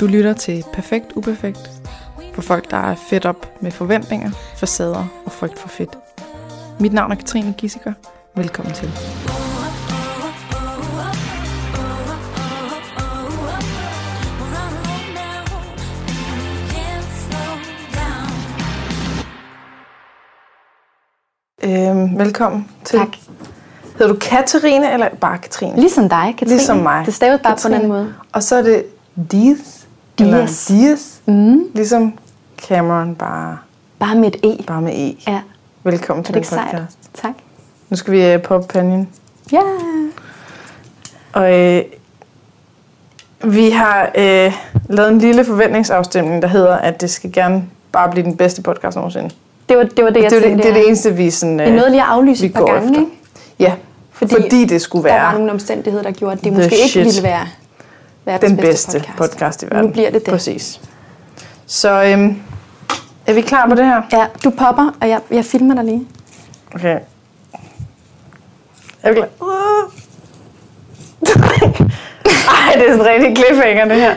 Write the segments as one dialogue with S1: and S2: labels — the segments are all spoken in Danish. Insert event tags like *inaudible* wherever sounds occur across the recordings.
S1: Du lytter til Perfekt Uperfekt for folk, der er fedt op med forventninger, facader og frygt for fedt. Mit navn er Katrine Gissiker. Velkommen til. Øhm, velkommen til.
S2: Tak.
S1: Hedder du Katarina eller bare Katrine?
S2: Ligesom dig, Katrine.
S1: Ligesom mig.
S2: Det staves bare
S1: Katrine.
S2: på den måde.
S1: Og så er det Diaz. Eller
S2: Diaz.
S1: Diaz.
S2: Mm.
S1: Ligesom Cameron, bare,
S2: Bare med et E.
S1: bare med E.
S2: Ja,
S1: Velkommen
S2: er
S1: til
S2: det
S1: den
S2: ikke sejt?
S1: podcast.
S2: Tak.
S1: Nu skal vi øh, på panjen.
S2: Ja.
S1: Og øh, vi har øh, lavet en lille forventningsafstemning, der hedder, at det skal gerne bare blive den bedste podcast nogensinde.
S2: Det var det, var det jeg
S1: Det er, jo
S2: tænkte.
S1: det, det, er det eneste, vi sådan, øh,
S2: det er noget lige at aflyse
S1: vi
S2: et par
S1: går
S2: gange,
S1: efter.
S2: ikke?
S1: Ja, fordi,
S2: Fordi
S1: fordi det skulle
S2: Der var
S1: være
S2: nogle omstændigheder, der gjorde, at det
S1: The
S2: måske
S1: shit.
S2: ikke ville være verdens
S1: den bedste podcast.
S2: podcast.
S1: i verden.
S2: Nu bliver det det.
S1: Præcis. Så øh, er vi klar på det her?
S2: Ja, du popper, og jeg, jeg filmer dig lige.
S1: Okay. Er vi klar? Uh. *laughs* Ej, det er sådan rigtig cliffhanger, det her.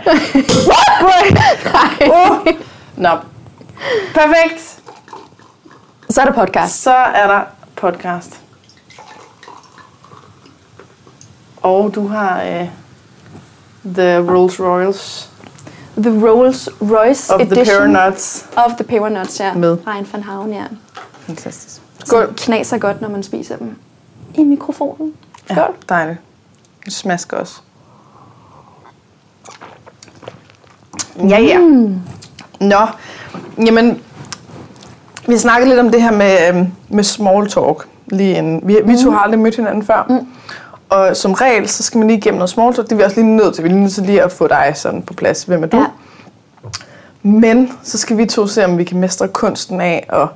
S1: Uh. Nå. Perfekt.
S2: Så er der podcast.
S1: Så er der podcast. Og du har øh, The Rolls Royals
S2: The Rolls Royce
S1: of the
S2: Edition
S1: Paranuts.
S2: of the Paranuts, ja.
S1: Med.
S2: Rein van Havn, ja.
S1: Fantastisk.
S2: Skål.
S1: Skål.
S2: knaser godt, når man spiser dem. I mikrofonen. Skål.
S1: Ja, dejligt. Du smasker også. Ja, ja. Mm. Nå, jamen, vi snakkede lidt om det her med, øhm, med small talk. Lige inden. Vi, vi to har aldrig mødt hinanden før. Mm. Og som regel, så skal man lige igennem noget small talk. Det er vi også lige nødt til. Vi er lige nødt til lige at få dig sådan på plads. Hvem er du?
S2: Ja.
S1: Men så skal vi to se, om vi kan mestre kunsten af at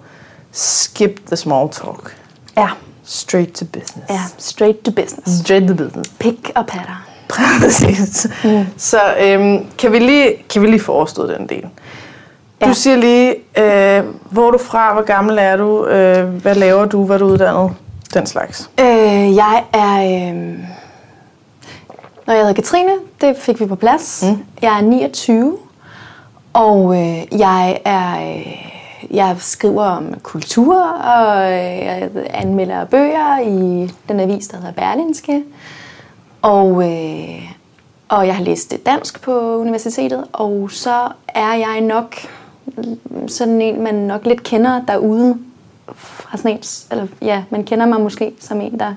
S1: skip the small talk.
S2: Ja.
S1: Straight to business.
S2: Ja, straight to business.
S1: Straight to business.
S2: Pick og patter.
S1: Præcis. Mm. Så øhm, kan, vi lige, kan vi lige forestå den del? Du
S2: Ja.
S1: siger lige, øh, hvor er du fra, hvor gammel er du, øh, hvad laver du, hvad er du uddannet, den slags.
S2: Øh, jeg er... Øh... Når jeg hedder Katrine, det fik vi på plads. Mm. Jeg er 29, og øh, jeg er... Øh... Jeg skriver om kultur, og øh, jeg anmelder bøger i den avis, der hedder Berlinske. Og, øh, og jeg har læst øh, dansk på universitetet, og så er jeg nok mm, sådan en, man nok lidt kender derude fra sådan en, eller ja, man kender mig måske som en, der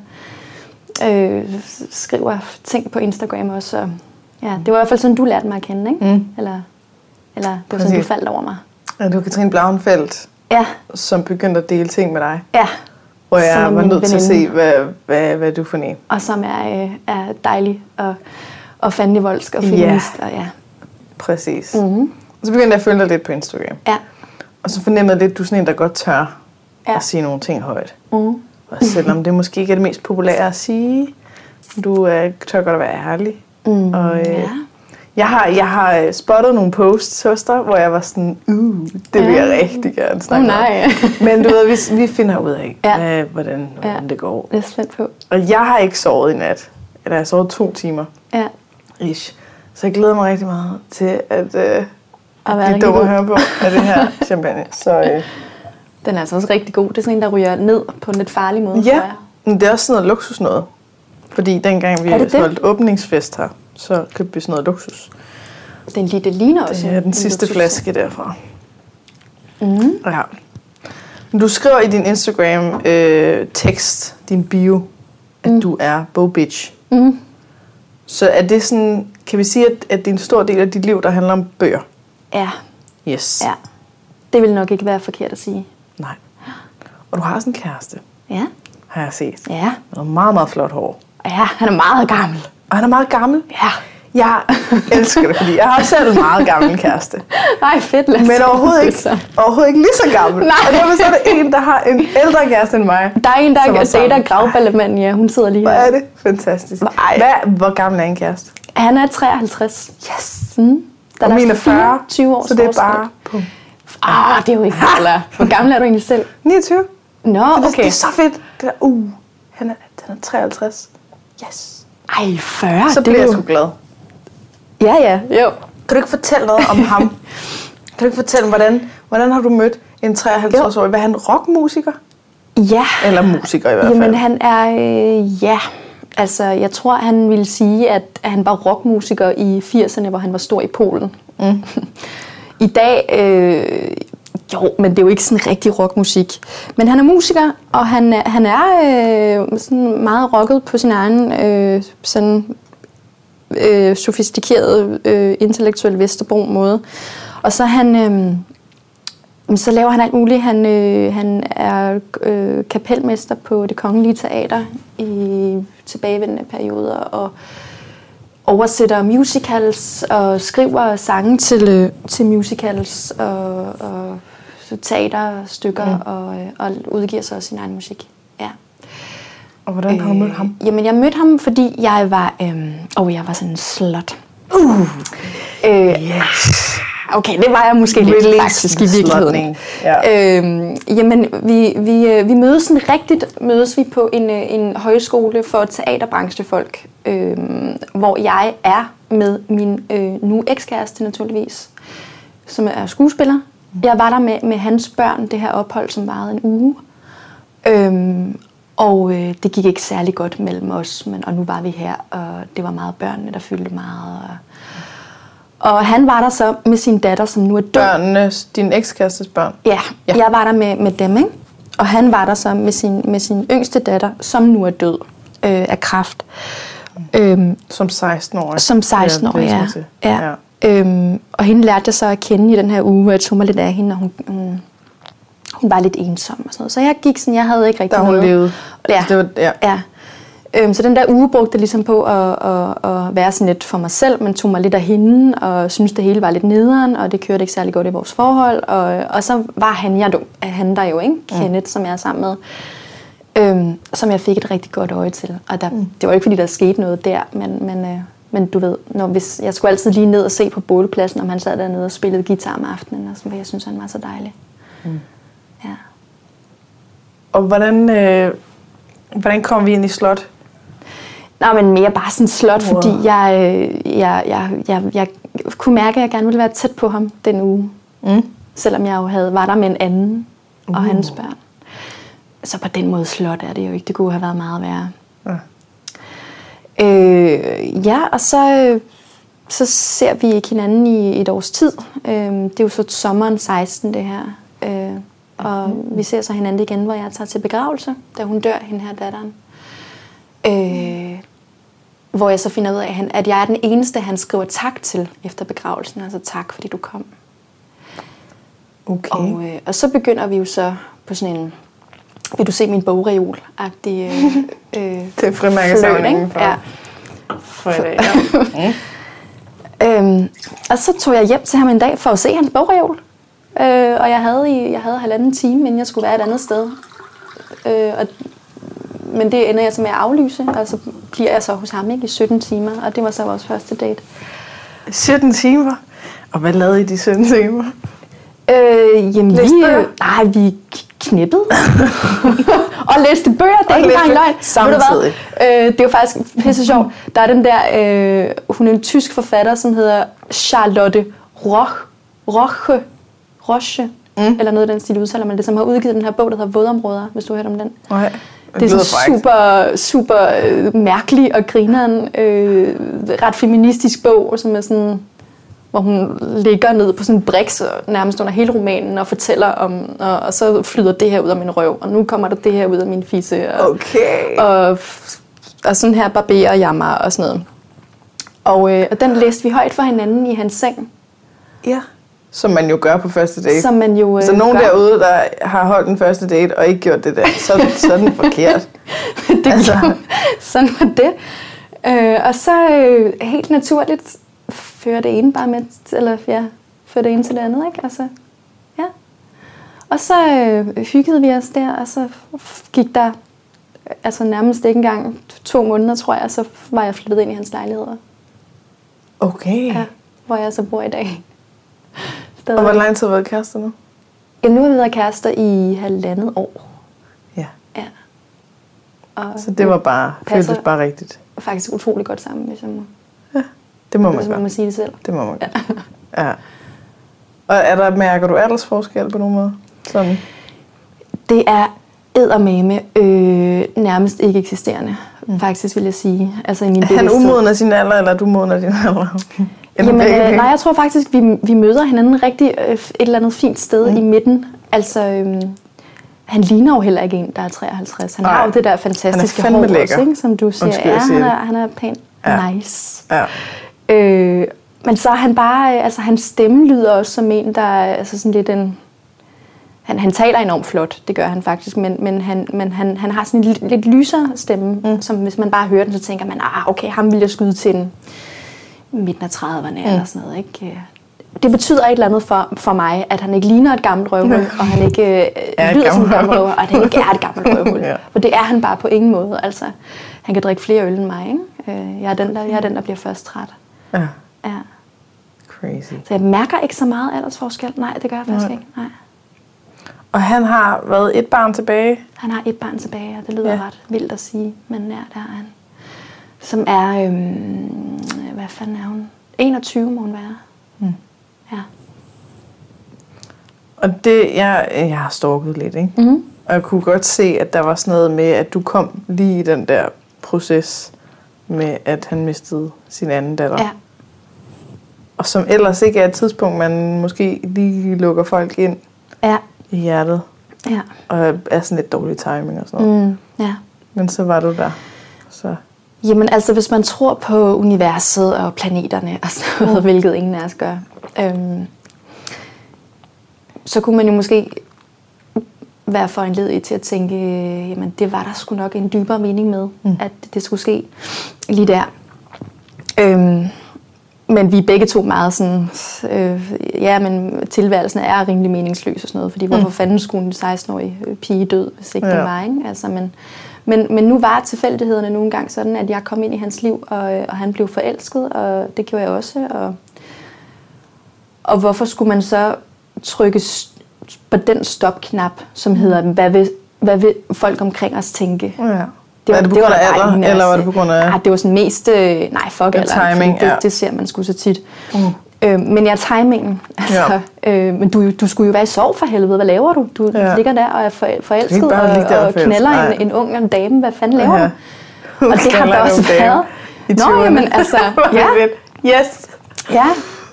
S2: øh, skriver ting på Instagram også. Og, ja, det var i hvert fald sådan, du lærte mig at kende, ikke? Mm. Eller, eller det var sådan, du
S1: Præcis.
S2: faldt over mig.
S1: Og du er Katrine Blauenfeldt,
S2: Ja,
S1: som begyndte at dele ting med dig,
S2: ja.
S1: hvor jeg
S2: Som er
S1: var
S2: min
S1: nødt til at se,
S2: veninde.
S1: hvad, hvad, hvad du for en.
S2: og som er, øh, er dejlig og, og fandenivoldsk og
S1: Ja.
S2: feminist. Og, ja.
S1: Præcis. Mm-hmm. Og så begyndte jeg at følge dig lidt på Instagram.
S2: ja,
S1: Og så fornemmede jeg lidt, at du er sådan en, der godt tør ja.
S2: Ja.
S1: at sige nogle ting højt. Mm. Og selvom det måske ikke er det mest populære at sige, du øh, tør godt at være ærlig. Mm. Og, øh,
S2: Mhm. ja.
S1: jeg, har, jeg har øh, spottet nogle posts hos dig, hvor jeg var sådan, uh, det vil jeg rigtig gerne snakke
S2: Uh, nej. *laughs*
S1: om. Men du ved, vi, vi finder ud af,
S2: Ja.
S1: ja. øh, hvordan, hvordan
S2: Ja.
S1: det går.
S2: det er jeg spændt på.
S1: Og jeg har ikke sovet i nat. Eller jeg har sovet to timer.
S2: Ja.
S1: Ish. Så jeg glæder mig rigtig meget til, at, øh,
S2: Og
S1: at det er dumt at høre på af det
S2: *laughs*
S1: her champagne. Så... Øh,
S2: Den er altså også rigtig god. Det er sådan en, der ryger ned på en lidt farlig måde. tror
S1: Ja,
S2: jeg.
S1: men det er også sådan noget luksus noget. Fordi dengang vi
S2: Er det det?
S1: holdt åbningsfest her, så købte vi sådan noget luksus.
S2: Den, li- det ligner også.
S1: Det er
S2: en-
S1: den
S2: en
S1: sidste
S2: luksus. Mhm.
S1: flaske derfra. Mm. Ja. Men Du skriver i din Instagram øh, tekst, din bio, at mm. du er bo bitch. Mm.
S2: Mhm.
S1: Så er det sådan, kan vi sige, at, at det er en stor del af dit liv, der handler om bøger?
S2: Ja,
S1: Yes.
S2: ja. Det vil nok ikke være forkert at sige.
S1: Nej. Og du har sådan en kæreste,
S2: Ja,
S1: har jeg set.
S2: ja.
S1: Med noget meget, meget flot hår.
S2: Ja, han er meget gammel.
S1: Og han er meget gammel.
S2: Ja.
S1: Jeg elsker det, fordi jeg har selv en meget gammel
S2: *laughs*
S1: kæreste.
S2: Ej, fedt. Lad os
S1: Men
S2: se, om
S1: overhovedet
S2: det
S1: ikke,
S2: så.
S1: overhovedet ikke lige så gammel.
S2: Nej.
S1: Og derfor så er der en, der har en ældre kæreste end mig.
S2: Der er en, der
S1: Som
S2: ikke
S1: er
S2: er det, der
S1: sammen.
S2: er gravballemanden. Ja, hun sidder lige
S1: Hvor er
S2: her.
S1: det fantastisk.
S2: Ej.
S1: Hvad, hvor gammel er en kæreste?
S2: Han er 53.
S1: Yes.
S2: Mm. Der
S1: Og
S2: der
S1: min er 40,
S2: 20 år
S1: så det er bare på
S2: Ah, det er jo ikke eller, Hvor gammel er du egentlig selv?
S1: 29.
S2: Nå,
S1: Det, okay. det
S2: okay.
S1: er så fedt. Det der, uh, han er, han er 53. Yes.
S2: Ej, 40.
S1: Så
S2: Ah, det er
S1: bliver jeg
S2: jo-
S1: sgu glad.
S2: Ja, ja, jo.
S1: Kan du ikke fortælle noget om
S2: *laughs*
S1: ham? kan du ikke fortælle, hvordan, hvordan har du mødt en 53-årig? Var han rockmusiker?
S2: Ja.
S1: Eller musiker i hvert fald.
S2: Jamen han er, øh, ja, altså jeg tror han ville sige, at han var rockmusiker i 80'erne, hvor han var stor i Polen. Mm. *laughs* I dag, øh, jo, men det er jo ikke sådan rigtig rockmusik. Men han er musiker, og han, er- han er øh, sådan meget rocket på sin egen øh, sådan øh, sofistikerede, øh, intellektuel Vesterbro måde. Og så er han... Øh, Jamen, Så laver han alt muligt. Han, øh, han er øh, kapelmester på det kongelige teater i tilbagevendende perioder, og oversætter musicals, og skriver sange til, øh, til musicals, og, og teaterstykker, mm. og, øh, og udgiver så også sin egen musik. Ja.
S1: Og hvordan har du mødt ham?
S2: Øh, Jamen, jeg mødte ham, fordi jeg var, øh, oh, jeg var sådan en slut. Uh. Øh,
S1: Yes.
S2: Okay, det var jeg måske lidt
S1: Release
S2: faktisk i
S1: den
S2: virkeligheden.
S1: slutning, ja.
S2: Øhm, jamen, vi, vi, øh, vi mødes sådan rigtigt, mødes vi på en, øh, en højskole for teaterbranchefolk, øhm, hvor jeg er med min øh, nu ekskæreste naturligvis, som er skuespiller. Jeg var der med, med hans børn, det her ophold, som varede en uge. Øhm, og øh, det gik ikke særlig godt mellem os, men, og nu var vi her, og det var meget børnene, der fyldte meget. Og, og han var der så med sin datter, som nu er død.
S1: Børnene, din ekskærestes børn.
S2: Ja,
S1: Ja.
S2: ja, jeg var der med, med dem, ikke? Og han var der så med sin, med sin yngste datter, som nu er død øh, af kræft. Øhm,
S1: Som 16-årig.
S2: som 16 år,
S1: det er
S2: ja.
S1: sådan set.
S2: ja. ja. Øhm, og hende lærte jeg så at kende i den her uge, hvor jeg tog mig lidt af hende, og hun, hun, hun var lidt ensom og sådan noget. Så jeg gik sådan, jeg havde ikke rigtig
S1: Da hun
S2: noget.
S1: levede.
S2: Ja.
S1: Altså, det var- ja.
S2: ja. Øhm, så den der uge brugte jeg ligesom på at, at, at være sådan lidt for mig selv, men tog mig lidt af hende, og syntes det hele var lidt nederen, og det kørte ikke særlig godt i vores forhold. Og, og så var han, jeg, han der jo, ikke? Kenneth, som jeg er sammen med øhm, som jeg fik et rigtig godt øje til. Og der, mm. det var ikke, fordi der skete noget der, men, men, øh, men du ved, når, hvis, jeg skulle altid lige ned og se på bålpladsen, om han sad dernede og spillede guitar om aftenen, og sådan, for jeg synes, han var så dejlig. Mm. Ja.
S1: Og hvordan, øh, hvordan kom vi ind i slot?
S2: Nå, men mere bare sådan slot,
S1: Wow.
S2: wow. fordi jeg, øh, jeg, jeg, jeg, jeg kunne mærke, at jeg gerne ville være tæt på ham den uge. Mm. Selvom jeg jo havde, var der med en anden uh. og hans børn. Så på den måde slot er det jo ikke. Det kunne have været meget værre.
S1: Ja.
S2: Øh, ja, og så, øh, så ser vi ikke hinanden i et års tid. Øh, det er jo så sommeren 16, det her. Øh, og vi ser så hinanden igen, hvor jeg tager til begravelse, da hun dør, hende her datteren. Øh, hvor jeg så finder ud af, at, han, at jeg er den eneste, han skriver tak til efter begravelsen. Altså tak, fordi du kom.
S1: Okay.
S2: Og, øh, og så begynder vi jo så på sådan en, vil du se min bogreol-agtig øh, øh,
S1: Det er
S2: fløjt,
S1: frimærkesamlingen
S2: ikke?
S1: for,
S2: Ja.
S1: ja. for i dag.
S2: *laughs*
S1: Ja.
S2: Øhm, og så tog jeg hjem til ham en dag for at se hans bogreol. Øh, og jeg havde, i, jeg havde halvanden time, inden jeg skulle være et andet sted. Øh, og, men det ender jeg så med at aflyse, og så bliver jeg så hos ham ikke, i 17 timer. Og det var så vores første date.
S1: 17 timer. Og hvad lavede I de 17 timer?
S2: Øh, jamen,
S1: Læste
S2: vi,
S1: bøger?
S2: øh, nej, vi k-
S1: *laughs*
S2: knippede. og læste bøger, det er ikke
S1: læste
S2: engang løgn.
S1: samtidig.
S2: Ved du hvad? Øh, det er jo faktisk pisse sjovt. Der er den der, øh, hun er en tysk forfatter, som hedder Charlotte Roch, Roche, Roche, mm. eller noget af den stil udtaler man det, som har udgivet den her bog, der hedder Vådområder, hvis du har hørt om den.
S1: Nej.
S2: Det er sådan super, super øh, mærkelig og grineren, øh, ret feministisk bog, som er sådan, hvor hun ligger ned på sådan en briks og nærmest under hele romanen og fortæller om, og, og så flyder det her ud af min røv, og nu kommer der det her ud af min fisse, og,
S1: Okay.
S2: og, og sådan her barberer jeg mig og sådan noget. Og, øh, og den læste vi højt for hinanden i hans seng,
S1: Ja. Som man jo gør på første date.
S2: som man jo øh,
S1: så nogen
S2: gør.
S1: derude, der har holdt den første date og ikke gjort det der, så, så er den forkert. *laughs*
S2: det
S1: Altså.
S2: altså. Sådan var det. Øh, og så øh, helt naturligt fører det ene bare med, eller ja, fører det ene til det andet, ikke? Altså, ja. Og så øh, hyggede vi os der, og så f- gik der øh, altså nærmest ikke engang to måneder, tror jeg, så var jeg flyttet ind i hans lejlighed,
S1: Okay.
S2: ja, hvor jeg så bor i dag.
S1: Og hvor
S2: Stadig.
S1: lang tid har du været kærester nu?
S2: Ja, nu har vi været kærester i halvandet år.
S1: Ja.
S2: Ja. Og
S1: Så det var bare,
S2: Passer.
S1: føltes bare rigtigt.
S2: faktisk utrolig godt sammen, hvis jeg må.
S1: Det må man
S2: hvis man
S1: godt.
S2: må sige det selv.
S1: Det må man godt. Ja. Og er der, mærker du aldersforskel på nogen måde? Sådan.
S2: Det er eddermame øh, nærmest ikke eksisterende, mm. faktisk vil jeg sige. Altså i min
S1: Er han
S2: bevidsthed.
S1: umoden af sin alder, eller er du moden af din alder? Eller
S2: Jamen,
S1: begge
S2: øh,
S1: dele?
S2: nej, jeg tror faktisk, vi, vi møder hinanden rigtig øh, et eller andet fint sted mm. i midten. Altså, øh, han ligner jo heller ikke en, der er 53. Han
S1: Nej.
S2: har jo det der fantastiske
S1: fandme
S2: hår, også,
S1: lækker.
S2: ikke, som du siger.
S1: Undskyld, jeg
S2: ja,
S1: siger
S2: han er,
S1: det.
S2: han er pæn.
S1: Ja.
S2: Ja. Nice.
S1: Ja.
S2: Øh, men så er han bare, øh, altså hans stemme lyder også som en, der er altså sådan lidt en... Han, han taler enormt flot, det gør han faktisk, men, men, han, men han, han har sådan en lidt, lidt lysere stemme, mm. som hvis man bare hører den, så tænker man, ah, okay, ham vil jeg skyde til en midten af 30'erne mm. eller sådan noget, ikke? Øh, Det betyder et eller andet for, for mig, at han ikke ligner et gammelt røvhul, og han ikke øh,
S1: et
S2: lyder som
S1: gammelt
S2: et gammelt røvhul, og at han ikke er et
S1: *laughs*
S2: gammelt røvhul.
S1: Ja.
S2: For det er han bare på ingen måde, altså. Han kan drikke flere øl end mig, ikke? Øh, Jeg er den, der, jeg er den, der bliver først træt.
S1: ja.
S2: Ja.
S1: Crazy.
S2: Så jeg mærker ikke så meget aldersforskel. Nej, det gør jeg faktisk
S1: Nej.
S2: ikke. Nej.
S1: Og han har været et barn tilbage.
S2: Han har et barn tilbage, og det lyder
S1: Ja.
S2: ja. ret vildt at sige, men ja, der er han. Som er, øhm, hvad fanden er hun? 21 må hun være. Mm. Ja.
S1: Og det, jeg, jeg har stalket lidt, ikke? Mm. Og jeg kunne godt se, at der var sådan noget med, at du kom lige i den der proces med, at han mistede sin anden datter.
S2: ja.
S1: Og som ellers ikke er et tidspunkt, man måske lige lukker folk ind
S2: Ja.
S1: i hjertet.
S2: Ja.
S1: Og er sådan lidt dårlig timing og sådan noget. Mm.
S2: Mm. Ja.
S1: Men så var du der. Så.
S2: Jamen altså, hvis man tror på universet og planeterne og sådan noget, hvilket ingen af os gør, øhm, så kunne man jo måske være foranledig til at tænke, øh, jamen det var der sgu nok en dybere mening med, mm. at det skulle ske lige der. Øhm, men vi er begge to meget sådan, øh, ja, men tilværelsen er rimelig meningsløs og sådan noget, fordi hvorfor fanden skulle en 16-årig øh, pige død, hvis ikke ja.
S1: Ja.
S2: den var, ikke? Altså, men, men, men nu var tilfældighederne nogle gange sådan, at jeg kom ind i hans liv, og, øh, og han blev forelsket, og det gjorde jeg også, og, og hvorfor skulle man så trykke s- på den stopknap, som hedder, hvad vil, hvad vil folk omkring os tænke?
S1: Ja.
S2: Det var,
S1: er det på
S2: det var
S1: grund af
S2: der bare ingen
S1: alder, eller
S2: af os,
S1: var det på grund af...
S2: Ah, det var sådan mest... Øh, nej, fuck
S1: Ja,
S2: alderen, fordi
S1: timing,
S2: det,
S1: ja.
S2: det ser man sgu så tit.
S1: Mm.
S2: Øh, men ja, timingen. *laughs* Altså, øh, men du, du skulle jo være i sorg for helvede. Hvad laver du? Du
S1: Ja.
S2: ja. ligger der og er for, forelsket
S1: bare ligge der
S2: og,
S1: og
S2: og
S1: forelsket,
S2: knaller
S1: nej.
S2: en, en ung og en dame. Hvad fanden laver
S1: Ja.
S2: du? Og det har
S1: Knaller
S2: der
S1: en
S2: også
S1: ung dame
S2: været.
S1: i
S2: Nå,
S1: 20'erne.
S2: jamen altså,
S1: *laughs*
S2: ja,
S1: Yes.
S2: ja.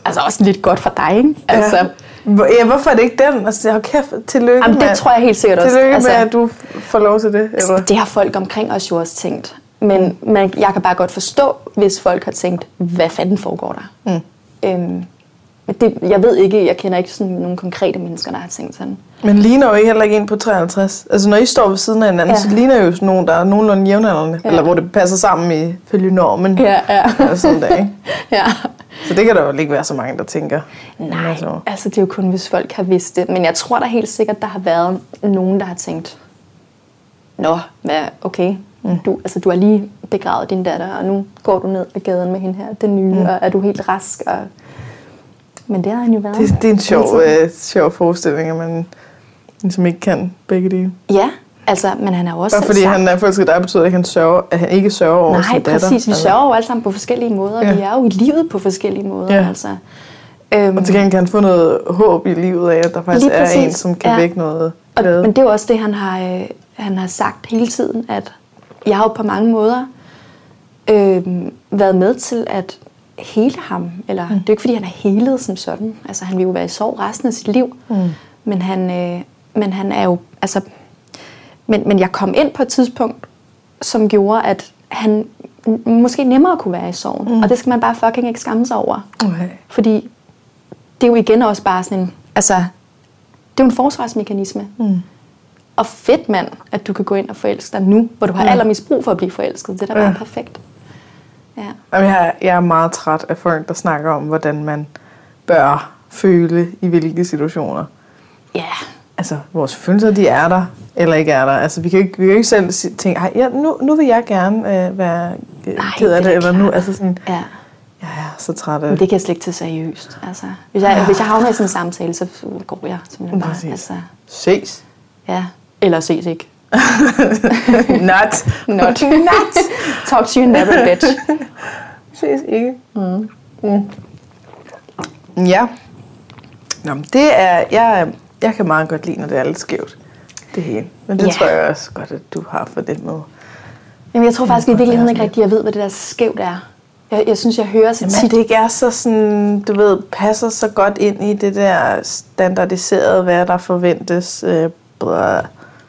S2: Altså også lidt godt for dig, ikke? Altså,
S1: Ja.
S2: ja.
S1: Hvor- Ja, hvorfor er det ikke den? Altså, hold kæft, tillykke
S2: Jamen, det
S1: mand.
S2: tror jeg helt sikkert også.
S1: Tillykke
S2: Altså-
S1: med, at du får lov til det. Eller?
S2: Det har folk omkring os jo også tænkt. Men man, jeg kan bare godt forstå, hvis folk har tænkt, hvad fanden foregår der? Mm. Øhm, men det, jeg ved ikke, jeg kender ikke sådan nogle konkrete mennesker, der har tænkt sådan.
S1: Men ligner jo ikke heller ikke en på 53. Altså, når I står ved siden af hinanden, ja.
S2: Ja.
S1: så ligner I jo sådan nogen, der er nogenlunde jævnaldrende. Ja. Eller hvor det passer sammen i følge normen. *laughs*
S2: Ja, ja.
S1: Eller sådan der, ikke?
S2: ja.
S1: Så det kan der jo ikke være så mange, der tænker.
S2: Nej,
S1: Altså,
S2: altså det er jo kun, hvis folk har vidst det. Men jeg tror da helt sikkert, der har været nogen, der har tænkt, Nå, hvad, okay,
S1: Mm.
S2: du, altså, du har lige begravet din datter, og nu går du ned ad gaden med hende her, den nye, mm. og er du helt rask? Og... Men det har han jo været.
S1: det, det er en sjov,
S2: hele tiden.
S1: øh, sjov forestilling, at man ligesom ikke kan begge dele.
S2: Ja, altså, men han er jo også
S1: Bare
S2: selv
S1: fordi
S2: sagt-
S1: han er forelsket i dig, betyder det ikke, at han, sørger, at han ikke sørger over
S2: Nej,
S1: sin datter.
S2: præcis. Vi
S1: Altså.
S2: sørger jo alle sammen på forskellige måder.
S1: Ja.
S2: Ja. Vi er jo i livet på forskellige måder.
S1: Ja.
S2: Ja. Altså. Øhm,
S1: Og til gengæld kan han få noget håb i livet af, at der faktisk
S2: Lige
S1: er
S2: præcis,
S1: en, som kan ja.
S2: ja.
S1: vække noget
S2: og,
S1: glæde.
S2: men det er jo også det, han har, øh, han har sagt hele tiden, at jeg har jo på mange måder øh, været med til at hele ham. Eller, Det er jo ikke, fordi han er helet som sådan. Altså, han vil jo være i sorg resten af sit liv. Mm. Men, han, øh, men han er jo... Altså, men, men jeg kom ind på et tidspunkt, som gjorde, at han m- måske nemmere kunne være i sorgen. Mm. Og det skal man bare fucking ikke skamme sig over.
S1: Okay.
S2: Fordi det er jo igen også bare sådan en, altså, det er jo en forsvarsmekanisme. Mm. Og fedt mand, at du kan gå ind og forelske dig nu, hvor du har
S1: Ja.
S2: allermest brug for at blive forelsket. Det er da bare
S1: Mm. Ja.
S2: perfekt. Ja.
S1: Jamen, jeg, er- jeg er meget træt af folk, der snakker om, hvordan man bør føle i hvilke situationer.
S2: Ja.
S1: Altså, vores følelser, de er der eller ikke er der. Altså, vi kan jo ikke, vi kan jo ikke selv si- tænke, "Ej, ja, nu, nu vil jeg gerne øh, være øh,
S2: Nej,
S1: ked af
S2: det
S1: det,
S2: er
S1: eller
S2: klart.
S1: nu, altså sådan,
S2: ja.
S1: jeg er så træt af
S2: Men
S1: det.
S2: det kan jeg slet ikke tage seriøst. Altså, hvis, jeg, hvis jeg havner i sådan en samtale, så går jeg simpelthen bare.
S1: Ah. Præcis.
S2: Altså,
S1: Ses. *laughs*
S2: ja. Eller ses ikke.
S1: Not. *laughs*
S2: Not. Not. Talk to you never, bitch.
S1: Ses ikke. Mm. Ja. Nå, men det er, jeg, jeg kan meget godt lide, når det er lidt skævt. Det hele. Men det
S2: Ja.
S1: yeah. tror jeg også godt, at du har for det med.
S2: Jamen, jeg tror faktisk i
S1: tror, det er
S2: virkeligheden
S1: sådan
S2: ikke rigtigt, jeg ved, hvad det der skævt er. Jeg, jeg synes, jeg hører så
S1: Men
S2: tit.
S1: det ikke er så sådan, du ved, passer så godt ind i det der standardiserede, hvad der forventes. Øh, blah.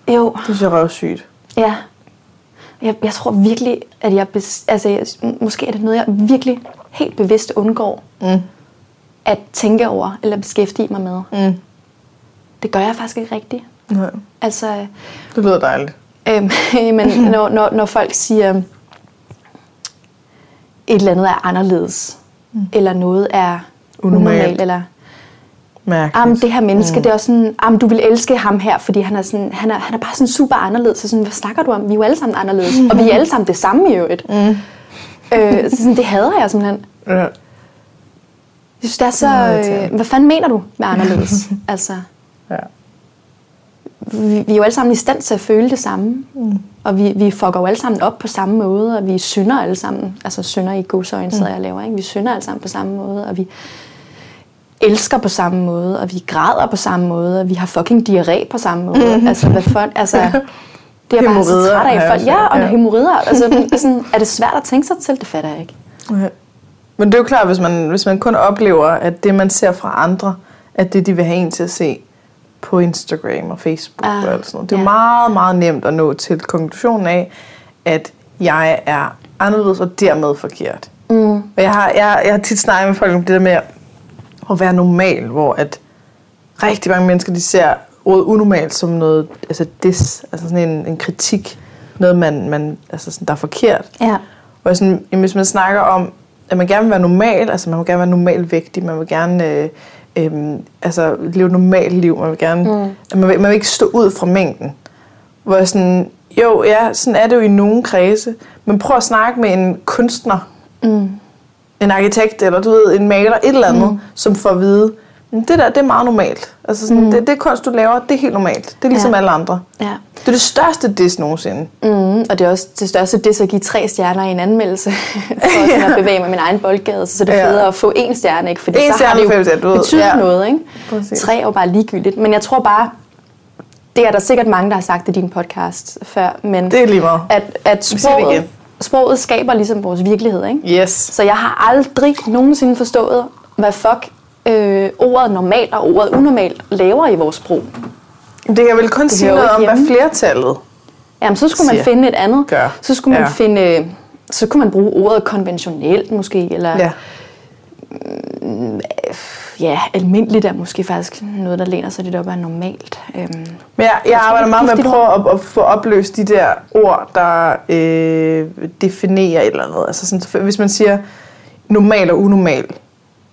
S2: Jo,
S1: det synes jeg er røvsygt.
S2: ja. Jeg, jeg tror virkelig, at jeg... Bes, altså, jeg, m- måske er det noget, jeg virkelig helt bevidst undgår
S1: Mm.
S2: at tænke over eller beskæftige mig med.
S1: Mm.
S2: Det gør jeg faktisk ikke rigtigt.
S1: Nej,
S2: Altså,
S1: det lyder dejligt.
S2: Øhm, *laughs* men når, når, når folk siger, et eller andet er anderledes, mm. eller noget er
S1: Unormalt.
S2: unormalt, unormalt eller
S1: Mærkeligt.
S2: Am, det her menneske, mm. det er også sådan, am, du vil elske ham her, fordi han er, sådan, han er, han er bare sådan super anderledes. Så sådan, hvad snakker du om? Vi er jo alle sammen anderledes, og vi er alle sammen det samme i øvrigt. Mm. Øh, så sådan, det hader jeg simpelthen.
S1: Ja.
S2: Jeg synes, det er så...
S1: meget irriterende.
S2: Øh, hvad fanden mener du med *laughs* anderledes? altså,
S1: ja.
S2: vi, vi er jo alle sammen i stand til at føle det samme. Mm. Og vi, vi fucker jo alle sammen op på samme måde, og vi synder alle sammen. Altså synder i
S1: Mm.
S2: godsøjne sidder jeg og laver, ikke? Vi synder alle sammen på samme måde, og vi elsker på samme måde, og vi græder på samme måde, og vi har fucking diarré på samme måde. Mm. Altså, hvad for,
S1: *laughs*
S2: altså, det er jeg bare så
S1: Hæmorider
S2: træt
S1: har jeg
S2: af. Folk.
S1: også
S2: Ja,
S1: hørt,
S2: og
S1: ja.
S2: ja. hemorrider. Altså, men sådan, er det svært at tænke sig til? Det fatter jeg ikke.
S1: Okay. Men det er jo klart, hvis man, hvis man kun oplever, at det, man ser fra andre, at det, de vil have en til at se på Instagram og Facebook
S2: Ah,
S1: og alt sådan noget. Det er
S2: ja.
S1: meget, meget nemt at nå til konklusionen af, at jeg er anderledes og dermed forkert. Mm. Og jeg har, jeg, jeg har tit snakket med folk om det der med at være normal, hvor at rigtig mange mennesker, de ser ordet unormalt som noget, altså dis, altså sådan en, en kritik, noget, man, man, altså sådan, der er forkert.
S2: Ja.
S1: Hvor jeg sådan, jamen, hvis man snakker om, at man gerne vil være normal, altså man vil gerne være normalvægtig, man vil gerne øh, øh, altså, leve et normalt liv, man vil gerne, mm. at man, vil, man vil ikke stå ud fra mængden. Hvor jeg sådan, jo, ja, sådan er det jo i nogle kredse, men prøv at snakke med en kunstner, en arkitekt eller du ved, en maler, et eller andet, mm. som får at vide, "Men det der, det er meget normalt. Altså sådan, mm. det, det kunst, du laver, det er helt normalt. Det er ligesom ja.
S2: Ja.
S1: alle andre.
S2: Ja.
S1: Det er det største diss nogensinde.
S2: Mm, og det er også det største, det er så at give tre stjerner i en anmeldelse, *laughs* for sådan at bevæge mig i min egen boldgade, så er det
S1: Ja.
S2: federe at få én stjerne, ikke? Fordi
S1: Én
S2: så har
S1: stjerne, fem
S2: det
S1: stjerne, du
S2: jo
S1: ved.
S2: betydet
S1: Ja.
S2: noget, ikke?
S1: Præcis.
S2: Tre er jo bare ligegyldigt, men jeg tror bare, det er der sikkert mange, der har sagt i din podcast før, men
S1: Det er lige meget.
S2: at, at
S1: Vi siger det igen.
S2: sproget, sproget skaber ligesom vores virkelighed, ikke?
S1: Yes.
S2: Så jeg har aldrig nogensinde forstået, hvad fuck øh, ordet normalt og ordet unormalt laver i vores sprog.
S1: Det kan vel kun sige
S2: hører
S1: noget
S2: jo
S1: om,
S2: ikke
S1: hvad
S2: hjemme.
S1: flertallet
S2: Jamen, så skulle man
S1: siger-
S2: finde et andet.
S1: gør.
S2: Så skulle man
S1: Ja.
S2: finde... øh, Så kunne man bruge ordet konventionelt måske, eller
S1: Ja.
S2: ja. ja, almindeligt er måske faktisk noget, der læner sig lidt op af normalt. Øhm,
S1: Men jeg, jeg arbejder
S2: det er
S1: meget med at
S2: giftigt
S1: prøve at, at få opløst de der ord, der øh, definerer et eller andet. Altså sådan, hvis man siger normal og unormal,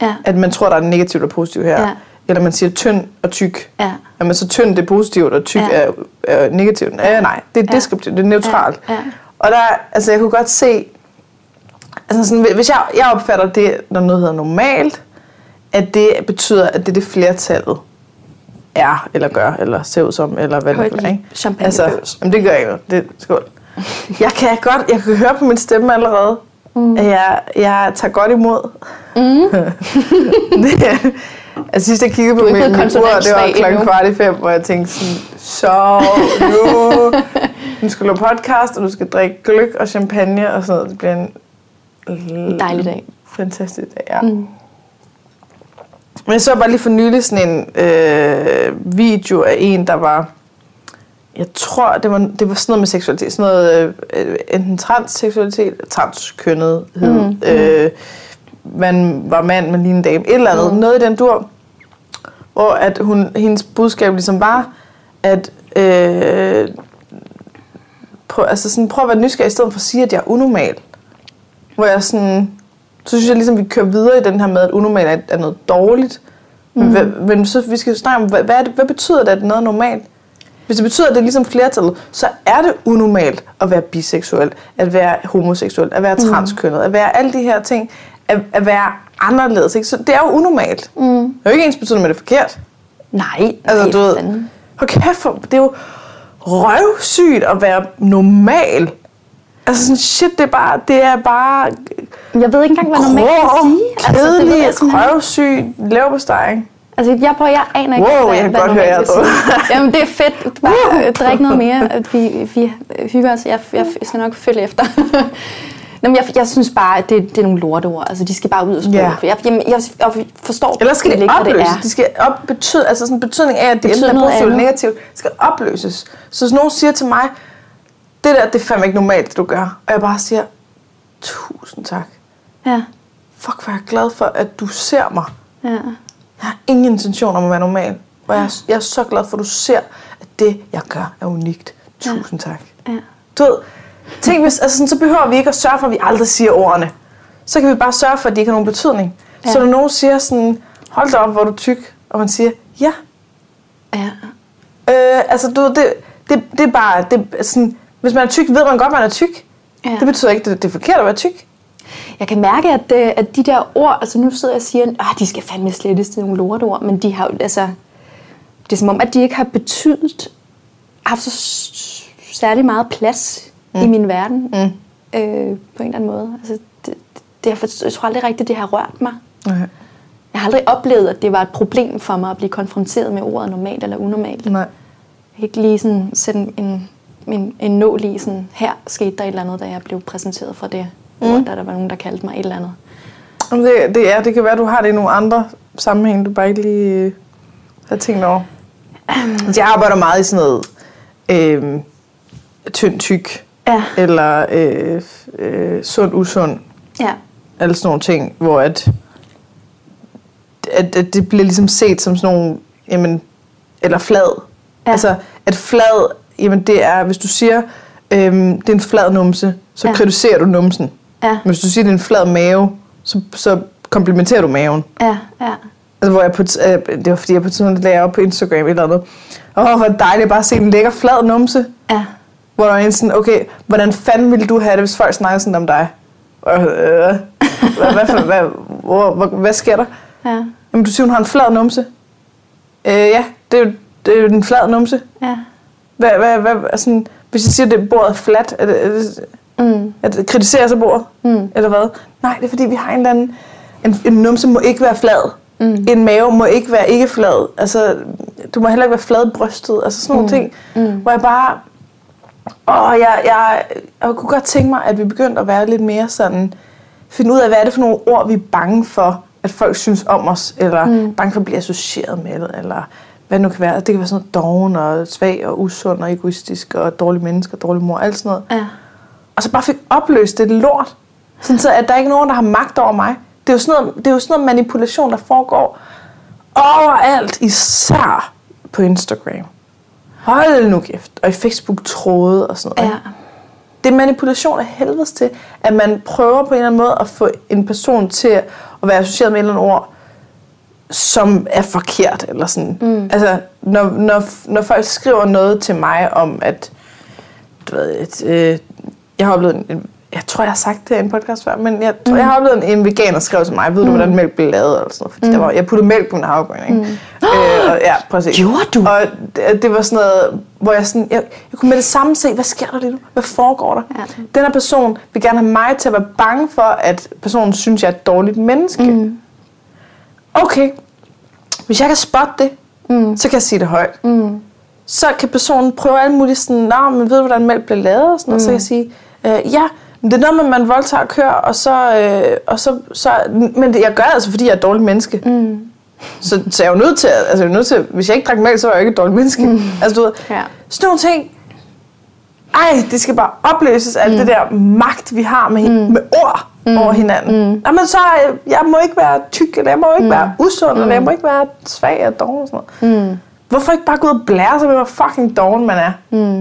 S2: ja,
S1: at man tror, der er negativt og positivt her.
S2: Ja.
S1: Eller man siger tynd og tyk.
S2: Ja.
S1: At man så tynd det er positivt, og tyk
S2: Ja.
S1: er, er negativt. Ja, nej, det er
S2: Ja.
S1: deskriptivt, det er neutralt.
S2: Ja. Ja.
S1: Og der, altså jeg kunne godt se, altså sådan, hvis jeg, jeg opfatter det, når noget hedder normalt, at det betyder, at det er det flertallet er, eller gør, eller ser ud som, eller hvad
S2: Prøv
S1: det
S2: at
S1: nu er.
S2: lige
S1: ikke?
S2: champagne
S1: Altså,
S2: bøvs.
S1: jamen, det gør jeg ikke noget. Det, skål. Jeg kan godt, jeg kan høre på min stemme allerede, mm. at jeg, jeg tager godt imod.
S2: Mm-hmm.
S1: Mm. det, *laughs* altså sidst jeg kiggede på
S2: er
S1: min,
S2: ikke
S1: min
S2: blevet
S1: ur, det var
S2: konsonantsvag
S1: klokken
S2: endnu.
S1: kvart i fem, hvor jeg tænkte sådan, så
S2: *laughs*
S1: nu, nu skal du lave podcast, og du skal drikke gløk og champagne og sådan noget. Det bliver en
S2: en dejlig dag.
S1: Fantastisk dag, ja. Mm. Men jeg så bare lige for nylig sådan en øh, video af en, der var... Jeg tror, det var, det var sådan noget med seksualitet. Sådan noget, øh, øh, enten transseksualitet, transkønnethed. Mm. Øh, man var mand, men lige en dame. Et eller andet. Mm. Noget i den dur. Hvor at hun, hendes budskab ligesom var, at... Øh, prøv, altså sådan, prøv at være nysgerrig, i stedet for at sige, at jeg er unormal. Hvor jeg sådan, så synes jeg ligesom, vi kører videre i den her med, at unormal er, er noget dårligt. Men, hvad, men så vi skal jo snakke om, hvad, hvad, er det, hvad betyder det, at noget er normalt? Hvis det betyder, at det er ligesom flertallet, så er det unormalt at være biseksuel, at være homoseksuel, at være transkønnet, at være alle de her ting, at, at være anderledes. Ikke? Så det er jo unormalt. Mm. Det er jo ikke ens betydende, at det er forkert.
S2: Nej,
S1: Altså,
S2: nej,
S1: du ved,
S2: fanden.
S1: hold kæft, for, det er jo røvsygt at være normal. Altså sådan, shit, det er bare, det er bare
S2: Jeg ved ikke engang, hvad normalt kan
S1: grå,
S2: sige. det ved
S1: kedelig,
S2: jeg
S1: altså,
S2: simpelthen ikke.
S1: røvsyg, leverpostej.
S2: Altså, jeg, prøver, jeg aner ikke,
S1: Wow, jeg kan godt høre,
S2: normalt
S1: jeg
S2: vil
S1: er
S2: sige.
S1: *laughs*
S2: Jamen, det er fedt. Bare øh, drik noget mere. Vi, vi hygger os. Jeg, jeg, jeg skal nok følge efter. *laughs* Nå, men jeg, jeg synes bare, at det, det er nogle lorteord. Altså, de skal bare ud og sprog.
S1: Ja.
S2: Yeah. Jeg, jamen, jeg, jeg forstår
S1: Ellers skal
S2: slet
S1: det
S2: ikke, hvad
S1: opløses. Det, det skal op, betyde, altså sådan en betydning af, at det enten
S2: Betyder
S1: er
S2: noget
S1: positivt eller
S2: andet.
S1: negativt, skal opløses. Så hvis nogen siger til mig, det der, det er fandme ikke normalt, det du gør. Og jeg bare siger, tusind tak.
S2: Ja,
S1: Fuck, hvor er jeg glad for, at du ser mig.
S2: ja.
S1: Jeg har ingen intention om at være normal. Og jeg, jeg er så glad for, at du ser, at det, jeg gør, er unikt. Tusind tak.
S2: Ja.
S1: Du ved, tænk hvis, altså sådan, så behøver vi ikke at sørge for, at vi aldrig siger ordene. Så kan vi bare sørge for, at de ikke har nogen betydning. Ja. Så
S2: Ja.
S1: når nogen siger sådan, hold da op, hvor er du er tyk, og man siger, ja.
S2: ja.
S1: Øh, altså, du ved, det, det, det er bare, det, er sådan, hvis man er tyk, ved man godt, man er tyk.
S2: Ja.
S1: Det betyder ikke, at det, det er forkert at være tyk.
S2: Jeg kan mærke, at, øh, at de der ord, altså nu sidder jeg og siger, at de skal fandme slettes, det er nogle lorteord, men de har jo, altså, det er som om, at de ikke har betydet, haft så s- særlig meget plads mm. i min verden, mm. øh, på en eller anden måde. Altså, det, det, har, for- jeg tror aldrig rigtigt, det har rørt mig.
S1: Nej,
S2: Jeg har aldrig oplevet, at det var et problem for mig at blive konfronteret med ordet normalt eller unormalt.
S1: nej.
S2: Jeg kan ikke lige sådan sætte en, en, en nål i, sådan, her skete der et eller andet, da jeg blev præsenteret for det. Mm. Ord, da der var nogen, der kaldte mig et eller andet.
S1: Jamen, Det, det, er, det kan være, du har det i nogle andre sammenhæng, du bare ikke lige øh, har tænkt over. Altså, Jeg arbejder meget i sådan noget øh, tynd tyk,
S2: Ja.
S1: eller øh, øh, sund usund,
S2: Ja,
S1: alle sådan nogle ting, hvor at, at, at det bliver ligesom set som sådan nogle, jamen, eller flad.
S2: Ja.
S1: Ja. Altså, at flad, jamen det er, hvis du siger, øhm, det er en flad numse, så
S2: Ja.
S1: ja. kritiserer du numsen.
S2: ja,
S1: Men hvis du siger, det er en flad mave, så, så komplimenterer du maven.
S2: ja, ja.
S1: Altså, hvor jeg på, t- øh, det var fordi, jeg på et tidspunkt lagde op på Instagram et eller andet. Åh, hvor dejligt bare at se en lækker flad numse.
S2: ja.
S1: Hvor der var en sådan, okay, hvordan fanden ville du have det, hvis folk snakkede sådan om dig? Og, øh, hvad, hvad, for, hvad, hvor, hvor, hvad sker der?
S2: Ja,
S1: Jamen, du siger, hun har en flad numse. Øh, ja, det er, jo- det er jo en flad numse.
S2: ja.
S1: Hvad, hvad, hvad, altså, hvis jeg siger, at det bordet er fladt, er det, er det,
S2: Mm.
S1: at kritisere sig bordet? Mm. Eller hvad? Nej, det er fordi, vi har en eller anden... En, en numse må ikke være flad. Mm. En mave må ikke være ikke flad. Altså, du må heller ikke være fladbrystet. Altså sådan nogle ting, mm. hvor jeg bare... Åh, jeg, jeg, jeg kunne godt tænke mig, at vi begyndte at være lidt mere sådan... Finde ud af, hvad er det for nogle ord, vi er bange for, at folk synes om os, eller mm. bange for at blive associeret med det, eller hvad det nu kan være. Det kan være sådan noget doven og svag og usund og egoistisk og dårlig menneske og dårlig mor, alt sådan noget
S2: Ja.
S1: og så bare fik opløst det lort, sådan så at der ikke er nogen, der har magt over mig. Det er jo sådan noget, det er jo sådan noget manipulation, der foregår overalt, især på Instagram. Hold nu kæft. Og i Facebook-tråde og sådan noget.
S2: Ja.
S1: ikke? Det er manipulation af helvedes til, at man prøver på en eller anden måde at få en person til at være associeret med et eller andet ord, som er forkert, eller sådan. Mm. Altså, når, når, når folk skriver noget til mig om, at, du ved, et, øh, jeg har oplevet en, en, jeg tror, jeg har sagt det her i en podcast før, men jeg, tror, jeg har oplevet en, en veganer skrev til mig, ved du, hvordan mælk blev lavet, eller sådan noget, fordi mm. der var, jeg puttede mælk på min havregryn, ikke? Mm. Øh, og, ja, præcis.
S2: Gjorde du?
S1: Og det, det var sådan noget, hvor jeg sådan, jeg, jeg kunne med det samme se, hvad sker der lige nu? Hvad foregår der?
S2: Ja.
S1: Den her person vil gerne have mig til at være bange for, at personen synes, jeg er et dårligt menneske. Mm. Okay, hvis jeg kan spotte det, mm. så kan jeg sige det højt så kan personen prøve alt muligt sådan, Nå, men ved du, hvordan mælk bliver lavet? Og, sådan, mm. og så kan jeg sige, øh, ja, men det er noget med, at man voldtager og kører, og så, øh, og så, så men det, jeg gør det altså, fordi jeg er et dårligt menneske. Mm. Så, så jeg er jo nødt til, at- altså, jeg er nødt til, hvis jeg ikke drak mælk, så var jeg jo ikke et dårligt menneske. Mm. *laughs* Altså, du ved,
S2: Ja.
S1: sådan nogle ting, ej, det skal bare opløses, alt mm. det der magt, vi har med, mm. med ord mm. over hinanden. Mm. Jamen så, øh, jeg må ikke være tyk, eller jeg må ikke mm. være usund, mm. eller jeg må ikke være svag og doven og sådan noget. Mm. Hvorfor ikke bare gå ud og blære sig med, hvor fucking doven man er? Mm.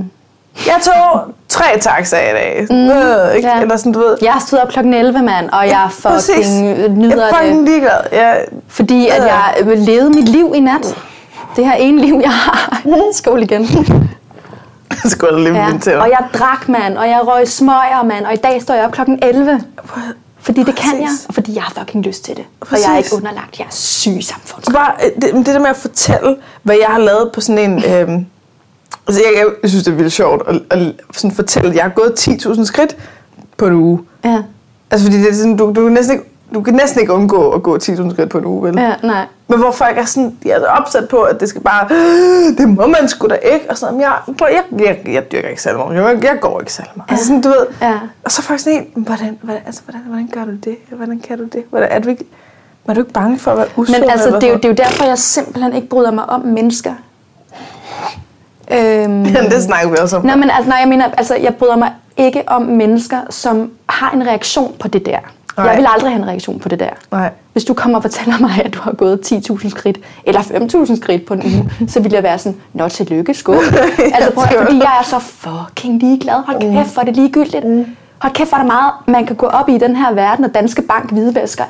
S1: Jeg tog tre taxaer i dag. Mm. Øh, ikke?
S2: Ja.
S1: Ja. Eller sådan, du ved.
S2: Jeg stod op klokken 11, mand, og jeg fucking
S1: jeg
S2: nyder
S1: er fucking
S2: det.
S1: ligeglad. *laughs* Jeg,
S2: Fordi at
S1: Øh.
S2: jeg levede mit liv i nat. Det her ene liv, jeg
S1: *laughs*
S2: har. Skål igen.
S1: jeg skulle lige ja. min tænder.
S2: Og jeg drak, mand, og jeg røg smøger, mand, og i dag står jeg op klokken 11. Fordi det kan
S1: Præcis.
S2: jeg, og fordi jeg har fucking lyst til det. Og jeg er
S1: Præcis.
S2: ikke underlagt jeres syge samfund.
S1: Så bare øh, det, men det der med at fortælle, hvad jeg har lavet på sådan en... Øhm, altså jeg, jeg synes, det er vildt sjovt at, at sådan fortælle, at jeg har gået 10.000 skridt på en uge.
S2: Ja.
S1: Altså, fordi det er sådan, du, du, kan næsten ikke, du kan næsten ikke undgå at gå 10.000 skridt på en uge, vel?
S2: Ja, nej.
S1: Men hvor folk er sådan, de er så opsat på, at det skal bare, "Øh, det må man sgu da ikke. Og sådan, "Men jeg, prøv, jeg, jeg, jeg dyrker ikke særlig meget. Jeg, jeg går ikke særlig meget. Altså sådan, du ved.
S2: Ja.
S1: Og så er folk sådan helt, hvordan, hvordan, altså, hvordan, hvordan gør du det? Hvordan kan du det? Hvordan, er du ikke, var du ikke bange for at være usund?
S2: Men altså,
S1: eller
S2: det er, jo, det
S1: sådan
S2: er jo derfor, jeg simpelthen ikke bryder mig om mennesker. *laughs* Øhm,
S1: noget?" *laughs* det snakker vi også om.
S2: Nå, men altså, nej, jeg mener, altså, jeg bryder mig ikke om mennesker, som har en reaktion på det der.
S1: Nej.
S2: Nej. Jeg vil aldrig have en reaktion på det der.
S1: Nej.
S2: Hvis du kommer og fortæller mig, at du har gået 10.000 skridt, eller 5.000 skridt på en uge, så vil jeg være sådan, nå, tillykke, *laughs* skål. altså, prøv, at- fordi jeg er så fucking ligeglad. Hold kæft, hvor er det ligegyldigt. Hold kæft, hvor er der meget, man kan gå op i i den her verden, og Danske Bank hvidvasker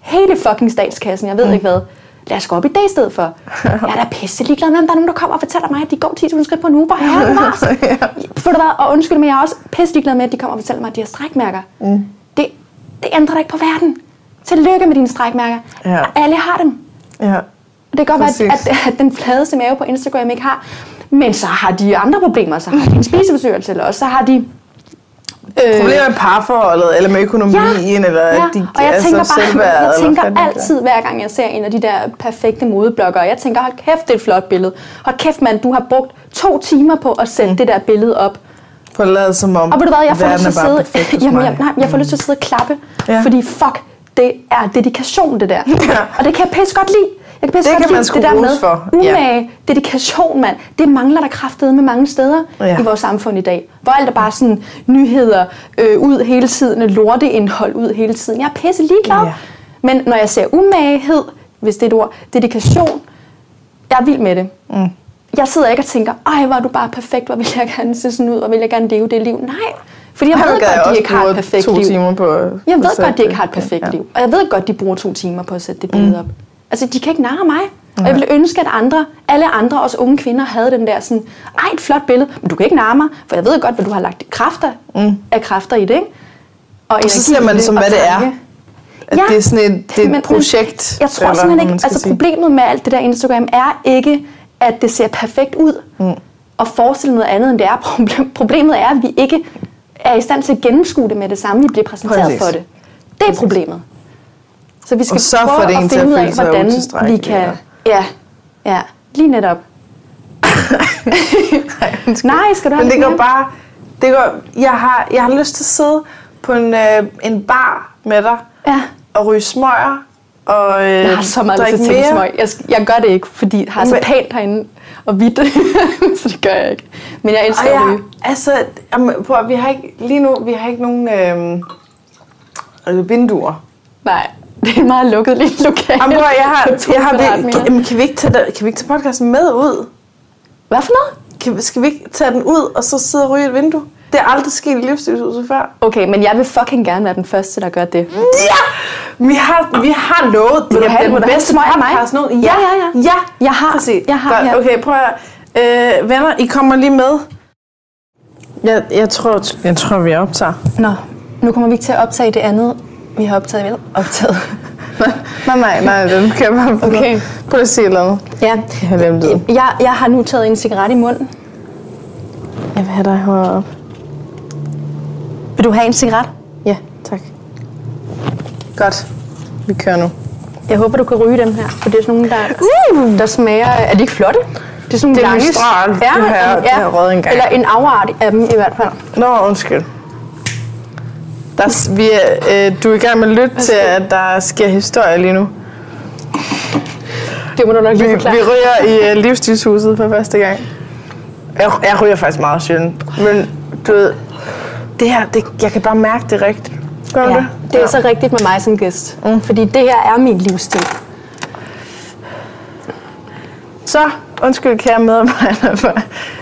S2: hele fucking statskassen, jeg ved ikke hvad. Lad os gå op i det i stedet for. Jeg er da pisse ligeglad med, om der er nogen, der kommer og fortæller mig, at de går 10.000 skridt på en uge. Hvor er det Mars? For det var, og undskyld, men jeg er også pisse ligeglad med, at de kommer og fortæller mig, at de har strækmærker. Mm. Det, det ændrer dig ikke på verden. Tillykke med dine strækmærker.
S1: Ja.
S2: Alle har dem.
S1: Ja.
S2: Og Det kan godt være,
S1: Præcis.
S2: at, at, at den fladeste mave på Instagram ikke har. Men så har de andre problemer. Så har de en spiseforstyrrelse, eller også så har de... Øh,
S1: Problemer med parforholdet, eller med økonomien, eller
S2: ja.
S1: at de
S2: og jeg
S1: er
S2: tænker,
S1: så
S2: bare,
S1: selvværd.
S2: jeg
S1: eller hvad
S2: tænker
S1: fanden det er.
S2: altid, hver gang jeg ser en af de der perfekte modebloggere, jeg tænker, hold kæft, det er et flot billede. Hold kæft, mand, du har brugt to timer på at sætte mm. det der billede op.
S1: For at lade som om,
S2: Og ved du hvad, jeg får lyst
S1: verden
S2: til
S1: er
S2: at
S1: bare
S2: sidde,
S1: perfekt hos
S2: jamen,
S1: mig.
S2: jeg, nej, jeg får lyst til at sidde og klappe,
S1: Ja.
S2: ja. fordi fuck, det er dedikation, det der.
S1: Ja.
S2: Og det kan jeg pisse godt lide. Jeg kan pisse
S1: Det
S2: godt
S1: kan man
S2: lide
S1: sgu
S2: det der
S1: rose
S2: med
S1: for. Ja.
S2: umage, dedikation, mand. Det mangler der kraftedeme med mange steder
S1: Ja.
S2: i vores samfund i dag. Hvor alt er bare sådan nyheder øh, ud hele tiden, og lorteindhold ud hele tiden. Jeg er pisse ligeglad.
S1: Ja.
S2: Ja. Men når jeg ser umagehed, hvis det er et ord, dedikation, jeg er vild med det. Mm. Jeg sidder ikke og tænker, ej, hvor er du bare perfekt, hvor vil jeg gerne se sådan ud, hvor vil jeg gerne leve det liv. Nej, fordi jeg
S1: Her
S2: ved
S1: gad jeg
S2: godt, de
S1: også
S2: ikke har
S1: bruge
S2: et perfekt
S1: to
S2: liv.
S1: timer på...
S2: Jeg ved godt, de ikke har et perfekt liv. Og jeg ved godt, de bruger to timer på at sætte det
S1: Mm.
S2: billede op. Altså, de kan ikke narre mig. Og jeg ville ønske, at andre, alle andre, også unge kvinder, havde den der sådan, ej, et flot billede, men du kan ikke narre mig, for jeg ved godt, hvad du har lagt kræfter mm. af kræfter i det, ikke? Og, energi
S1: ser man
S2: i det,
S1: som,
S2: og
S1: hvad det er.
S2: tanke.
S1: At det er sådan et- det er et projekt,
S2: Jeg tror
S1: eller
S2: simpelthen
S1: hvad
S2: ikke,
S1: man skal
S2: altså
S1: sige.
S2: problemet med alt det der Instagram er ikke, at det ser perfekt ud, mm. og forestille noget andet, end det er. Problem, problemet er, at vi ikke er i stand til at gennemskue det med det samme, vi bliver præsenteret
S1: Præcis.
S2: for det. Det er problemet. Så vi skal
S1: Og så får det
S2: prøve
S1: en
S2: at
S1: til at
S2: finde ud
S1: føle
S2: af,
S1: sig
S2: hvordan vi
S1: utilstrækkelig,
S2: kan...
S1: eller-
S2: Ja, ja, lige netop. Nej, skal du have
S1: Men det
S2: lidt
S1: går
S2: mere?
S1: bare... Det går, jeg, har, jeg har lyst til at sidde på en, øh, en bar med dig
S2: Ja.
S1: og ryge smøger og øh,
S2: Jeg har så meget lyst
S1: drikke
S2: til at tænke
S1: mere.
S2: smøg. Jeg, sk- jeg gør det ikke, fordi jeg har så
S1: Men-
S2: pænt herinde og hvidt, *laughs* så det gør jeg ikke. Men jeg elsker
S1: Og
S2: at
S1: jeg,
S2: ryge.
S1: altså, jamen, prøv, at- vi har ikke, lige nu, vi har ikke nogen øh, vinduer.
S2: Nej, *laughs* det er et meget lukket lille lokale.
S1: Jamen, prøv, at- jeg har,
S2: på *laughs* to
S1: jeg har,
S2: kvadratmeter.
S1: vi, jamen, kan, vi ikke tage, der- kan vi ikke tage podcasten med ud?
S2: Hvad for noget?
S1: Kan, skal vi ikke tage den ud, og så sidde og ryge et vindue? Det er aldrig sket i livsstilshuset før.
S2: Okay, men jeg vil fucking gerne være den første, der gør det.
S1: Mm, Ja! Vi har, vi har lovet
S2: Vil du
S1: det
S2: have-
S1: den
S2: vil du have
S1: bedste
S2: smøg af mig?
S1: podcast nu. Ja,
S2: Ja, ja, ja.
S1: ja.
S2: Jeg har-
S1: Præcis.
S2: jeg har,
S1: Godt.
S2: ja.
S1: Okay, prøv at øh, Venner, I kommer lige med. Jeg, jeg, tror, jeg tror, vi optager.
S2: Nå, nu kommer vi ikke til at optage det andet, vi har optaget. Vel?
S1: *laughs*
S2: Optaget.
S1: nej, nej, nej, den kan jeg bare prøve.
S2: Okay.
S1: Prøv at sige noget.
S2: ja.
S1: Jeg har glemt det.
S2: Jeg, jeg har nu taget en cigaret i munden.
S1: Jeg vil have dig højere op.
S2: Vil du have en cigaret?
S1: Ja, tak. Godt. Vi kører nu.
S2: Jeg håber, du kan ryge dem her, for det er sådan nogle, der, uh! der smager... Er de ikke flotte? Det er sådan nogle
S1: Det er
S2: lange...
S1: Mistral. Det har jeg- det har jeg røget engang.
S2: Eller en afart af dem i hvert fald.
S1: Nå, undskyld. Der, s- vi er, øh, du er i gang med at lytte til, at der sker historie lige nu.
S2: Det må du nok
S1: Vi,
S2: lige forklare.
S1: vi ryger i øh, livsstilshuset for første gang. Jeg, jeg ryger faktisk meget sjældent. Men du ved, det her, det, jeg kan bare mærke det rigtigt. Gør du
S2: Ja,
S1: det?
S2: det er så rigtigt med mig som gæst. Mm. Fordi det her er min livsstil.
S1: Så, undskyld kære medarbejdere for,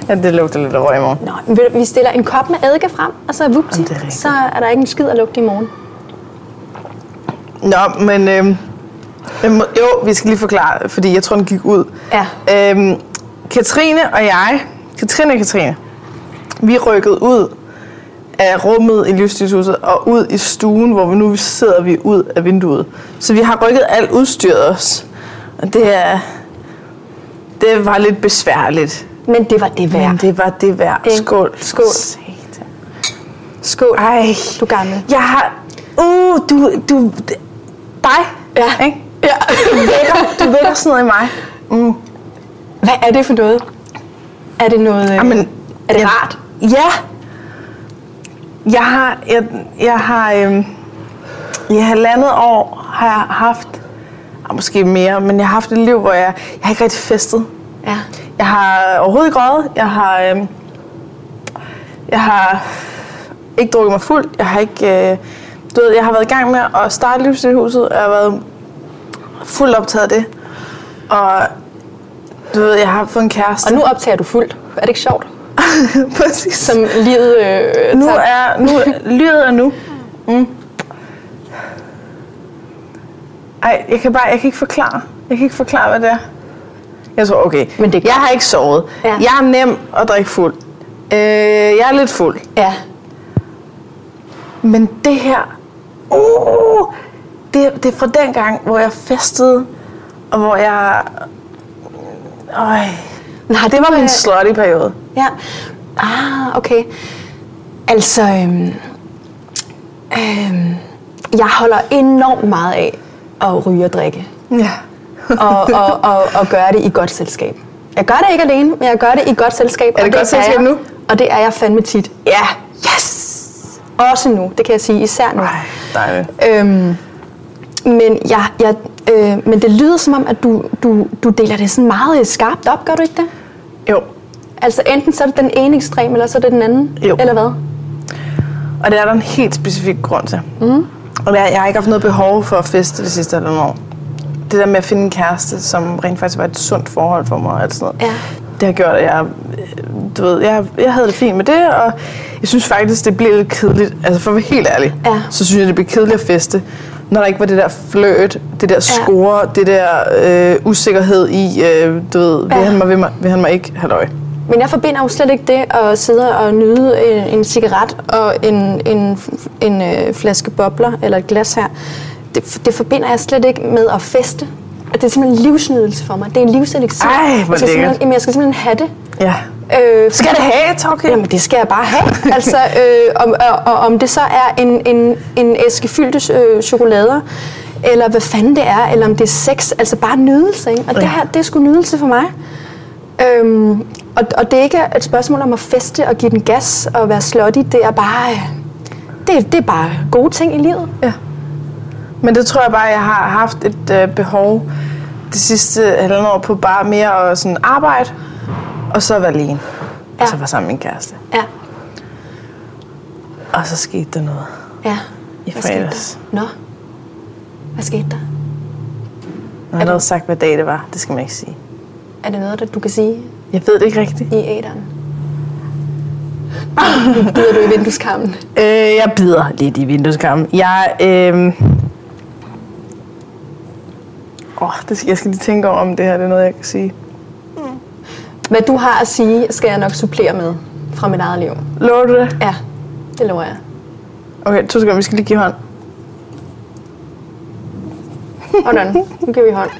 S1: at det lugter lidt af røg i morgen.
S2: Nå, men ved du, vi stiller en kop med eddike frem, og så vupti,
S1: Jamen, det er rigtigt.
S2: så er der ikke en skid at lugte i morgen.
S1: Nå, men øhm, øhm, jo, vi skal lige forklare, fordi jeg tror, den gik ud.
S2: Ja.
S1: Øhm, Katrine og jeg, Katrine og Katrine, vi rykkede ud af rummet i livsstilshuset og ud i stuen, hvor vi nu sidder vi ud af vinduet. Så vi har rykket alt udstyret os. Og det er... Det var lidt besværligt.
S2: Men det var det værd.
S1: Men det var det værd.
S2: Ikke?
S1: Skål.
S2: Skål.
S1: Satan.
S2: Skål,
S1: Ej.
S2: du gamle.
S1: Jeg har... uh, du, du, dig,
S2: Ja.
S1: ikke?
S2: ja.
S1: Du vækker sådan noget i mig.
S2: *laughs* Hvad er det for noget? Er det noget... øh,
S1: Jamen,
S2: er det
S1: jeg-
S2: rart?
S1: Ja. Jeg har, jeg, jeg har øhm, i halvandet år har jeg haft, ah, måske mere, men jeg har haft et liv, hvor jeg, jeg har ikke rigtig festet.
S2: Ja.
S1: Jeg har overhovedet ikke røget. Jeg har, øhm, jeg har ikke drukket mig fuld. Jeg har ikke, øh, du ved, jeg har været i gang med at starte livsstilhuset, og jeg har været fuldt optaget af det. Og du ved, jeg har fået en kæreste.
S2: Og nu optager du fuldt. Er det ikke sjovt?
S1: Præcis.
S2: Som livet... Øh,
S1: Nu
S2: tager-
S1: er nu lyret er nu. Mm. Ej, jeg kan bare jeg kan ikke forklare. Jeg kan ikke forklare hvad det er. Jeg tror okay.
S2: Men det er
S1: jeg
S2: godt.
S1: har ikke sovet.
S2: Ja.
S1: Ja. Jeg er nem at drikke fuld. Øh, jeg er lidt fuld.
S2: Ja.
S1: Men det her, uh, det, det er fra den gang, hvor jeg festede, og hvor jeg... Øj,
S2: Men har
S1: det var min
S2: øh,
S1: slutty periode.
S2: Ja. Ah, okay. Altså, øhm, øhm, jeg holder enormt meget af at ryge
S1: *laughs*
S2: og drikke.
S1: Ja.
S2: Og, og, og, og gøre det i godt selskab. Jeg gør det ikke alene, men jeg gør det i godt selskab.
S1: det
S2: og
S1: godt selskab
S2: jeg,
S1: nu?
S2: Og det er jeg fandme tit.
S1: Ja.
S2: Yes! Også nu, det kan jeg sige, især nu.
S1: Ej, dejligt.
S2: Øhm, men, jeg, jeg, øh, men det lyder som om, at du, du, du deler det sådan meget skarpt op, gør du ikke det?
S1: Jo,
S2: Altså enten så er det den ene ekstrem, eller så er det den anden?
S1: Jo.
S2: Eller hvad?
S1: Og det er der en helt specifik grund til. Mm. Og jeg, jeg har ikke haft noget behov for at feste det sidste halvandet år. Det der med at finde en kæreste, som rent faktisk var et sundt forhold for mig og alt sådan noget,
S2: Ja.
S1: det har gjort, at jeg, øh, du ved, jeg, jeg havde det fint med det, og jeg synes faktisk, det blev lidt kedeligt. Altså for at være helt ærlig,
S2: Ja.
S1: så synes jeg, det blev kedeligt at feste, når der ikke var det der fløt, det der score, det der øh, usikkerhed i, øh, du ved, vil
S2: Ja.
S1: han mig, vil, mig, vil han mig ikke, halløj.
S2: Men jeg forbinder jo slet ikke det at sidde og nyde en, en cigaret og en, en, en, øh, flaske bobler eller et glas her. Det, det forbinder jeg slet ikke med at feste. Og det er simpelthen livsnydelse for mig. Det er en livselixir.
S1: Ej, hvor
S2: Jeg skal simpelthen-
S1: lækkert.
S2: Jamen, jeg skal simpelthen have det.
S1: Ja.
S2: Øh,
S1: Skal det have, Torkild?
S2: Jamen, det skal jeg bare
S1: *laughs*
S2: have. Altså, øh, om, og, og om det så er en, en, en æske fyldte øh, chokolader, eller hvad fanden det er, eller om det er sex, altså bare nydelse, ikke? Og det
S1: Ja.
S2: her, det er sgu nydelse for mig. Øhm, og, og det er ikke et spørgsmål om at feste og give den gas og være slutty, det er bare... øh, Det, det er bare gode ting i livet.
S1: Ja. Men det tror jeg bare, jeg har haft et øh, behov det sidste halvandet år på bare mere at sådan arbejde, og så være alene. Ja.
S2: Ja.
S1: Og så være sammen med min kæreste.
S2: Ja,
S1: Og så skete der noget
S2: ja.
S1: i fredags.
S2: der? Nå. Hvad skete der?
S1: Når jeg havde sagt, hvad dag det var, det skal man ikke sige.
S2: Er det noget, der du kan sige
S1: Jeg ved det ikke rigtigt.
S2: i
S1: *laughs*
S2: æderen? Bider du i vindueskammen?
S1: Øh, jeg bider lidt i vindueskammen. Jeg, øh... oh, det skal, jeg skal lige tænke over, om det her det er noget, jeg kan sige.
S2: Hvad du har at sige, skal jeg nok supplere med fra mit eget liv.
S1: Lover du det?
S2: Ja, det lover jeg.
S1: Okay, to sekunder, vi skal lige give hånd.
S2: Hvordan? Nu giver vi hånd.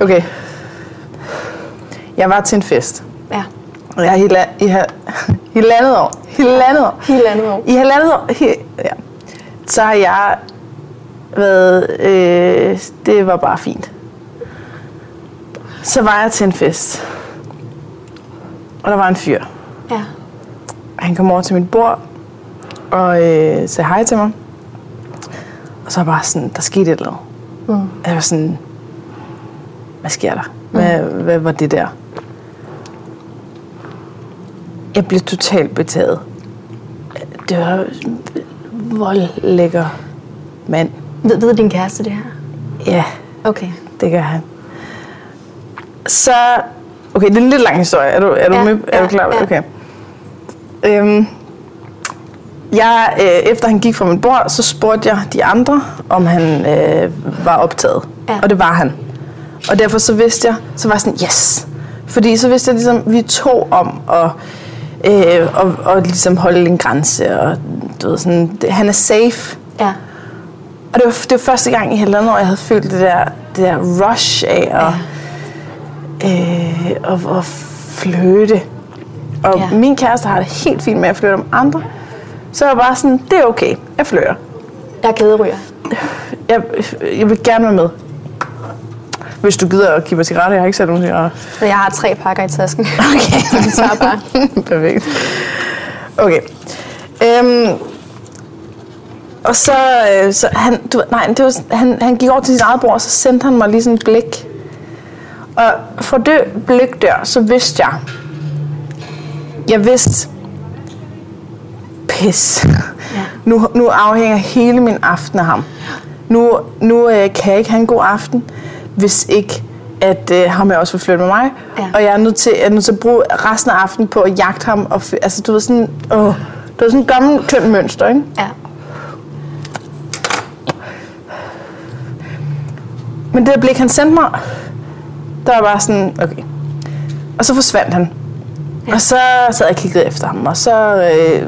S1: Okay. Jeg var til en fest.
S2: Ja,
S1: Og jeg er helt, i, hal- i landet år. I landet år.
S2: helt andet år.
S1: I halvandet år, he, ja. så har jeg været, øh, det var bare fint. Så var jeg til en fest, og der var en fyr.
S2: Ja,
S1: Han kom over til mit bord og øh, sagde hej til mig. Og så var jeg bare sådan, der skete et eller andet. Mm. Jeg var sådan, hvad sker der? Hvad, mm. hvad var det der? Jeg blev totalt betaget. Det var vold lækker mand.
S2: ved, ved din kæreste det her?
S1: Ja,
S2: Okay.
S1: det gør han. Så, okay, det er en lidt lang historie. Er du, er du,
S2: Ja,
S1: ja, med? Er
S2: ja,
S1: du klar?
S2: ja.
S1: Ja. Okay. Øhm, jeg, øh, efter han gik fra mit bord, så spurgte jeg de andre, om han øh, var optaget.
S2: Ja.
S1: Ja. Og det var han. Og derfor så vidste jeg, så var jeg sådan, yes. Fordi så vidste jeg ligesom, vi to om at, øh, og, og ligesom holde en grænse. Og, du ved, sådan, det, han er safe.
S2: Ja,
S1: Og det var, det var første gang i halvandet år, jeg havde følt det der, det der rush af at, ja. øh, at, at flytte. Og
S2: Ja.
S1: ja. min kæreste har det helt fint med at flytte om andre. Så jeg var bare sådan, det er okay, jeg flytter.
S2: Jeg er kæderyger.
S1: Jeg, jeg vil gerne være med. Hvis du gider at give mig cigaretter, jeg har ikke selv nogen cigaretter.
S2: Men jeg har tre pakker i tasken. *laughs* Okay. Så det tager bare.
S1: *laughs* Perfekt. Okay. Øhm, og så, øh, så han, du, ved- nej, det var, sådan- han, han gik over til sit eget bord, og så sendte han mig lige sådan et blik. Og for det blik der, så vidste jeg, jeg vidste, pis.
S2: Ja.
S1: Nu, nu afhænger hele min aften af ham. Nu, nu øh, kan jeg ikke have en god aften, hvis ikke at øh, ham er også vil flytte med mig.
S2: Ja.
S1: Og jeg er nødt til, jeg er nødt til at bruge resten af aftenen på at jagte ham. Og, f- altså, du ved sådan, åh, det var sådan et gammelt kønt mønster, ikke?
S2: Ja.
S1: Men det blik, han sendte mig, der var bare sådan, okay. Og så forsvandt han. Og så sad jeg og kiggede efter ham, og så, øh,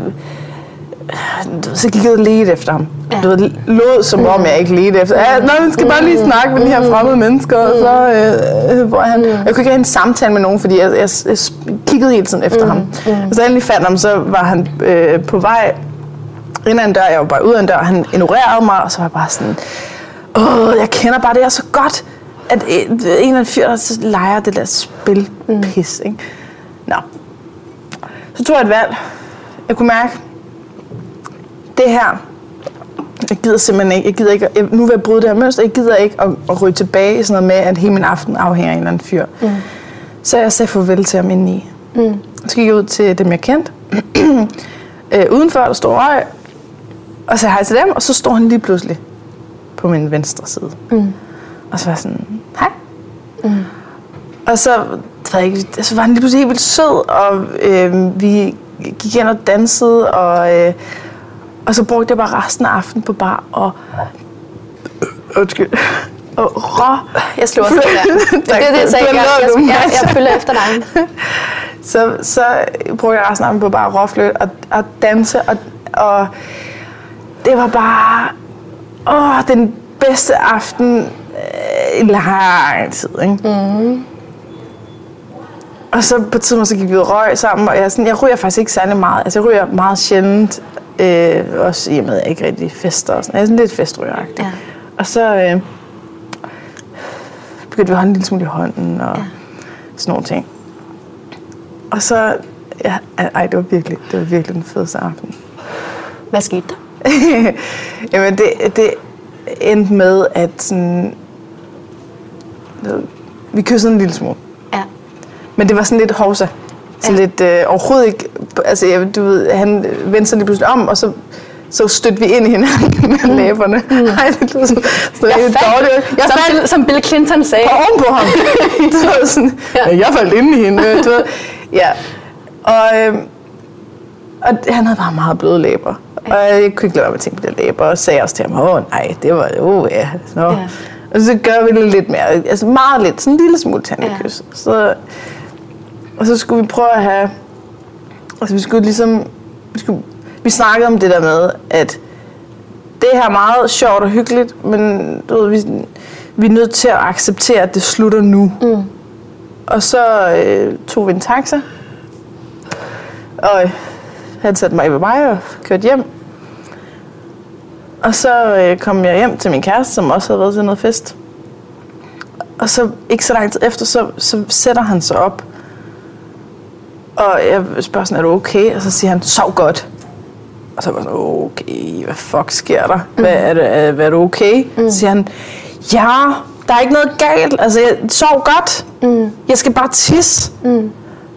S1: du ved, så gik jeg og ledte efter ham.
S2: Ja.
S1: Du ved, lod som om jeg ikke ledte efter ja, Nå, vi skal bare lige snakke med de her fremmede mennesker, og så, øh, øh, hvor er han, jeg kunne ikke have en samtale med nogen, fordi jeg, jeg, jeg kiggede hele tiden efter ham. Og så endelig fandt ham, så var han øh, på vej ind ad en dør, jeg var bare ud af en dør, og han ignorerede mig, og så var jeg bare sådan, åh, jeg kender bare det her så godt, at øh, en eller anden fyr, der så leger det der spil, pis, ikke? Nå. Så tog jeg et valg. Jeg kunne mærke, det her, jeg gider simpelthen ikke, jeg gider ikke, jeg, nu vil jeg bryde det her mønster, jeg gider ikke at, at ryge tilbage i sådan noget med, at hele min aften afhænger af en eller anden fyr. Mm. Så jeg sagde farvel til ham indeni. Mm. Så gik jeg ud til dem, jeg kendte. *clears throat* øh, udenfor, der stod røg, og sagde hej til dem, og så stod han lige pludselig på min venstre side. Mm. Og så var jeg sådan, hej. Mm. Og så, det ved jeg ikke, så var han lige pludselig helt vildt sød, og øh, vi gik ind og dansede, og, øh, og så brugte jeg bare resten af aftenen på bar og... Undskyld. Og rå.
S2: Jeg slog også *laughs*
S1: *laughs*
S2: der. Det er det, jeg sagde. Jeg, jeg, jeg, jeg, jeg følger efter dig.
S1: så, så brugte jeg resten af aftenen på bare at råflytte og, og danse, og, og det var bare åh, den bedste aften øh, i lang tid, ikke? Mm. Og så på et tidspunkt så gik vi ud og røg sammen, og jeg, er sådan, jeg ryger faktisk ikke særlig meget. Altså jeg ryger meget sjældent, øh, også i og med, at jeg ikke rigtig fester og sådan. Jeg er sådan lidt festrygeragtig.
S2: *laughs* Ja.
S1: Og så øh, begyndte vi at holde en lille smule i hånden og
S2: Ja.
S1: ja. sådan nogle ting. Og så, ja, ej, det var virkelig, det var virkelig den fedeste aften. *laughs*
S2: Hvad skete der?
S1: Jamen, det, det endte med, at sådan, vi kyssede en lille smule.
S2: Ja.
S1: Men det var sådan lidt hovsa. Så
S2: Ja.
S1: ja. lidt øh, overhovedet ikke... Altså, jeg, du ved, han øh, vendte sig lige pludselig om, og så, så stødte vi ind i hinanden med mm. læberne. Mm. *laughs* Ej, det lyder sådan, sådan helt dårligt. Jeg
S2: som,
S1: faldt
S2: Bill, som Bill Clinton sagde.
S1: og oven på ham.
S2: *laughs*
S1: du ved, sådan,
S2: Ja.
S1: ja. jeg faldt ind i hende. øh, Du ved. Ja. Og, øh, og han havde bare meget bløde læber. Og jeg kunne ikke lade være med at tænke på de læber, og sagde også til ham, åh nej, det var jo, ja. Så,
S2: Ja.
S1: Og så gør vi det lidt mere, altså meget lidt, sådan en lille smule tandekys.
S2: Ja.
S1: Ja. Så, og så skulle vi prøve at have, altså vi skulle ligesom, vi, skulle, vi snakkede om det der med, at det her er meget sjovt og hyggeligt, men du ved, vi, vi er nødt til at acceptere, at det slutter nu. Mm. Og så øh, tog vi en taxa, og øh, han satte mig ved mig og kørte hjem. Og så øh, kom jeg hjem til min kæreste, som også havde været til noget fest. Og så ikke så lang tid efter, så, så sætter han sig op. Og jeg spørger sådan, er du okay? Og så siger han, sov godt. Og så var jeg sådan, okay, hvad fuck sker der? Hvad, er, det, er, hvad er du okay? Mm. Så siger han, ja, der er ikke noget galt. Altså, jeg sov godt. Mm. Jeg skal bare tisse. Mm.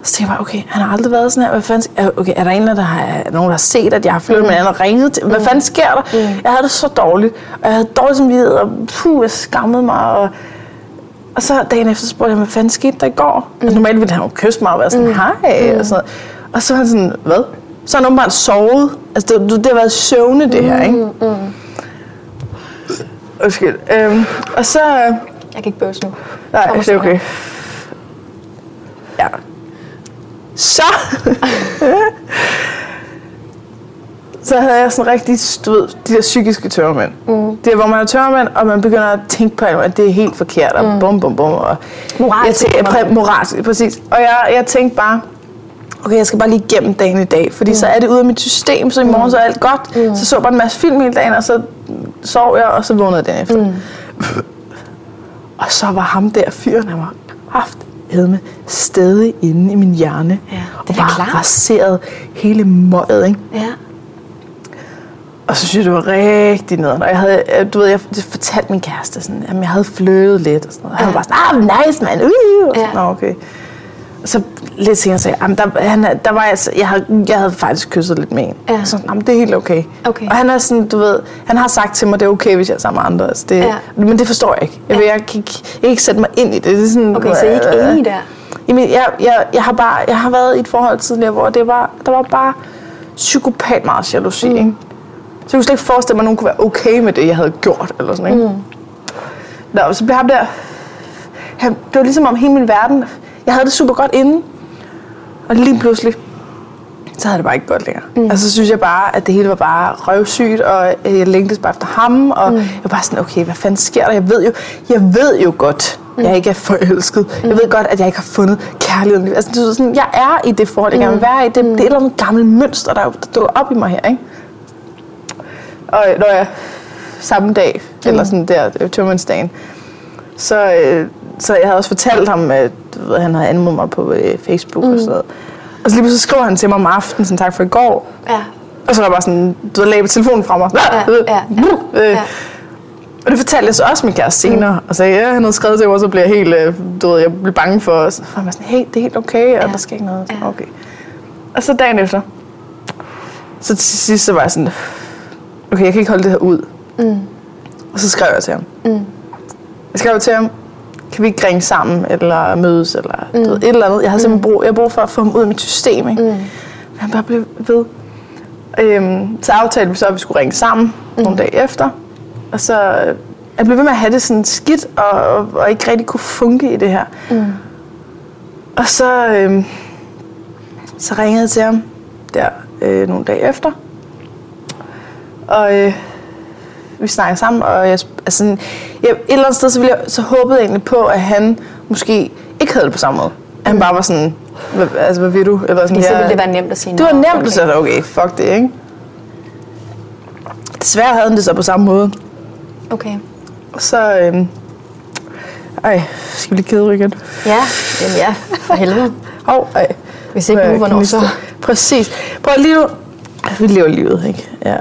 S1: Så tænkte jeg bare, okay, han har aldrig været sådan her. Hvad fanden, sk- er- okay, er der en, eller anden, der har, er der nogen, der har set, at jeg har flyttet mm. med en anden og ringet til? Hvad fanden sker der? Mm. Jeg havde det så dårligt. Og jeg havde dårlig samvittighed, og puh, jeg skammede mig. Og, og så dagen efter spurgte jeg, hvad fanden skete der i går? Mm. Altså, normalt ville han jo kysse mig og være sådan, hej, mm. og sådan noget. Og så var han sådan, hvad? Så har han åbenbart sovet. Altså, det, det, det har været søvne, det her, ikke? Mm. Undskyld. Øhm, og så... øh,
S2: Jeg kan ikke bøvse nu.
S1: Nej,
S2: Thomas,
S1: det er
S2: det er
S1: okay. Ja. Så! *laughs* så havde jeg sådan rigtig, du ved, de der psykiske tørmænd. Mm. Det er, hvor man er tørmænd, og man begynder at tænke på, at det er helt forkert, og bum, bum, bum. Og
S2: Moralske
S1: jeg tænkte, jeg, præ-
S2: tømmermænd.
S1: moralsk, præcis. Og jeg, jeg tænkte bare, okay, jeg skal bare lige igennem dagen i dag, fordi mm. så er det ude af mit system, så i morgen så er alt godt. Mm. Så så jeg bare en masse film hele dagen, og så sov jeg, og så vågnede jeg dagen efter. Mm. *laughs* og så var ham der fyren, han var haft med stadig inde i min hjerne.
S2: Ja, det er
S1: og
S2: da
S1: bare
S2: klart.
S1: raseret hele møget, ikke?
S2: Ja.
S1: Og så synes jeg, det var rigtig nederen. Og jeg havde, øh, du ved, jeg fortalte min kæreste, sådan, at jeg havde flyttet lidt. Og sådan noget. Og Han
S2: Ja.
S1: var sådan, ah, nice, man. Uh! Og sådan,
S2: Ja.
S1: Nå, okay. Og så lidt senere sagde jeg, "Jamen, der, han, er- der var jeg, altså, jeg, havde, jeg havde faktisk kysset lidt med en.
S2: Ja.
S1: Så Jamen, det er helt okay.
S2: Okay.
S1: Og han er sådan, du ved, han har sagt til mig, det er okay, hvis jeg er sammen med andre. Altså, det,
S2: Ja.
S1: Men det forstår jeg ikke. Jeg, vil, jeg, kan ikke, jeg kan ikke sætte mig ind i det. det er sådan,
S2: Okay, så I er ikke
S1: øh,
S2: enige der?
S1: Jamen, jeg, jeg, jeg, har bare, jeg har været i et forhold tidligere, hvor det var, der var bare psykopat meget jalousi. Mm. Ikke? Så jeg kunne slet ikke forestille mig, at nogen kunne være okay med det, jeg havde gjort. Eller sådan, ikke? Mm. Nå, så blev ham der... Han, det var ligesom om hele min verden... Jeg havde det super godt inden. Og lige pludselig, så havde jeg det bare ikke godt længere. Mm. Og så synes jeg bare, at det hele var bare røvsygt, og øh, jeg længtes bare efter ham, og mm. jeg var bare sådan, okay, hvad fanden sker der? Jeg ved jo, jeg ved jo godt, mm. jeg ikke er forelsket. Mm. Jeg ved godt, at jeg ikke har fundet kærligheden. Altså, det er sådan, jeg er i det forhold, jeg gerne vil være i. Det, mm. det er et eller andet gammelt mønster, der, der dukker op i mig her, ikke? Og når jeg samme dag, mm. eller sådan der, øh, tømmermandsdagen, så, øh, så jeg havde også fortalt ham, at du ved, han havde anmodet mig på øh, Facebook mm. og sådan noget. Og så lige pludselig skriver han til mig om aftenen, sådan tak for i går.
S2: Ja.
S1: Og så var jeg bare sådan, du ved, lagde telefonen fra mig.
S2: Ja, ja, ja,
S1: Øh,
S2: ja.
S1: Og det fortalte jeg så også min kæreste senere, og sagde, ja, han havde skrevet til mig, og så blev jeg helt, øh, du ved, jeg blev bange for, og så var jeg sådan, hey, det er helt okay, og
S2: Ja.
S1: der sker ikke noget.
S2: Ja.
S1: Okay. Og så dagen efter, så til sidst så var jeg sådan, okay, jeg kan ikke holde det her ud. Og så skrev jeg til ham. Mm. Jeg skrev til ham, kan vi ikke ringe sammen, eller mødes, eller mm. du ved, et eller andet. Jeg havde simpelthen brug, jeg havde brug for at få ham ud af mit system, ikke? Mm. Men han bare blev ved. Øhm, så aftalte vi så, at vi skulle ringe sammen mm.
S2: Mhm.
S1: nogle dage efter. Og så øh, jeg blev ved med at have det sådan skidt, og, og, og ikke rigtig kunne funke i det her. Mm. Og så, øhm, så ringede jeg til ham der øh, nogle dage efter. Og øh, vi snakker sammen, og jeg, sp- altså, sådan, jeg, et eller andet sted, så, ville jeg, så håbede jeg egentlig på, at han måske ikke havde det på samme måde. At han bare var sådan, "Hvad- altså hvad vil du? Eller sådan,
S2: Mm. Fordi så
S1: "Jeg-
S2: ville det være nemt at sige
S1: det var
S2: "Nå,
S1: nemt, okay. så sagde jeg, okay, fuck det, ikke? Desværre havde han det så på samme måde.
S2: Okay.
S1: Og så, øhm, ej, skal vi lige kede igen?
S2: Ja, jamen ja, for helvede.
S1: Hov, ej.
S2: Hvis ikke
S1: Hvor
S2: nu,
S1: jeg
S2: hvornår så?
S1: gnister. Præcis. Prøv lige nu. Vi lever livet, ikke? Ja.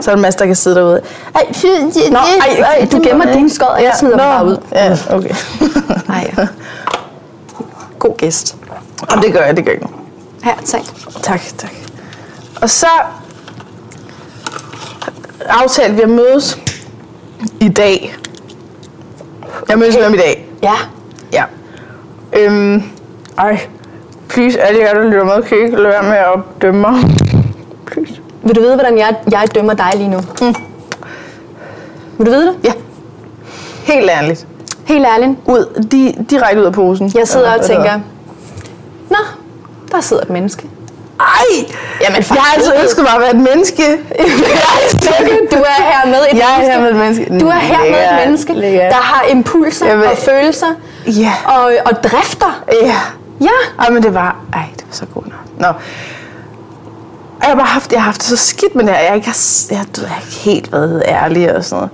S1: Så er der en masse, der kan sidde derude. Ej, fy, det,
S2: Nå, ej,
S1: det
S2: du
S1: må
S2: gemmer
S1: jeg
S2: dine
S1: ikke.
S2: skod, og jeg smider dem
S1: nå,
S2: bare ud.
S1: Ja, okay.
S2: Nej,
S1: God gæst. Jamen, det gør jeg, det gør jeg ikke nu.
S2: her, tak.
S1: Tak, tak. Og så aftalte vi at mødes i dag. Jeg mødes med ham i dag.
S2: Ja,
S1: Ja. Øhm, ej, please, alle jer, der lytter med, kan I ikke lade være med at dømme mig? Please.
S2: vil du vide, hvordan jeg, jeg dømmer dig lige nu? Mm. Vil du vide det?
S1: Ja. Helt ærligt.
S2: Helt ærligt.
S1: Ud, di, direkte ud af posen.
S2: Jeg sidder
S1: Ja,
S2: og
S1: hvad
S2: tænker,
S1: hedder det?
S2: nå, der sidder et
S1: *laughs*
S2: menneske.
S1: Ej! Jamen,
S2: for
S1: jeg har altid
S2: helvede.
S1: ønsket mig at være et
S2: *laughs*
S1: menneske.
S2: Du er her med et
S1: Jeg er
S2: menneske.
S1: her med et menneske.
S2: Du er her med et
S1: Lækkert,
S2: menneske,
S1: lækkert.
S2: der har impulser
S1: Jeg ved-
S2: og følelser
S1: Ja.
S2: og, og drifter.
S1: Ja.
S2: Ja,
S1: Ej, men det var... Ej, det var så godt nok. Nå. Og jeg har bare haft, jeg har haft det så skidt med det her. Jeg, har ikke, har- jeg, du, jeg har ikke helt været ærlig og sådan noget.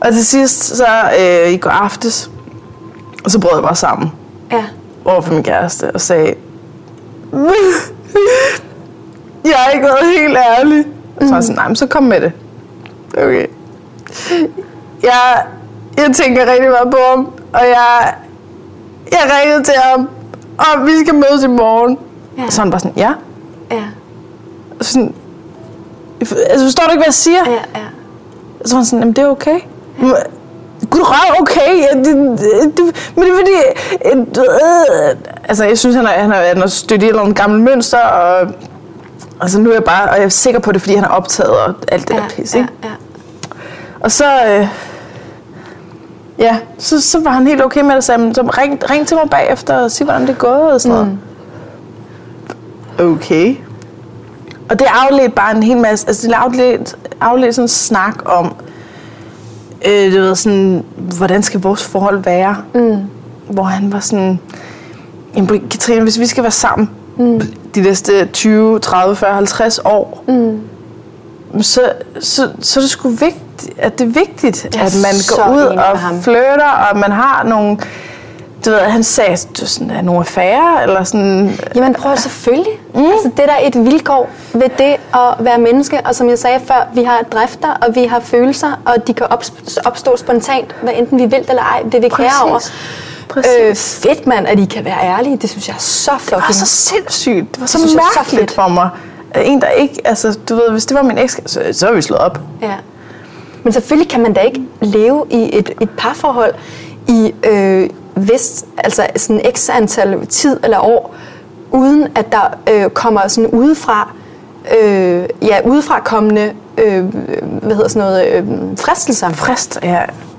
S1: Og til sidst, så øh, i går aftes, og så brød jeg bare sammen
S2: ja.
S1: over for min kæreste og sagde, jeg har ikke været helt ærlig. Og så var jeg sådan, nej, men så kom med det. Okay. Jeg, jeg tænker rigtig meget på ham, og jeg, jeg ringede til ham, og vi skal mødes i morgen.
S2: Ja.
S1: Så han bare sådan, ja.
S2: ja,
S1: Og sådan, altså, forstår du ikke, hvad jeg siger?
S2: ja, ja.
S1: Så var han sådan, jamen det er okay. Men, Gud, røv, okay. Ja, det, det, det, men det er fordi... øh, du ved, altså, jeg synes, han er, han er, han er stødt i et eller andet gammelt mønster, og... Altså, nu er jeg bare... Og jeg er sikker på det, er, fordi han er optaget og alt det
S2: ja,
S1: der pis,
S2: ja,
S1: ikke?
S2: ja.
S1: Og så... Øh, ja, så, så var han helt okay med det, og sagde, "Men så ring, ring til mig bagefter og sig, hvordan det er gået og sådan
S2: Mm.
S1: noget. Okay. Og det afledte bare en hel masse, altså det afledte, afledte sådan en snak om, øh, du ved, sådan, hvordan skal vores forhold være? Mm. Hvor han var sådan, "Jamen, Katrine, hvis vi skal være sammen, mm. de næste 20, 30, 40, 50 år, mm. så, så, så er det sgu vigtigt, at det er vigtigt,
S2: Jeg er
S1: at man
S2: så
S1: går ud
S2: enig med
S1: og
S2: ham.
S1: flytter, og man har nogle... Du ved, han sagde, du sådan, er nogle affære, eller sådan...
S2: Jamen prøv selvfølgelig. Mm. Altså, det er da et vilkår ved det at være menneske. Og som jeg sagde før, vi har drifter, og vi har følelser, og de kan opst- opstå spontant, hvad enten vi vil eller ej. Det er vi
S1: Præcis.
S2: kære over.
S1: Præcis.
S2: Øh, fedt mand, at I kan være ærlige. Det synes jeg er så
S1: Det var
S2: fucking...
S1: så sindssygt. Det var så
S2: Det synes jeg er så
S1: mærkeligt
S2: fedt.
S1: for mig. En, der ikke... Altså, du ved, hvis det var min eks, så, så er vi slået op.
S2: Ja. Men selvfølgelig kan man da ikke leve i et, et parforhold i øh, vist, altså sådan x antal tid eller år, uden at der øh, kommer sådan udefra, øh, ja, udefra kommende, øh, hvad hedder sådan noget, øh, fristelser.
S1: Frist, ja.
S2: Det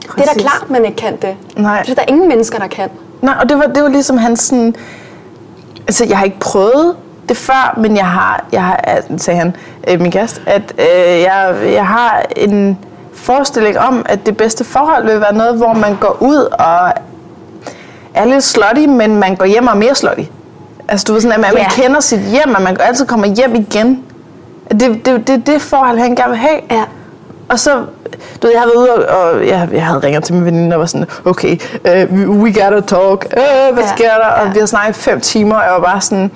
S2: er da
S1: præcis.
S2: klart, man ikke kan det.
S1: Nej.
S2: Det er der ingen mennesker, der kan.
S1: Nej, og det var, det var ligesom hans sådan... Altså, jeg har ikke prøvet det før, men jeg har, jeg har at- sagde han, øh, min kæreste, at øh, jeg, jeg har en forestilling om, at det bedste forhold vil være noget, hvor man går ud og er lidt slutty, men man går hjem og er mere slutty. Altså, du ved sådan, at man, yeah.
S2: Ja.
S1: man kender sit hjem, og man altid kommer hjem igen. At Det, det, det, det forhold, han gerne vil have.
S2: Ja.
S1: Og så, du ved, jeg havde været ude, og, og jeg, jeg havde ringet til min veninde og var sådan, okay, uh, we gotta talk, uh, hvad
S2: Ja,
S1: ja, sker der? Og
S2: ja.
S1: vi havde snakket i fem timer, og jeg var bare sådan,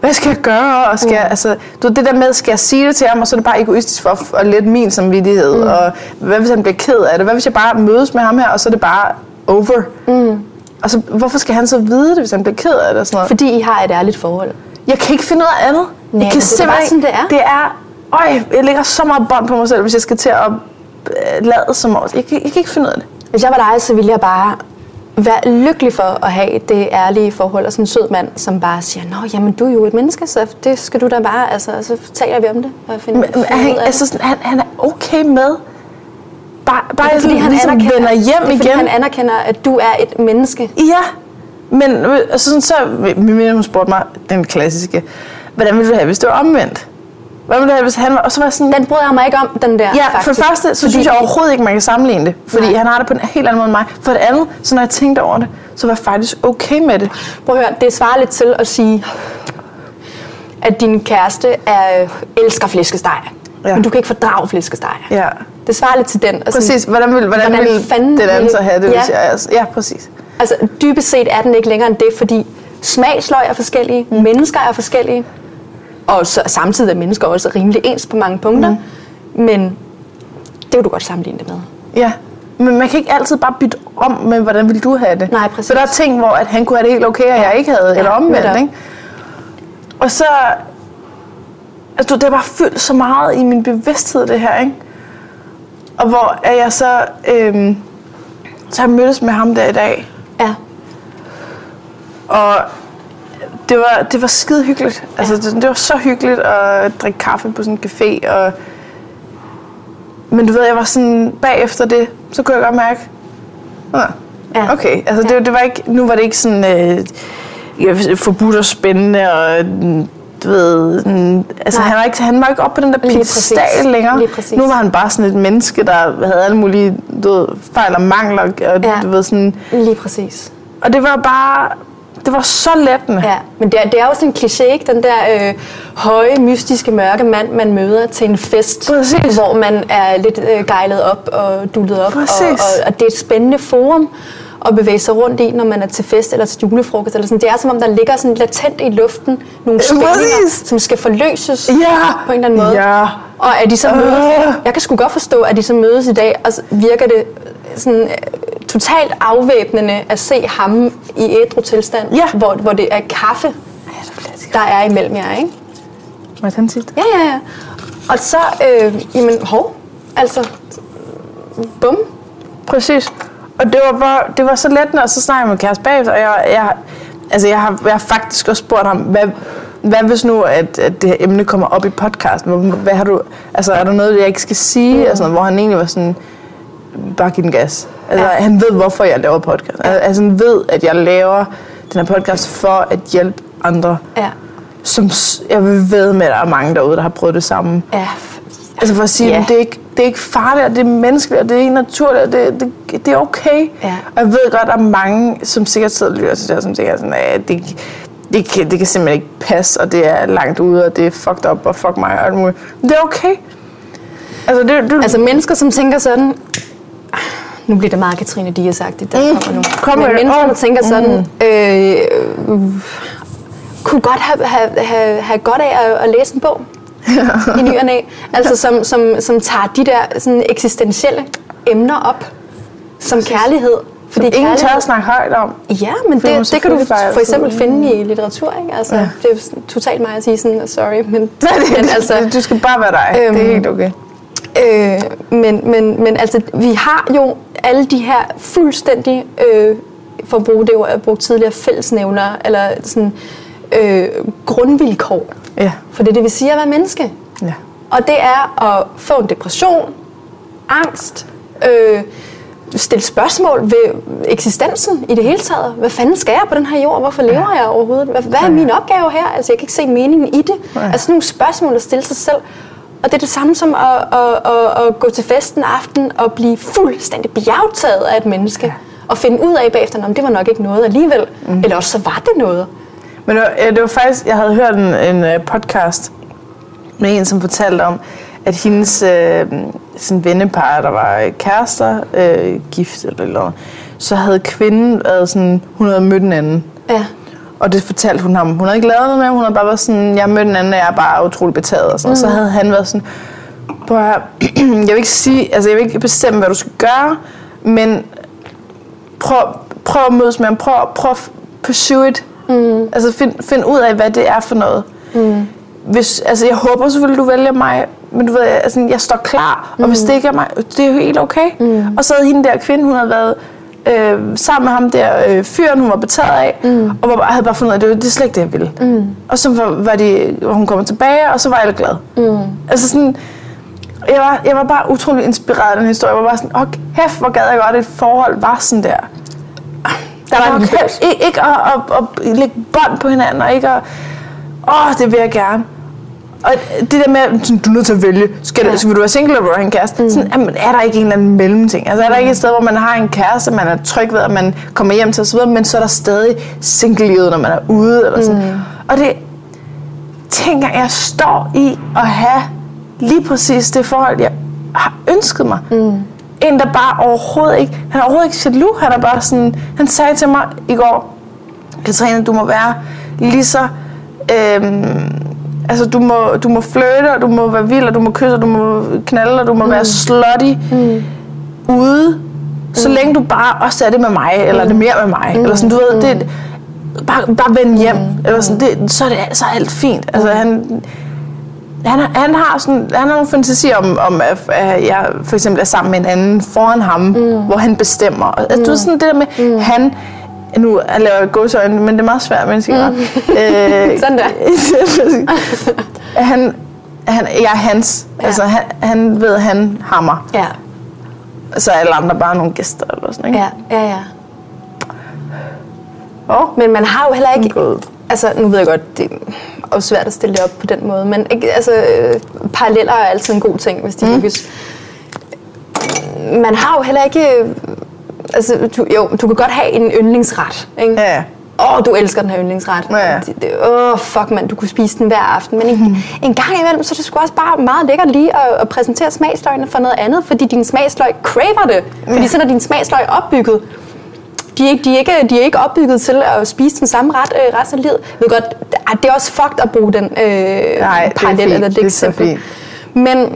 S1: hvad skal jeg gøre? Og skal mm. jeg, altså, du ved, det der med, skal jeg sige det til ham, og så er det bare egoistisk for at- at lette min samvittighed, mm. og hvad hvis han bliver ked af det? Hvad hvis jeg bare mødes med ham her, og så er det bare over? Mm. Og så, hvorfor skal han så vide det, hvis han bliver ked af det? Og sådan noget?
S2: Fordi I har et ærligt forhold.
S1: Jeg kan ikke finde noget andet. jeg
S2: Nej, men det er
S1: kan
S2: bare sådan, det er.
S1: Det er... Øj, jeg lægger så meget bånd på mig selv, hvis jeg skal til at øh, lade som om. Jeg kan, jeg kan ikke finde ud af det.
S2: Hvis jeg var dig, så ville jeg bare være lykkelig for at have det ærlige forhold og sådan en sød mand, som bare siger, Nå, jamen du er jo et menneske, så det skal du da bare, altså, og så taler vi om det. Og finder,
S1: Men, men er
S2: finder ud
S1: han,
S2: af
S1: altså, sådan, han, han er okay med... Bare, bare
S2: det er,
S1: sådan, ligesom vender hjem
S2: det er, fordi
S1: igen.
S2: han anerkender, at du er et menneske.
S1: Ja, men øh, altså, sådan, så... Min veninde, hun spurgte mig, den klassiske, hvordan ville du have, hvis det var omvendt? Hvad ville du have, hvis han var... Og så var jeg sådan...
S2: Den bryder jeg mig ikke om, den der,
S1: Ja,
S2: faktisk.
S1: for det første, så fordi... synes jeg overhovedet ikke, man kan sammenligne det. Fordi
S2: Nej.
S1: han har det på en helt anden måde end mig. For det andet, så når jeg tænkte over det, så var jeg faktisk okay med det.
S2: Prøv at høre, det svarer lidt til at sige, at din kæreste er, elsker flæskesteg,
S1: Ja.
S2: ja. men du kan ikke fordrage flæskesteg.
S1: Ja,
S2: Det svarer lidt til den. Og sådan,
S1: præcis. Hvordan ville, hvordan
S2: Hvordan
S1: ville
S2: fanden
S1: den anden
S2: ville-
S1: så have det, hvis
S2: Ja.
S1: jeg... Altså, ja, præcis.
S2: Altså, dybest set er den ikke længere end det, fordi smagsløg er forskellige, mm. mennesker er forskellige, og så, samtidig er mennesker også rimelig ens på mange punkter, mm. men det kan du godt sammenligne det med.
S1: Ja. Men man kan ikke altid bare bytte om med, hvordan ville du have det.
S2: Nej, præcis.
S1: For der er ting, hvor at han kunne have det helt okay, og jeg ikke havde, ja, eller omvendt.
S2: netop.
S1: Ikke? Og så... Altså, du, det har bare fyldt så meget i min bevidsthed, det her, ikke? Og hvor er jeg så... Øhm, så har jeg mødtes med ham der i dag,
S2: Ja.
S1: Og det var, det var skide hyggeligt. Altså, det, det var så hyggeligt at drikke kaffe på sådan en café. Og... Men du ved, jeg var sådan, bagefter det, så kunne jeg godt mærke, Nå,
S2: Ja.
S1: okay, altså det, det var ikke, nu var det ikke sådan øh, ja, forbudt og spændende og mm, du ved, mm, altså
S2: Nej.
S1: han var, ikke, han var ikke oppe på den der
S2: Lige præcis.
S1: pedestal længere.
S2: Lige præcis.
S1: Nu var han bare sådan et menneske, der havde alle mulige du ved, fejl og mangler, og
S2: Ja.
S1: ja. du ved, sådan,
S2: Lige præcis.
S1: og det var bare, det var så lettende.
S2: Ja. Men det er, det er jo sådan en kliché, ikke? Den der øh, høje, mystiske, mørke mand, man møder til en fest,
S1: Præcis.
S2: hvor man er lidt øh, gejlet op og dullet op. Og, og,
S1: Præcis.
S2: og det er et spændende forum at bevæge sig rundt i, når man er til fest eller til julefrokost. Eller sådan. Det er som om, der ligger sådan latent i luften nogle spændinger,
S1: Præcis.
S2: som skal forløses
S1: Ja.
S2: på en eller anden måde.
S1: Ja.
S2: Og at de så mødes,
S1: Øh.
S2: jeg kan sgu godt forstå, at de så mødes i dag, og så virker det sådan øh, totalt afvæbnende at se ham i ædru tilstand,
S1: Ja.
S2: hvor, hvor det er kaffe, der er imellem jer, ikke?
S1: Må jeg tage den sidste?
S2: Ja, ja, ja. Og så, øh, jamen, hov, altså, bum.
S1: Præcis. Og det var, bare, det var så lettende, og så snakkede jeg med Kæres bagefter, og jeg, jeg, altså jeg, har, jeg har faktisk også spurgt ham, hvad, hvad hvis nu, at, at det her emne kommer op i podcasten? Hvor- Hvad har du, altså, er der noget, jeg ikke skal sige? Mm. Og sådan, noget, hvor han egentlig var sådan, bare giv den gas. Altså,
S2: Ja.
S1: ja. Han ved, hvorfor jeg laver podcast. Ja. Altså, han ved, at jeg laver den her podcast for at hjælpe andre.
S2: Ja,
S1: Som s- jeg vil ved med, at der er mange derude, der har prøvet det samme.
S2: ja.
S1: Altså for at sige,
S2: Ja.
S1: yeah. det, er ikke, det er ikke farligt, og det er menneskeligt, og det er ikke naturligt, og det, det, det er okay.
S2: Ja.
S1: Og jeg ved godt, at der er mange, som sikkert sidder og lytter til det, her, som tænker sådan, at det, det kan, det kan simpelthen ikke passe, og det er langt ude, og det er fucked up, og fuck mig, og alt muligt. Det er okay. Altså, det, det,
S2: Altså mennesker, som tænker sådan, "Ah, nu bliver det meget Katrine Dias-agtigt, der
S1: Mm,
S2: kommer nu.
S1: kom med
S2: Men
S1: det.
S2: mennesker,
S1: Åh,
S2: der tænker sådan, øh, øh, kunne godt have, have, have, have godt af at, at læse en *laughs* bog i ny og næ. Altså som, som, som tager de der sådan, eksistentielle emner op, som kærlighed. Fordi
S1: ingen
S2: kærlighed-
S1: tør at snakke højt
S2: *laughs*
S1: om.
S2: Ja, men
S1: Føler mig
S2: det, det kan du
S1: selvfølgelig bare altid
S2: for eksempel finde i litteratur, ikke? Altså,
S1: Ja.
S2: ja. det er jo sådan totalt mig at sige sådan, sorry,
S1: *laughs*
S2: men, men
S1: Altså, du skal bare være dig. Øhm,
S2: Øhm,
S1: det er helt okay.
S2: Øh, men, men, men altså, vi har jo alle de her fuldstændig, øh, for at bruge det ord, jeg brugte tidligere, fællesnævner, eller sådan øh, grundvilkår.
S1: Ja.
S2: For det er det, vi siger at være menneske.
S1: Ja.
S2: Og det er at få en depression, angst, øh, stille spørgsmål ved eksistensen i det hele taget. Hvad fanden skal jeg på den her jord? Hvorfor lever jeg overhovedet? Hvad, hvad er min opgave her? Altså, jeg kan ikke se meningen i det.
S1: Ja.
S2: Altså, sådan nogle spørgsmål at stille sig selv. Og det er det samme som at, at, at, at gå til festen aften og blive fuldstændig bjergtaget af et menneske. Og finde ud af bagefter, om det var nok ikke noget alligevel. Mm. Eller også så var det noget.
S1: Men det var, ja, det var faktisk, jeg havde hørt en, en øh, podcast med en, som fortalte om, at hendes øh, sådan vennepar, der var øh, kærester, øh, gift eller et eller andet, så havde kvinden været sådan, hun havde mødt en anden.
S2: Ja.
S1: Og det fortalte hun ham. Hun havde ikke lavet noget med ham, hun havde bare været sådan, jeg mødte en anden, og jeg er bare utrolig betaget. Og sådan. Mm. så havde han været sådan, prøv at høre, *clears throat* jeg vil ikke sige, altså jeg vil ikke bestemme, hvad du skal gøre, men prøv, prøv at mødes med ham, prøv, prøv at pursue it. Mm. Altså find, find ud af, hvad det er for noget. Mm. Hvis, altså jeg håber selvfølgelig, du vælger mig, men du ved, altså, jeg står klar, og hvis det ikke er mig, det er jo helt okay. Mm. Og så havde hende der kvinde, hun havde været øh, sammen med ham der øh, fyren, hun var betaget af, mm. og var, bare- havde bare fundet ud af, at det, var- det er slet ikke det, jeg ville. Mm. Og så var, var, de, var hun kommet tilbage, og så var alle glade. Mm. Altså sådan, jeg var, jeg var bare utrolig inspireret af den historie. Jeg var bare sådan, åh, kæft, hvor gad jeg godt, at et forhold var sådan der. Der var
S2: en
S1: kæft, ikke, ikke at, at, at, lægge bånd på hinanden, og ikke at, åh, det vil jeg gerne. Og det der med, sådan, du er nødt til at vælge, skal, ja.
S2: Ja.
S1: skal vil du være single eller vil du have en kæreste? Mm. Sådan, jamen, er der ikke en eller anden mellemting? Altså, er der ikke et sted, hvor man har en kæreste, man er tryg ved, og man kommer hjem til osv., men så er der stadig single-livet, når man er ude, eller sådan. Mm. Og det, tænker, jeg står i at have lige præcis det forhold, jeg har ønsket mig. Mm. En, der bare overhovedet ikke, han er overhovedet ikke jaloux, han er bare sådan, han sagde til mig i går, Katrine, du må være lige så, øhm, altså du må, du må flirte, og du må være vild, og du må kysse, og du må knalde, og du må mm. være slutty mm. ude, så længe du bare også er det med mig, eller er det mere med mig, mm. eller sådan, du ved, det, bare, bare vend hjem, mm. eller sådan, det, så, er det, så er alt fint. Altså, han, han, har- han, har sådan, han har nogle fantasier om, om at, at jeg for eksempel er sammen med en anden foran ham, mm. hvor han bestemmer. Altså, mm. Du ved sådan det der med, mm. han, nu jeg laver jeg gåsøjne, men det er meget svært, men jeg mm. *laughs* øh,
S2: Sådan der.
S1: han, han, jeg er hans. Ja.
S2: Ja.
S1: Altså, han, han ved, han hammer.
S2: Ja.
S1: Så er alle andre bare nogle gæster eller sådan, ikke?
S2: Ja, ja, ja.
S1: Åh,
S2: Men man har jo heller ikke...
S1: God.
S2: Altså, nu ved jeg godt, det er også svært at stille det op på den måde, men ikke, altså, øh, paralleller er altid en god ting, hvis de mm. lykkes. Man har jo heller ikke... øh, Altså, du, jo, du kan godt have en yndlingsret, ikke?
S1: Ja, ja.
S2: Åh, oh, du elsker den her yndlingsret.
S1: Ja, ja.
S2: Det- det- Åh, oh, fuck mand, du kunne spise den hver aften. Men en,
S1: *laughs*
S2: en gang imellem, så er det sgu også bare meget lækkert lige at, at præsentere smagsløgene for noget andet, fordi din smagsløg craver det. Fordi sådan er din smagsløg opbygget. De er, ikke, de, er ikke, de er ikke opbygget til at spise den samme ret øh, resten af livet. Jeg ved godt, ej, det er også fucked at bruge den øh,
S1: er fint.
S2: parallel eller
S1: Det
S2: det,
S1: er så
S2: eksempel.
S1: fint.
S2: Men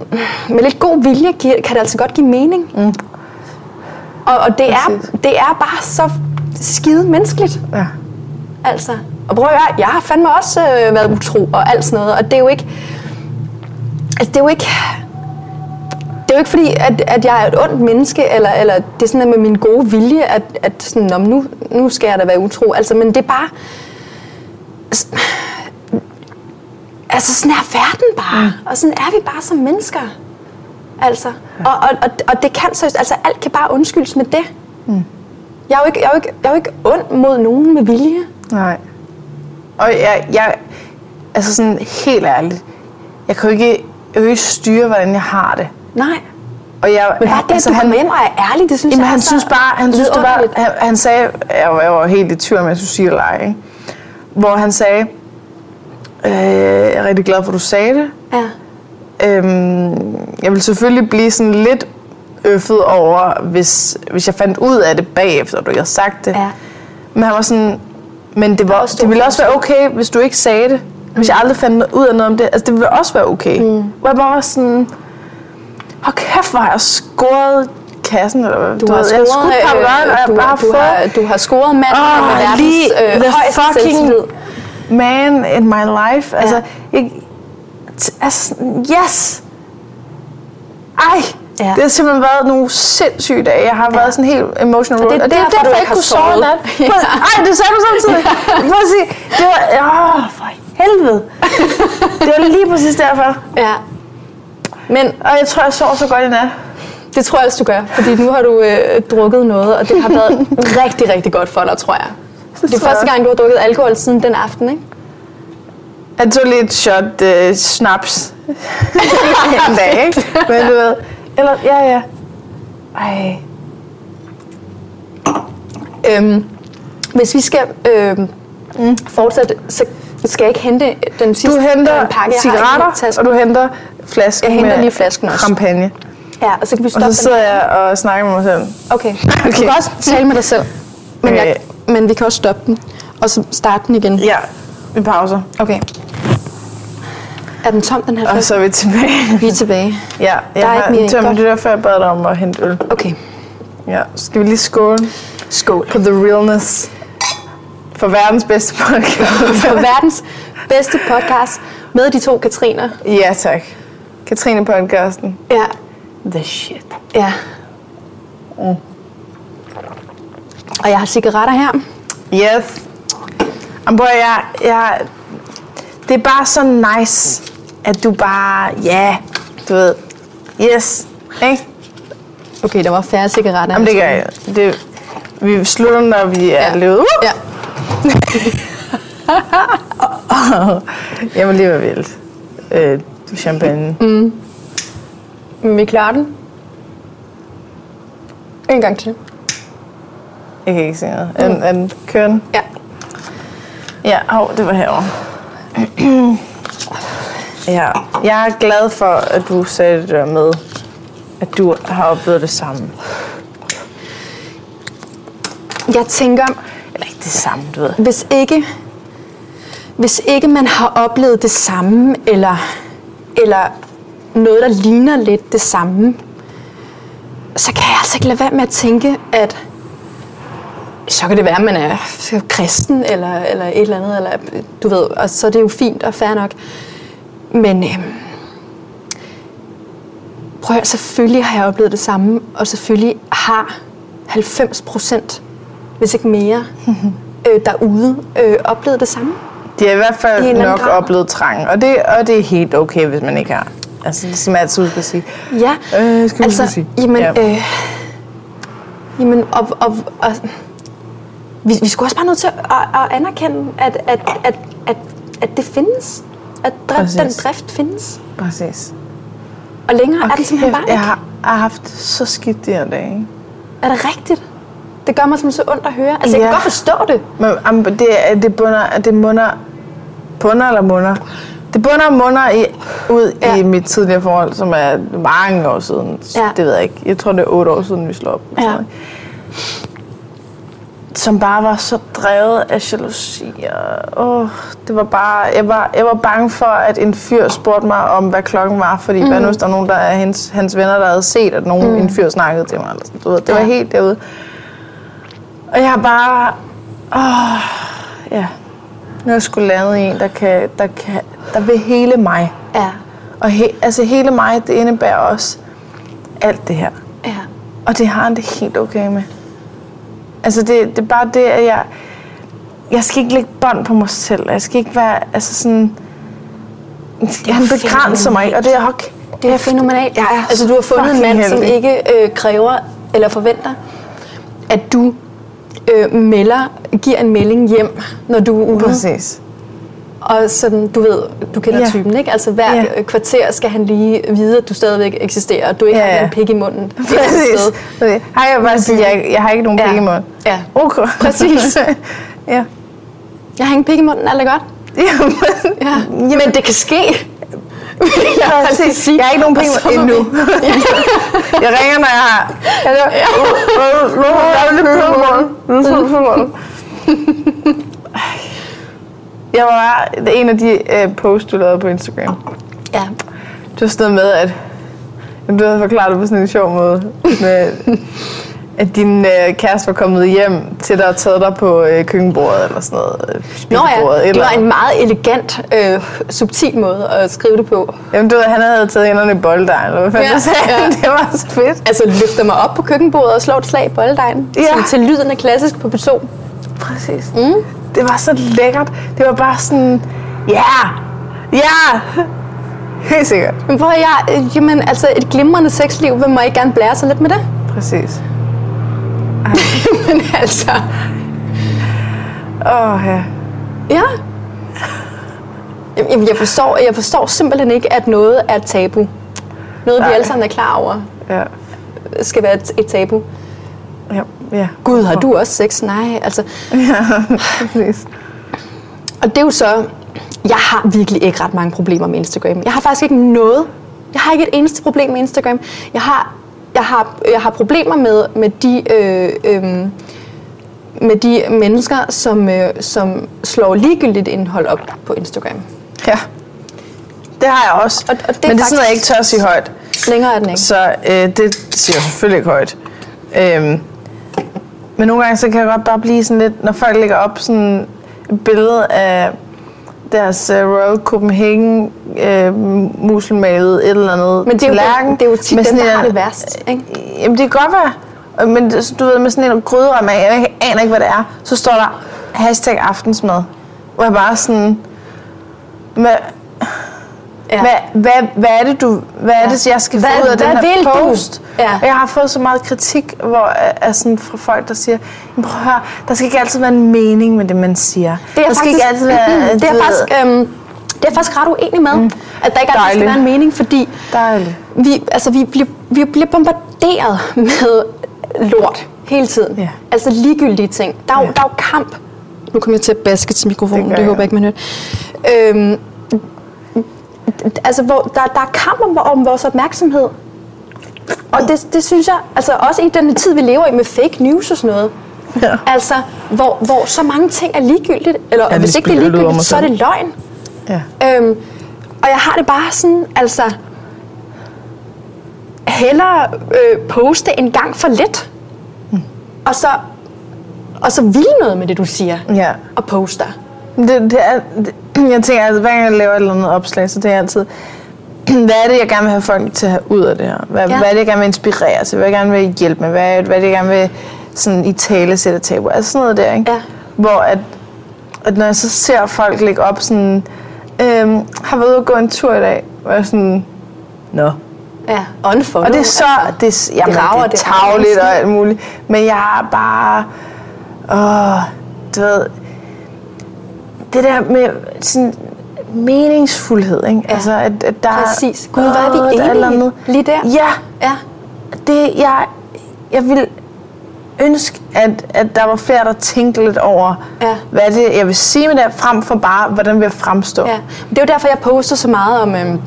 S2: med lidt god vilje gi- kan det altså godt give mening. Mm. Og, og det, er,
S1: Præcis.
S2: det er bare så skide menneskeligt.
S1: ja.
S2: Altså, og prøv at høre, jeg har fandme også øh, været utro og alt sådan noget, og det er jo ikke... Altså, det er jo ikke... Det er jo ikke fordi, at, at jeg er et ondt menneske, eller, eller det er sådan at med min gode vilje, at, at sådan, "Nå, men nu, nu skal jeg da være utro. Altså, men det er bare... Altså, sådan er verden bare, mm. og sådan er vi bare som mennesker. Altså, og, og, og, og det kan seriøst, altså alt kan bare undskyldes med det. Mm. Jeg, er jo ikke, jeg, er jo ikke, jeg er jo ikke ond mod nogen med vilje.
S1: Nej. Og jeg, jeg, altså sådan helt ærligt, jeg kan jo ikke, jeg kan jo ikke styre, hvordan jeg har det.
S2: Nej.
S1: Og jeg,
S2: Men bare det, altså,
S1: altså,
S2: at du
S1: han,
S2: kommer Altså, hjem og er ærlig, det synes
S1: jamen,
S2: jeg
S1: han
S2: er så
S1: synes bare, han synes det var,
S2: vidunderligt.
S1: han, han sagde, jeg var, jeg var helt i tvivl om, jeg skulle sige det eller ej, ikke? hvor han sagde, øh, jeg er rigtig glad for, at du sagde det.
S2: Ja.
S1: Øhm, jeg vil selvfølgelig blive sådan lidt øffet over, hvis, hvis jeg fandt ud af det bagefter, du ikke havde sagt det.
S2: Ja.
S1: Men han var sådan, men det, var,
S2: også
S1: også
S2: stor
S1: det
S2: Mm.
S1: ville også være okay, hvis du ikke sagde det. Hvis jeg aldrig fandt ud af noget om det, altså det ville også være okay. Mm. Hvor jeg bare var sådan, hvor kæft, hvor har jeg scoret kassen, eller hvad?
S2: Du, har
S1: ved, jeg
S2: scoret,
S1: skudt
S2: øh,
S1: papagøjen, og jeg
S2: du,
S1: bare
S2: har, du, har, du har scoret manden
S1: Åh,
S2: med verdens
S1: lige
S2: øh,
S1: the
S2: højeste
S1: fucking-
S2: selvtillid.
S1: man in my life. Altså,
S2: Ja.
S1: ja. jeg, t- altså, sådan, yes! Ej,
S2: Ja.
S1: ja. det har simpelthen været nogle sindssyge dage. Jeg har været sådan helt emotional.
S2: Og det er
S1: roller. det er
S2: derfor,
S1: derfor,
S2: du
S1: jeg
S2: ikke
S1: ikke
S2: har
S1: kunne sove i
S2: sovet.
S1: nat.
S2: Ja.
S1: Ej, det sagde du samtidig. For at sige, det var, åh, for helvede. Det var lige præcis derfor.
S2: Ja. Men
S1: Og jeg tror, jeg sov så godt i nat.
S2: det tror jeg også, du gør, fordi nu har du øh, drukket noget, og det har
S1: *laughs*
S2: været rigtig, rigtig godt for dig, tror jeg. Det
S1: tror
S2: er
S1: jeg
S2: første
S1: også.
S2: gang, du har drukket alkohol siden den aften, ikke?
S1: Jeg tog lige et shot øh, snaps *laughs* en dag, *laughs* ikke? Men du ved, eller, ja, ja. Ej,
S2: Øhm, hvis vi skal øhm, mm. fortsætte, så skal jeg ikke hente den sidste
S1: Du henter
S2: øh, pakke, jeg har i min
S1: cigaretter,
S2: taske.
S1: og du henter flasken
S2: Jeg henter
S1: med
S2: lige flasken også.
S1: champagne.
S2: Ja, og så kan vi
S1: Og
S2: stoppe
S1: så
S2: den.
S1: sidder jeg og snakker med mig selv.
S2: Okay. okay. Øh. Du kan også tale med dig selv, men, jeg, men vi kan også stoppe den, og så starte den igen.
S1: Ja, vi pauser,
S2: Okay. Er den tom, den her
S1: og
S2: flaske?
S1: så er vi tilbage. *laughs*
S2: Vi er tilbage.
S1: Ja, jeg
S2: er ikke mere
S1: har
S2: i.
S1: tømt
S2: Godt.
S1: det der, før jeg bad dig om at hente øl.
S2: Okay.
S1: Ja, så skal vi lige skåle
S2: Skål.
S1: på The Realness. For verdens bedste podcast.
S2: *laughs* For verdens bedste podcast med de to Katriner.
S1: ja, tak. Katrine podcasten.
S2: Ja.
S1: The shit.
S2: Ja. Mm. Og jeg har cigaretter her.
S1: Yes. Og bror, jeg, jeg, det er bare så nice, at du bare, ja, yeah, du ved, yes, ikke?
S2: Okay, der var færre cigaretter.
S1: Jamen det gør jeg. Det, vi slutter, når vi er
S2: Ja.
S1: ja. løbet. Uh!
S2: Ja.
S1: *laughs* Jamen det var vildt. Øh, champagne. Mm.
S2: Men vi klarer den. En gang til.
S1: Jeg kan ikke se noget. Er, den- er den kørende?
S2: Ja.
S1: Ja, hov, det var herovre. *clears throat* ja. Jeg er glad for, at du sagde det der med, at du har oplevet det samme.
S2: Jeg tænker,
S1: Eller ikke det samme, du ved.
S2: hvis ikke, hvis ikke man har oplevet det samme, eller, eller noget, der ligner lidt det samme, så kan jeg altså ikke lade være med at tænke, at så kan det være, at man er kristen, eller, eller et eller andet, eller, du ved, og så er det jo fint og fair nok. Men øhm, prøv at høre, selvfølgelig har jeg oplevet det samme, og selvfølgelig har 90 procent, hvis ikke mere, øh, derude øh, oplevet det samme.
S1: De har i hvert
S2: I en
S1: fald
S2: eller anden
S1: nok
S2: grad.
S1: oplevet trang, og det, og det er helt okay, hvis man ikke har. Altså, det er som altid skal sige.
S2: Ja,
S1: Øh, skal vi
S2: altså,
S1: sige.
S2: jamen,
S1: Ja.
S2: øh, jamen, og, og, og, vi, vi skulle også bare nødt til at, at, at anerkende, at, at, at, at, at det findes. At drift,
S1: Præcis.
S2: den drift findes.
S1: Præcis.
S2: Og længere okay. er
S1: Okay,
S2: det simpelthen bare
S1: jeg
S2: ikke.
S1: har, jeg har haft så skidt de her dage. ikke?
S2: Er det rigtigt? Det gør mig simpelthen så ondt at høre. Altså, jeg kan
S1: Ja.
S2: godt forstå det.
S1: Men am, det, er- det bunder, er det munder, bunder eller munder? Det bunder og munder i, ud ja.
S2: Ja.
S1: i mit tidligere forhold, som er mange år siden.
S2: Ja.
S1: Ja. Det ved jeg ikke. Jeg tror, det er otte år siden, vi slår op.
S2: Ja.
S1: Sådan noget. Som bare var så drevet af jalousi. Og, åh, det var bare, jeg, var, jeg var bange for, at en fyr spurgte mig om, hvad klokken var. Fordi mm. hvad nu, hvis der er nogen der er hans, hans venner, der havde set, at nogen, mm. en fyr snakkede til mig. Eller sådan, du ved, det var
S2: Ja.
S1: helt derude. Og jeg har bare... Åh, ja. Nu er jeg sgu landet i en, der, kan, der, kan, der vil hele mig.
S2: Ja,
S1: Og he, altså hele mig, det indebærer også alt det her.
S2: ja.
S1: Og det har han det helt okay med. Altså det, det er bare det, at jeg... Jeg skal ikke lægge bånd på mig selv. Jeg skal ikke være... Altså sådan... Han begrænser mig, ikke, og det er hok.
S2: Det er fænomenalt.
S1: Jeg er
S2: altså, du har fundet en
S1: fucking
S2: mand, som
S1: heldig.
S2: ikke øh, kræver eller forventer, at du øh, melder, giver en melding hjem, når du er ude.
S1: Præcis.
S2: Og sådan, du ved, du kender
S1: Ja.
S2: typen, ikke? Altså hver
S1: Ja.
S2: øh, kvarter skal han lige vide, at du stadigvæk eksisterer, og du ikke
S1: Ja,
S2: har
S1: ja.
S2: en pik i munden. et eller andet
S1: *laughs* Præcis.
S2: sted.
S1: Præcis. Hej, jeg vil bare sige, jeg, jeg har ikke nogen
S2: Ja.
S1: *laughs* penge i munden.
S2: Ja.
S1: Okay.
S2: Præcis.
S1: ja.
S2: Jeg har ingen pik i munden, alt er godt.
S1: Jamen,
S2: Ja. Men det kan ske.
S1: jeg, har lige sige, jeg har ikke nogen penge
S2: Og så må
S1: endnu.
S2: vi-
S1: jeg ringer, når jeg har... Jeg er, uh, uh, nu er det lidt pølsemorgen. Nu er det pølsemorgen. Ej. *laughs* Jeg var bare... Det er en af de øh, posts, du lavede på Instagram.
S2: Ja.
S1: Det var sådan noget med, at jamen, du havde forklaret det på sådan en sjov måde, med, at din øh, kæreste var kommet hjem til dig og taget dig på øh, køkkenbordet eller sådan noget. øh,
S2: Nå
S1: spisebordet,
S2: ja, det
S1: eller,
S2: var en meget elegant, øh, subtil måde at skrive det på.
S1: Jamen du ved, han havde taget hænderne i bolddej, eller hvad fanden
S2: Ja,
S1: ja, sagde ja.
S2: ja.
S1: *laughs* Det var så fedt.
S2: Altså løfter mig op på køkkenbordet og slår et slag i bolddejen.
S1: Ja.
S2: Ja. Som til lyden er klassisk på person.
S1: Præcis. Mm. Det var så lækkert. Det var bare sådan, ja, yeah, ja, yeah. helt sikkert.
S2: Men hvor er jeg, øh, jamen altså et glimrende sexliv, hvem må ikke gerne blære sig lidt med det? *laughs*
S1: Præcis.
S2: Men altså,
S1: Åh ja.
S2: ja. Jamen, jeg forstår, jeg forstår simpelthen ikke, at noget er et tabu. Noget,
S1: Nej.
S2: vi alle sammen er klar over, øh,
S1: Ja.
S2: skal være et, et tabu.
S1: Ja, ja.
S2: Gud, har du også sex? Nej, altså.
S1: Præcis.
S2: Og det er jo så, jeg har virkelig ikke ret mange problemer med Instagram. Jeg har faktisk ikke noget. Jeg har ikke et eneste problem med Instagram. Jeg har, jeg har, jeg har problemer med, med de... Øh, øh, med de mennesker, som, øh, som slår ligegyldigt indhold op på Instagram.
S1: Ja. Det har jeg også.
S2: Og- og det er
S1: Men det er sådan,
S2: faktisk-
S1: noget, jeg ikke tør at sige højt.
S2: Længere er den ikke.
S1: Så øh, det siger jeg selvfølgelig ikke højt. Øhm, men nogle gange så kan jeg godt bare blive sådan lidt, når folk lægger op sådan et billede af deres øh, Royal Copenhagen øh, muselmalet et eller andet
S2: Men det er jo,
S1: tallerken
S2: det, det er jo tit
S1: med
S2: dem,
S1: sådan
S2: der
S1: en-
S2: har det værst. Ikke?
S1: Jamen det kan godt være. Og- Men det- du ved, med sådan en krydderem af, jeg ikke- aner ikke, hvad det er, så står der hashtag aftensmad. Hvor jeg bare sådan... Hvad,
S2: Ja.
S1: hvad, hvad, hvad er det, du, hvad er det, jeg skal
S2: Hvad-
S1: få ud af den
S2: hvad
S1: her
S2: vil du?
S1: post?
S2: Ja.
S1: Og jeg har fået så meget kritik hvor, af, sådan, fra folk, der siger, "Men prøv at høre, der skal ikke altid være en mening med det, man siger.
S2: Det er
S1: der
S2: jeg
S1: skal
S2: faktisk,
S1: ikke
S2: *clears throat*
S1: altid være...
S2: det er
S1: du ved,
S2: faktisk, øhm, det er jeg faktisk ret uenig med, mm. at der ikke altid skal
S1: Dejligt.
S2: være en mening, fordi
S1: Dejligt.
S2: vi, altså, vi, bliver, vi bliver bombarderet med lort hele tiden.
S1: Ja.
S2: Altså ligegyldige ting. Der er, jo,
S1: Ja.
S2: der er jo kamp. Nu kommer jeg til at baske til
S1: Det
S2: mikrofonen, det,
S1: gør
S2: det håber
S1: jeg.
S2: jeg ikke, man hører. Øhm, altså, hvor, der, der er kamp om, om vores opmærksomhed. Og det, det synes jeg, altså også i den tid, vi lever i med fake news og sådan noget.
S1: Ja.
S2: Altså, hvor, hvor så mange ting er ligegyldigt, eller ja,
S1: det
S2: hvis ikke det er
S1: spiller lidt ud over
S2: ligegyldigt,
S1: mig
S2: så er det
S1: selv.
S2: løgn.
S1: Ja.
S2: Øhm, og jeg har det bare sådan, altså... Hellere øh, poste en gang for lidt,
S1: Mm.
S2: og så og så vil noget med det, du siger,
S1: ja.
S2: og poster.
S1: Det, det er, det, jeg tænker, altså, hver gang jeg laver et eller andet opslag, så det er altid, *clears throat* hvad er det, jeg gerne vil have folk til at have ud af det her? Hvad, ja.
S2: Ja.
S1: hvad er det, jeg gerne vil inspirere til? Hvad er det, jeg gerne vil hjælpe med? Hvad er, hvad er det, jeg gerne vil sådan, i tale sætte tabu? Altså sådan noget der, ikke?
S2: Ja.
S1: Hvor at, at når jeg så ser folk lægge op sådan, øhm, har været ude og gå en tur i dag, hvor jeg sådan, nå.
S2: Ja, unfollow.
S1: Og det er så, det, er s- jamen, det,
S2: rager,
S1: det er
S2: altså. det rager
S1: tavligt
S2: sådan.
S1: og alt muligt. Men jeg er bare, åh, du ved, det der med sådan meningsfuldhed, ikke?
S2: Ja,
S1: altså, at, at der er-
S2: Præcis. Gud, hvad er
S1: åh,
S2: vi
S1: der et eller
S2: enige
S1: andet.
S2: i lige der?
S1: Ja,
S2: ja.
S1: det jeg, jeg vil ønske, at, at der var flere, der tænkte lidt over,
S2: Ja.
S1: hvad det er, jeg vil sige med det, her, frem for bare, hvordan vil jeg fremstå.
S2: Ja, men det er jo derfor, jeg poster så meget om, øhm,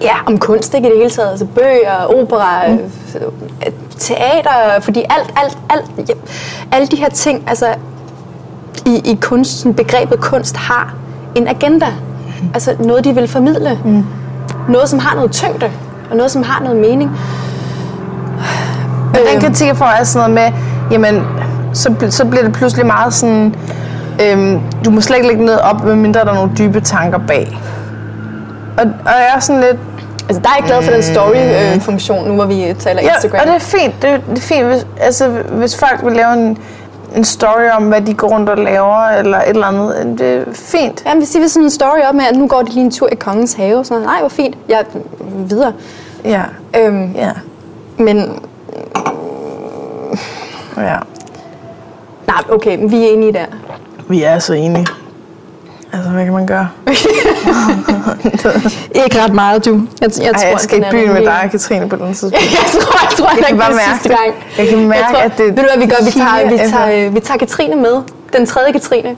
S2: ja, om kunst ikke, i det hele taget. Altså bøger, opera, mm. øh, teater, fordi alt, alt, alt, ja, alle de her ting, altså i, i kunsten, begrebet kunst har en agenda.
S1: Mm.
S2: Altså noget, de vil formidle. Mm. Noget, som har noget tyngde, og noget, som har noget mening.
S1: Men den
S2: Øhm.
S1: kritik, jeg får, er sådan noget med, jamen, så, bl- så bliver det pludselig meget sådan, øhm, du må slet ikke lægge noget op, medmindre der er nogle dybe tanker bag. Og, og jeg er sådan lidt,
S2: Altså, der er jeg glad for den story-funktion, nu hvor vi øh, taler
S1: Øh.
S2: Instagram.
S1: Ja, og det er fint. Det, det er fint, hvis, altså, hvis folk vil lave en, en story om, hvad de går rundt og laver, eller et eller andet. Det er fint.
S2: Jamen, hvis de vil sådan en story op med, at nu går de lige en tur i kongens have, så nej, hvor fint, jeg videre.
S1: Ja.
S2: Øhm,
S1: Ja.
S2: men
S1: ja.
S2: nej, okay, men vi er enige der.
S1: Vi er så enige. Altså, hvad kan man gøre?
S2: Ikke ret meget, du. Jeg, jeg,
S1: Ej, jeg skal
S2: den
S1: i
S2: er
S1: byen med
S2: rimelig-
S1: dig, Katrine, på den tidspunkt.
S2: *laughs* jeg tror, jeg tror, jeg,
S1: kan
S2: ikke,
S1: bare
S2: det er
S1: mærke
S2: sidste
S1: det.
S2: gang.
S1: Jeg kan mærke,
S2: tror,
S1: at det-
S2: Ved du hvad, vi gør? Vi tager, vi,
S1: Kine-
S2: tager, vi tager Katrine med. Den tredje Katrine.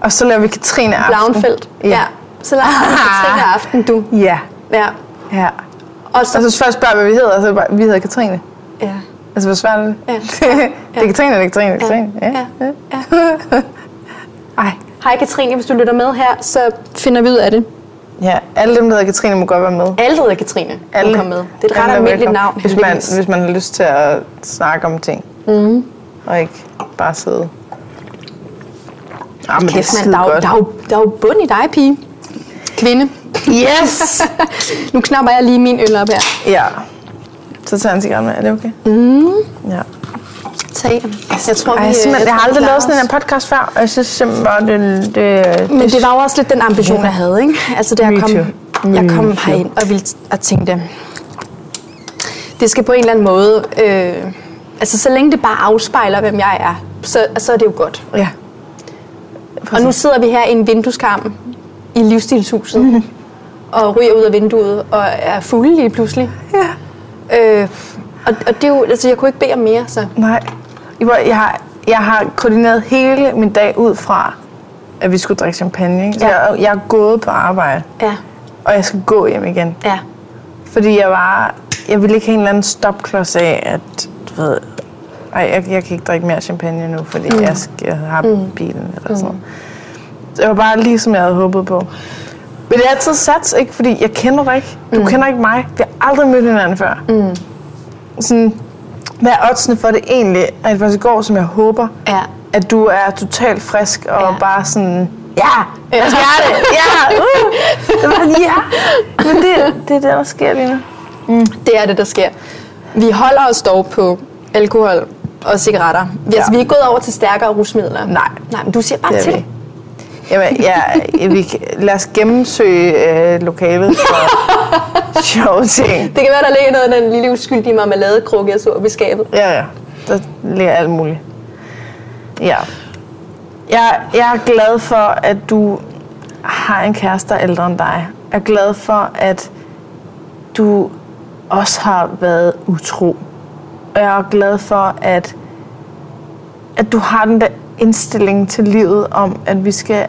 S1: Og så laver vi Katrine aften.
S2: Blauenfeldt. Ja. ja. Så lader
S1: Ah.
S2: vi Katrine aften, du.
S1: Ja.
S2: Ja.
S1: ja.
S2: Og så...
S1: Og så først spørger vi, hvad vi hedder, og så er det bare, vi hedder Katrine.
S2: Ja.
S1: Altså, hvor svært er *laughs* det?
S2: Ja.
S1: det er Katrine, det er Katrine, det er Katrine.
S2: Ja. ja. ja.
S1: Ej.
S2: Hej Katrine, hvis du lytter med her, så finder vi ud af det.
S1: Ja, alle dem, der hedder Katrine, må godt være med.
S2: Alle hedder Katrine. Alle. Kom med. Det er et ret
S1: Alle er
S2: almindeligt
S1: velkommen,
S2: navn.
S1: Hvis man,
S2: heldigvis. Mm-hmm.
S1: hvis man har lyst til at snakke om ting. Mm. Og ikke bare sidde. Ah, men
S2: Kæft, mand,
S1: skide
S2: der er, jo,
S1: godt.
S2: der, er jo, der er jo bund i dig, pige. Kvinde. *laughs*
S1: Yes!
S2: nu knapper jeg lige min øl op her.
S1: ja. Så tager jeg en cigaret med. Er det okay? Mm. Ja.
S2: Tag. Mm-hmm. Jeg tror,
S1: Ej,
S2: vi,
S1: jeg,
S2: tror,
S1: simpelthen, jeg, har
S2: vi
S1: aldrig
S2: klarer
S1: lavet sådan
S2: os.
S1: en podcast før, og jeg synes simpelthen bare, det, det,
S2: Men det var jo også lidt den ambition, jeg havde, ikke? Altså, da jeg
S1: Me
S2: kom,
S1: too.
S2: jeg kom
S1: Me
S2: herind og, ville, og tænkte, det skal på en eller anden måde... Øh, altså, så længe det bare afspejler, hvem jeg er, så, så er det jo godt.
S1: Ja.
S2: Og nu sidder vi her i en vindueskarm i livsstilshuset mm-hmm. og ryger ud af vinduet og er fulde lige pludselig.
S1: Ja.
S2: Øh, og, og det er jo, altså, jeg kunne ikke bede om mere, så.
S1: Nej. Jeg, var- jeg, har, jeg har koordineret hele min dag ud fra, at vi skulle drikke champagne. Ikke? Så
S2: Ja.
S1: jeg, jeg er gået på arbejde,
S2: Ja,
S1: og jeg skal gå hjem igen.
S2: ja.
S1: Fordi jeg var... Jeg ville ikke have en eller anden stopklods af, at du ved... Ej, jeg, jeg kan ikke drikke mere champagne nu, fordi mm. jeg, skal, jeg har bilen eller sådan noget. Så jeg var bare lige, som jeg havde håbet på. Men det er altid sats, ikke? Fordi jeg kender dig ikke. Du mm. kender ikke mig. Vi har aldrig mødt hinanden før. Mm. Sådan, hvad er oddsene for det egentlig, at det faktisk går, som jeg håber?
S2: Ja.
S1: At du er totalt frisk og
S2: Ja.
S1: ja. bare sådan... Ja! Jeg skal have det! Ja! Uh! Det var sådan, ja! Men det, det er det, der sker lige nu.
S2: Det er det, der sker. Vi holder os dog på alkohol og cigaretter. Vi, ja. altså, vi er ikke gået over til stærkere rusmidler.
S1: Nej.
S2: Nej, men du siger bare
S1: Det er
S2: Ah, til.
S1: vi ikke. Jamen, ja, vi, kan- lad os gennemsøge øh, lokalet for
S2: *laughs*
S1: sjove ting.
S2: Det kan være, der ligger noget i den lille uskyldige marmeladekrukke, jeg så op i skabet.
S1: Ja, ja. Der ligger alt muligt. Ja. Jeg, jeg er glad for, at du har en kæreste, der er ældre end dig. Jeg er glad for, at du også har været utro. Og jeg er glad for, at, at du har den der indstilling til livet om, at vi skal...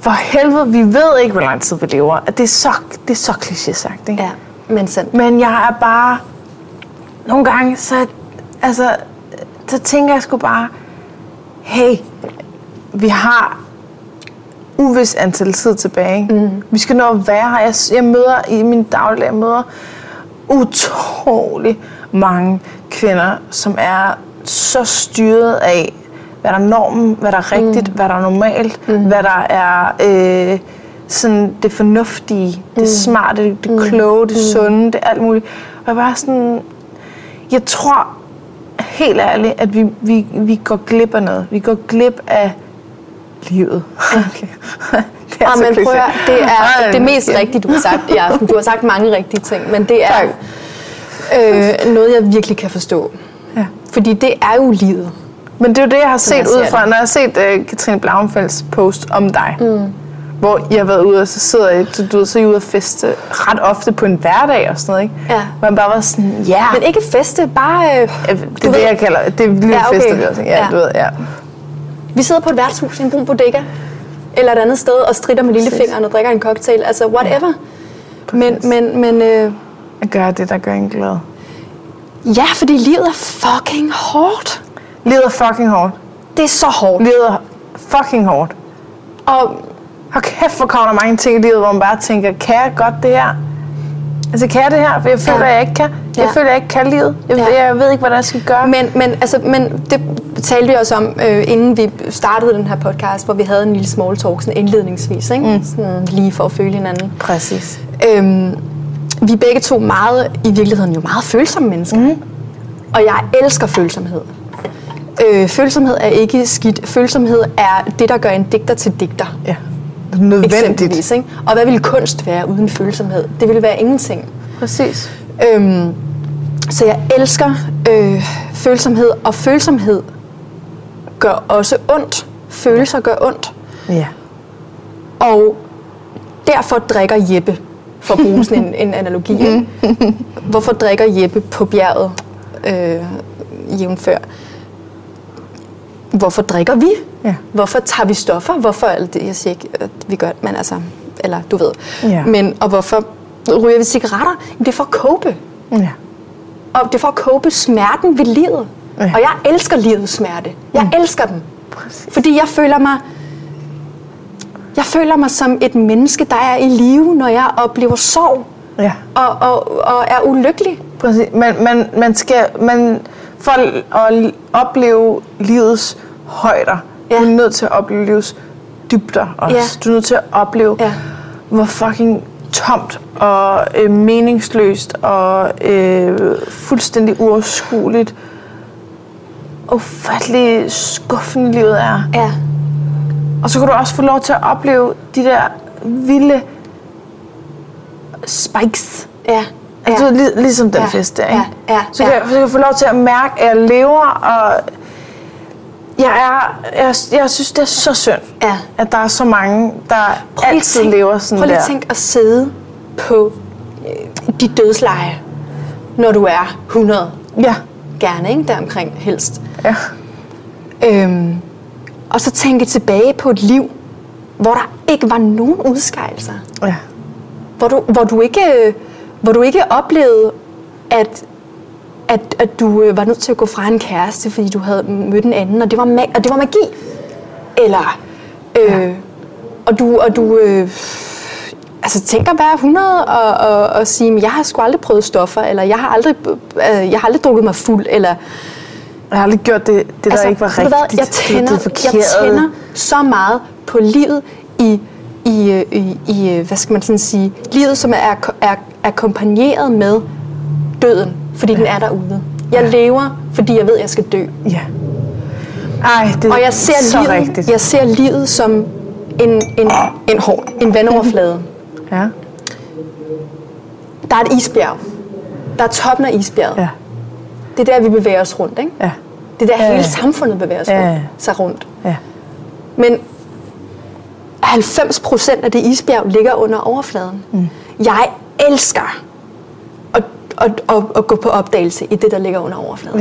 S1: For helvede, vi ved ikke, hvor lang tid vi lever. At det er så, det er så kliché sagt, ikke?
S2: Ja, men sandt.
S1: Men jeg er bare... Nogle gange, så, altså, så tænker jeg sgu bare, hey, vi har uvis antal tid tilbage. ikke? Vi skal nå at være her. Jeg, jeg møder i min dagligdag, jeg møder utrolig mange kvinder, som er så styret af, hvad der er normen, hvad der er rigtigt, mm. hvad der er normalt, mm. hvad der er øh, sådan det fornuftige,
S2: Mm.
S1: det smarte, det, det kloge, det sunde, det alt muligt. Og jeg bare sådan, jeg tror helt ærligt, at vi, vi, vi går glip af noget. Vi går glip af livet. Okay. *laughs* det
S2: Ah, men prøv at, høre, det er
S1: Ej,
S2: det mest
S1: ja.
S2: rigtige, du har sagt i aften. Du har sagt mange rigtige ting, men det er
S1: Tak.
S2: øh, noget, jeg virkelig kan forstå.
S1: Ja.
S2: Fordi det er jo livet.
S1: Men det er jo det, jeg har set
S2: jeg ser
S1: ud fra, når jeg har set uh, Katrine Blauenfelds post om dig. Mm. Hvor I har været ude, og så sidder I, så, du, ved, så er I ude og feste ret ofte på en hverdag og sådan noget, ikke?
S2: Ja.
S1: Hvor man bare var sådan, ja,
S2: Men ikke feste, bare... Øh,
S1: øh, det
S2: du
S1: er
S2: ved-
S1: det, jeg kalder, det er livet
S2: Ja,
S1: ja,
S2: okay.
S1: okay. fester vi også, ikke? Ja,
S2: Ja.
S1: ja, du ved, ja.
S2: Vi sidder på et værtshus i en brun bodega, eller et andet sted, og strider med lillefingeren og drikker en cocktail. Altså, whatever. Men, men, men øh,
S1: At gøre det, der gør en glad.
S2: ja, fordi livet er fucking hårdt.
S1: Livet er fucking hårdt.
S2: Det er så hårdt.
S1: Livet er fucking hårdt.
S2: Og
S1: Og kæft, hvor kommer der mange ting i livet, hvor man bare tænker, kan jeg godt det her? Altså, kan jeg det her? For jeg føler,
S2: Ja.
S1: at jeg ikke kan. Jeg
S2: Ja.
S1: føler, at jeg ikke kan livet. Jeg,
S2: Ja.
S1: jeg ved ikke, hvordan jeg skal gøre.
S2: Men, men, altså, men det talte vi også om, øh, inden vi startede den her podcast, hvor vi havde en lille small talk sådan indledningsvis, ikke? Mm. Sådan lige for at føle hinanden.
S1: Præcis.
S2: Øhm, vi er begge to meget, i virkeligheden jo meget følsomme mennesker. Mm. Og jeg elsker følsomhed. Øh, følsomhed er ikke skidt. Følsomhed er det, der gør en digter til digter.
S1: Ja. Nødvendigt.
S2: Eksempelvis, ikke? Og hvad ville kunst være uden følsomhed? Det ville være ingenting.
S1: Præcis.
S2: Øhm, så jeg elsker øh, følsomhed, og følsomhed gør også ondt. Følelser gør ondt.
S1: Ja.
S2: Og derfor drikker Jeppe, for at bruge sådan en, en analogi. ikke? Hvorfor drikker Jeppe på bjæret øh, jævnfør? hvorfor drikker vi?
S3: Ja.
S2: Hvorfor tager vi stoffer? Hvorfor alt det? Jeg siger ikke, at vi gør det, men altså, eller du ved.
S3: Ja.
S2: Men, og hvorfor ryger vi cigaretter? Jamen, det er for at cope.
S3: Ja.
S2: Og det er for at cope smerten ved livet.
S3: Ja.
S2: Og jeg elsker livets smerte. Jeg mm. elsker den. Fordi jeg føler mig... Jeg føler mig som et menneske, der er i live, når jeg oplever sorg
S3: Ja.
S2: og, og, og er ulykkelig.
S1: Præcis. Man, man, man skal, man, for at opleve livets højder,
S2: Ja.
S1: ja. du er nødt til at opleve livets dybder også.
S2: Ja.
S1: Ja. Du er nødt til at opleve,
S2: Ja.
S1: ja. hvor fucking tomt og øh, meningsløst og øh, fuldstændig uoverskueligt og ufattelig skuffende livet er.
S2: Ja.
S1: Og så kan du også få lov til at opleve de der vilde spikes.
S2: Ja.
S1: Altså,
S2: ja.
S1: ja. lig, ligesom den
S2: Ja.
S1: ja. fest der,
S2: Ja.
S1: ikke?
S2: Ja.
S1: Så
S2: Ja.
S1: kan, jeg, så kan jeg få lov til at mærke, at jeg lever, og jeg, er, jeg, jeg synes, det er så synd,
S2: Ja.
S1: at der er så mange, der
S2: Prøv lige at
S1: altid
S2: tænk-
S1: lever sådan
S2: Prøv lige
S1: der.
S2: at tænk at sidde på øh, dit dødsleje, når du er 100.
S1: Ja,
S2: Gerne, ikke? Deromkring helst.
S1: ja.
S2: Øhm, og så tænke tilbage på et liv, hvor der ikke var nogen udskejelser.
S3: Ja.
S2: Hvor du, hvor du, ikke, øh, hvor du ikke oplevede, at, at, at du øh, var nødt til at gå fra en kæreste, fordi du havde mødt en anden, og det var, ma- og det var magi. Eller, øh, og du, og du øh, altså, tænker at være 100 og, og, og sige, "Men jeg har sgu aldrig prøvet stoffer, eller jeg har aldrig, øh, jeg har aldrig drukket mig fuld, eller
S1: Jeg har aldrig gjort det, det der ikke var
S2: Altså, ved du
S1: rigtigt.
S2: hvad, jeg
S1: det var
S2: tænder,
S1: det forkerte.
S2: jeg tænder så meget på livet i, i, øh, i, i øh, hvad skal man sådan sige, livet, som er, ko- er, er kompagneret med døden, fordi ja. den er derude. Jeg ja. lever, fordi jeg ved, jeg skal dø.
S3: Ja.
S1: Ej, det er
S2: Og jeg ser,
S1: Mm. så
S2: livet,
S1: rigtigt.
S2: jeg ser livet som en, en, en, hår, en vandoverflade.
S3: Ja.
S2: Der er et isbjerg. Der er toppen af isbjerget.
S3: Ja.
S2: Det er der, vi bevæger os rundt. Ikke?
S3: Ja.
S2: Det er der,
S3: Ja.
S2: hele samfundet bevæger os
S3: Ja.
S2: rundt, sig rundt.
S3: Ja.
S2: Men 90 procent af det isbjerg ligger under overfladen. Mm. Jeg elsker at, at, at, at gå på opdagelse i det, der ligger under overfladen.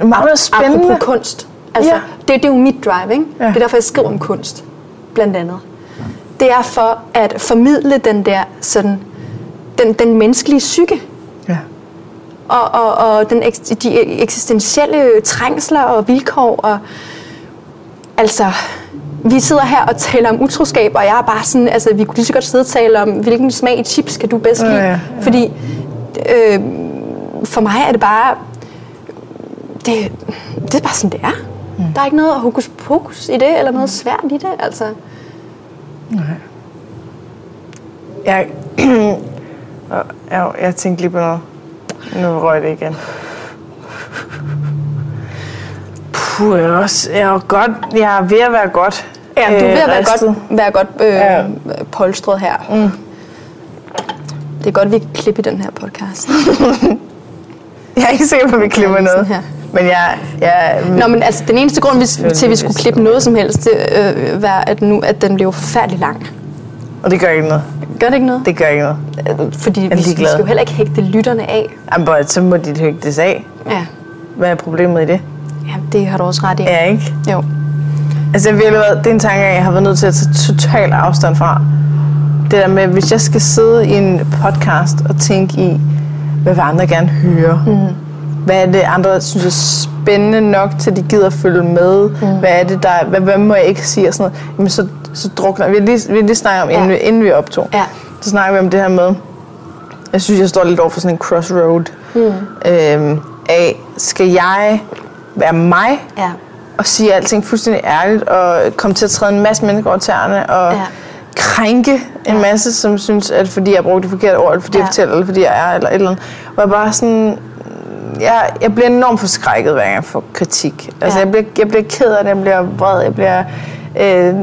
S3: Ja.
S1: Meget spændende.
S2: Apropos kunst. Altså,
S1: Ja.
S2: det, det er jo mit drive, ikke?
S3: Ja.
S2: Det er derfor, jeg skriver om kunst, blandt andet. Det er for at formidle den der sådan, den, den menneskelige psyke
S3: Ja.
S2: og, og, og den, eks- de eksistentielle trængsler og vilkår. Og, altså, vi sidder her og taler om utroskab, og jeg er bare sådan, altså vi kunne lige så godt sidde og tale om, hvilken smag i chips kan du bedst lide.
S3: Ja, ja, ja.
S2: Fordi øh, for mig er det bare, det, det er bare sådan, det er. Mm. Der er ikke noget hokus pokus i det, eller noget svært i det, altså.
S1: *clears throat* Jeg, Og- jeg, jeg tænkte lige på noget. Nu røg det igen. Puh, jeg er, også, jeg er jo godt, jeg er ved at være godt.
S2: Ja, du er ved at være
S1: ristet.
S2: godt, være godt øh, ja.
S1: Ja.
S2: polstret her. Mm. Det er godt, vi kan klippe i den her podcast.
S1: Jeg er ikke sikker på, at vi klipper
S2: Ja, lige sådan
S1: noget.
S2: her.
S1: Men jeg, jeg,
S2: Nå, men altså, den eneste grund vi, til, at vi skulle klippe noget som helst, det øh, var, at, nu, at den blev forfærdelig lang.
S1: og det gør ikke noget.
S2: Gør det ikke noget?
S1: Det gør ikke noget.
S2: Det, Fordi vi, vi
S1: ligeglad.
S2: skal jo heller ikke hægte lytterne af.
S1: Jamen, but, så må de hygge det af.
S2: Ja.
S1: Hvad er problemet i det?
S2: ja, det har du også ret i.
S1: Ja, ikke?
S2: Jo.
S1: Altså, jeg har virkelig været, det er en tanke, jeg har været nødt til at tage total afstand fra. Det der med, hvis jeg skal sidde i en podcast og tænke i, hvad vil andre gerne høre? Mm. Hvad er det, andre synes er spændende nok, til de gider følge med? Mm. Hvad er det, der... Hvad, hvad må jeg ikke sige? Og sådan noget. Jamen, så, så drukner... Vi har lige, vi har lige snakket om, inden,
S2: Ja.
S1: vi, inden vi optog,
S2: Ja.
S1: så snakker vi om det her med... Jeg synes, jeg står lidt over for sådan en crossroad. Mm. Øhm, af, skal jeg være mig?
S2: Ja.
S1: og sige alting fuldstændig ærligt, og komme til at træde en masse mennesker over tæerne, og
S2: Ja.
S1: ja. krænke en masse, som synes, at fordi jeg brugte det forkerte ord, eller fordi ja.
S2: Ja.
S1: jeg fortæller, eller fordi jeg er, eller et eller andet. Og jeg bare sådan, jeg, jeg bliver enormt forskrækket, hver gang jeg får kritik. Altså, ja.
S2: Ja.
S1: jeg, bliver, jeg bliver ked af det, jeg bliver vred, jeg bliver... Øh,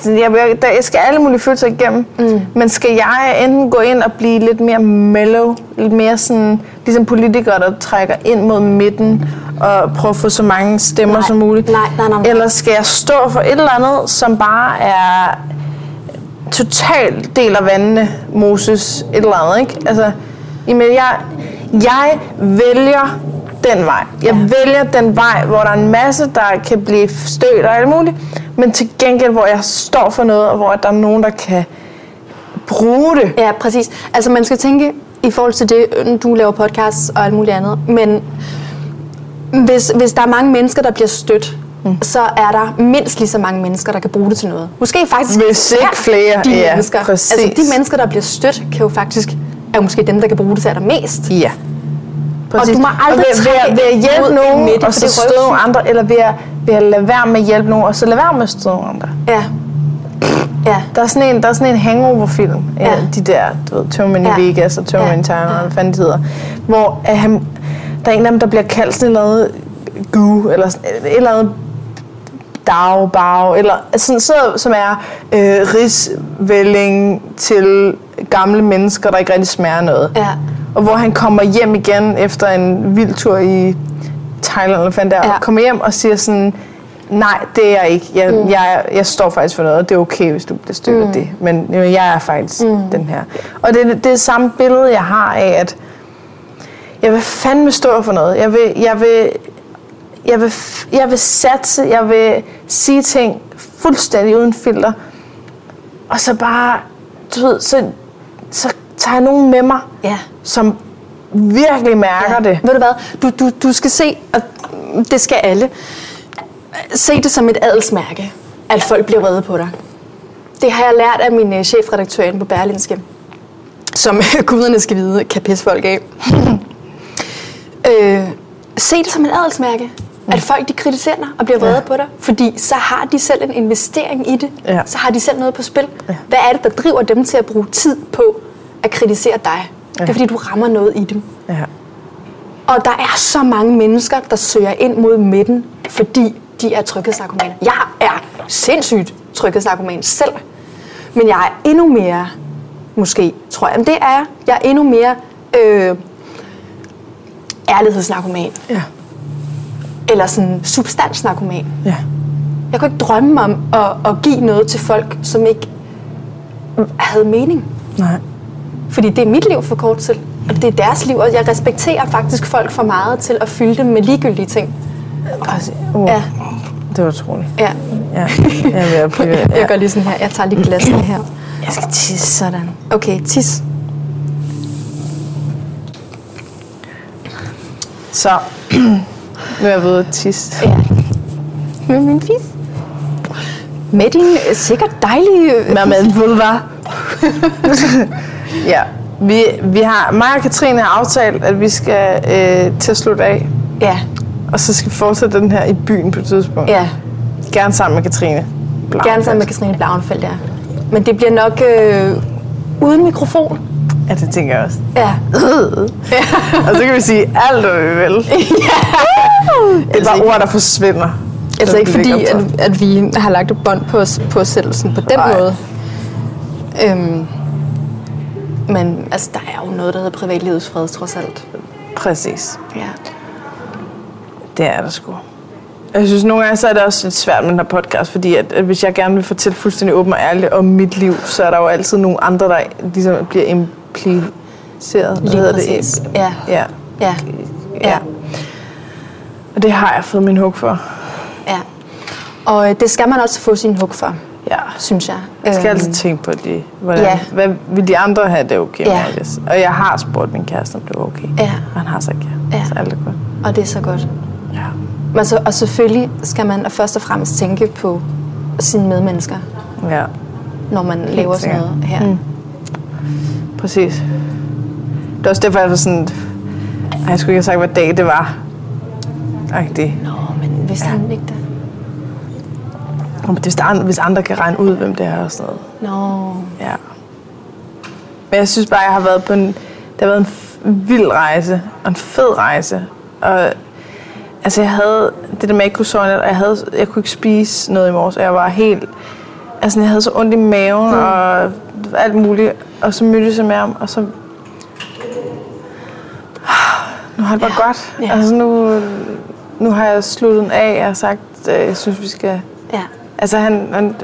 S1: sådan, jeg, bliver, der, jeg skal alle mulige følelser igennem, mm. men skal jeg enten gå ind og blive lidt mere mellow, lidt mere sådan, ligesom politikere, der trækker ind mod midten, og prøver at få så mange stemmer
S2: Nej.
S1: som muligt?
S2: Nej, nej, nej, nej.
S1: Eller skal jeg stå for et eller andet, som bare er totalt del af vandene, Moses, et eller andet, ikke? Altså, jamen jeg, jeg vælger den vej. Jeg ja. vælger den vej, hvor der er en masse, der kan blive stødt og alt muligt, men til gengæld, hvor jeg står for noget, og hvor der er nogen, der kan bruge det.
S2: Ja, præcis. Altså man skal tænke i forhold til det, øh, du laver podcasts og alt muligt andet, men hvis, hvis der er mange mennesker, der bliver stødt, mm. så er der mindst lige så mange mennesker, der kan bruge det til noget. Måske faktisk
S1: Hvis ikke
S2: især
S1: flere,
S2: de
S1: ja,
S2: mennesker.
S1: præcis.
S2: Altså de mennesker, der bliver stødt, kan jo faktisk er måske dem, der kan bruge det til allermest.
S1: Ja.
S2: Og du må aldrig
S1: ved, ved,
S2: trække
S1: ved at hjælpe
S2: mod
S1: nogen, og
S2: midte, for
S1: så
S2: det er
S1: støde nogle
S2: røvsygt.
S1: andre, eller ved at, ved at lade være med at hjælpe nogen, og så lade være med at støde nogle andre.
S2: Ja. Ja.
S1: Der er sådan en, der er sådan en hangover-film, ja.
S2: Ja.
S1: de der, du ved, Tømmermænd ja.
S2: Ja.
S1: i Vegas og Tømmermænd i
S2: Ja.
S1: Thailand,
S2: Ja.
S1: ja. hvad fanden de hedder, hvor at han, der er en af dem, der bliver kaldt sådan noget goo, eller sådan et eller andet dag, bag, eller altså sådan så, som er øh, risvælling til gamle mennesker, der ikke rigtig smager noget.
S2: Ja.
S1: Og hvor han kommer hjem igen efter en vild tur i Thailand, eller hvad fanden der,
S2: Ja.
S1: ja. kommer hjem og siger sådan, nej, det er jeg ikke. Jeg, mm. jeg, jeg står faktisk for noget, og det er okay, hvis du bliver støttet mm. det. Men jo, jeg er faktisk mm. den her. Og det, det er det samme billede, jeg har af, at jeg vil fandme stå for noget. Jeg vil, jeg vil, jeg vil, f- jeg vil satse, jeg vil sige ting fuldstændig uden filter. Og så bare, du ved, så, så tager jeg nogen med mig,
S2: Ja.
S1: som virkelig mærker ja. det.
S2: Ved du hvad? Du, du, du skal se, og det skal alle, se det som et adelsmærke, at folk bliver vrede på dig. Det har jeg lært af min øh, chefredaktør inde på Berlinske, som *laughs* guderne skal vide, kan pisse folk af. *laughs* øh, se det som et adelsmærke, at folk de kritiserer dig og bliver vrede
S1: Mm. Ja.
S2: ja. på dig, fordi så har de selv en investering i det.
S1: Ja.
S2: Så har de selv noget på spil.
S1: Ja.
S2: Hvad er det, der driver dem til at bruge tid på at kritisere dig? Ja. Det
S1: Ja.
S2: er fordi, du rammer noget i dem.
S1: Ja.
S2: Og der er så mange mennesker, der søger ind mod midten, fordi de er tryghedsnarkomaner. Jeg er sindssygt tryghedsnarkoman selv. Men jeg er endnu mere, måske, tror jeg. Men det er jeg. Jeg er endnu mere øh, ærlighedsnarkoman.
S1: Ja.
S2: Eller sådan substansnarkoman.
S1: Ja.
S2: Jeg kunne ikke drømme om at, at give noget til folk, som ikke havde mening.
S1: Nej.
S2: Fordi det er mit liv for kort til, og det er deres liv, og jeg respekterer faktisk folk for meget til at fylde dem med ligegyldige ting.
S1: Altså, uh,
S2: Ja,
S1: ja. Det var utroligt.
S2: ja.
S1: Ja. Jeg er ved *laughs* at blive...
S2: *laughs* Jeg
S1: Ja.
S2: gør lige sådan her. Jeg tager lige glasene her.
S1: Jeg skal tisse.
S2: Sådan. Okay, tis.
S1: Så. *clears throat* nu er jeg ved at tisse.
S2: Ja. Med min fis. Med din øh, sikkert dejlige... øh,
S1: Med med vulva. *laughs* ja. Vi, vi har, mig og Katrine har aftalt, at vi skal øh, til at slutte af.
S2: Ja,
S1: Og så skal vi fortsætte den her i byen på et tidspunkt.
S2: ja.
S1: Gerne sammen med Katrine. Blau.
S2: Gerne sammen med Katrine Blauenfeldt, ja. Men det bliver nok øh, uden mikrofon.
S1: Ja, det tænker jeg også. *laughs*
S2: Ja.
S1: Og så kan vi sige alt, hvad vi vil. Det er bare ord, der forsvinder.
S2: Altså
S1: Så
S2: ikke
S1: vi lægger
S2: fordi,
S1: op til.
S2: at, at vi har lagt et bånd på os, på os selv sådan på den
S1: Nej.
S2: Nej. måde. Øhm, men altså, der er jo noget, der hedder privatlivets fred, trods alt.
S1: Præcis.
S2: Ja.
S1: Det er der sgu. Jeg synes, nogle gange så er det også lidt svært med den her podcast, fordi at, at hvis jeg gerne vil fortælle fuldstændig åbent og ærligt om mit liv, så er der jo altid nogle andre, der ligesom bliver impliceret. Hvad
S2: Lige
S1: hedder
S2: præcis.
S1: Det?
S2: Ja.
S1: Ja.
S2: Ja.
S1: ja.
S2: Ja.
S1: Og det har jeg fået min hug for.
S2: ja. Og øh, det skal man også få sin hug for,
S1: Ja.
S2: synes jeg.
S1: Jeg skal
S2: Øhm,
S1: altid tænke på det. Hvordan,
S2: Ja.
S1: Hvad vil de andre have det er okay
S2: Ja.
S1: med? Hvis? Og jeg har spurgt min kæreste, om det var okay.
S2: Ja.
S1: Og han har sagt ja.
S2: Ja.
S1: Så alt er godt.
S2: Og det er så godt.
S1: Ja.
S2: Men så, og selvfølgelig skal man først og fremmest tænke på sine medmennesker,
S1: Ja,
S2: når man laver sådan
S1: sikkert.
S2: noget her. Mm.
S1: præcis. Det er også derfor, jeg var sådan... Ej, jeg skulle ikke have sagt, hvad dag det var. Ej, det.
S2: Nå, men hvis ja. han ikke det?
S1: Nå, men Hvis, der, er an- hvis andre kan regne ud, hvem det er og sådan noget.
S2: Nå.
S1: Ja. Men jeg synes bare, jeg har været på en... Det har været en f- vild rejse. Og en fed rejse. Og Altså jeg havde det der med, at jeg ikke kunne sove i nat, og jeg, havde, jeg kunne ikke spise noget i morges, og jeg var helt... Altså jeg havde så ondt i maven mm. og alt muligt, og så mødtes jeg med ham, og så... Nu har det bare ja. godt.
S2: Ja.
S1: Altså nu, nu har jeg sluttet den af, jeg har sagt, øh, jeg synes vi skal...
S2: Ja.
S1: Altså han... han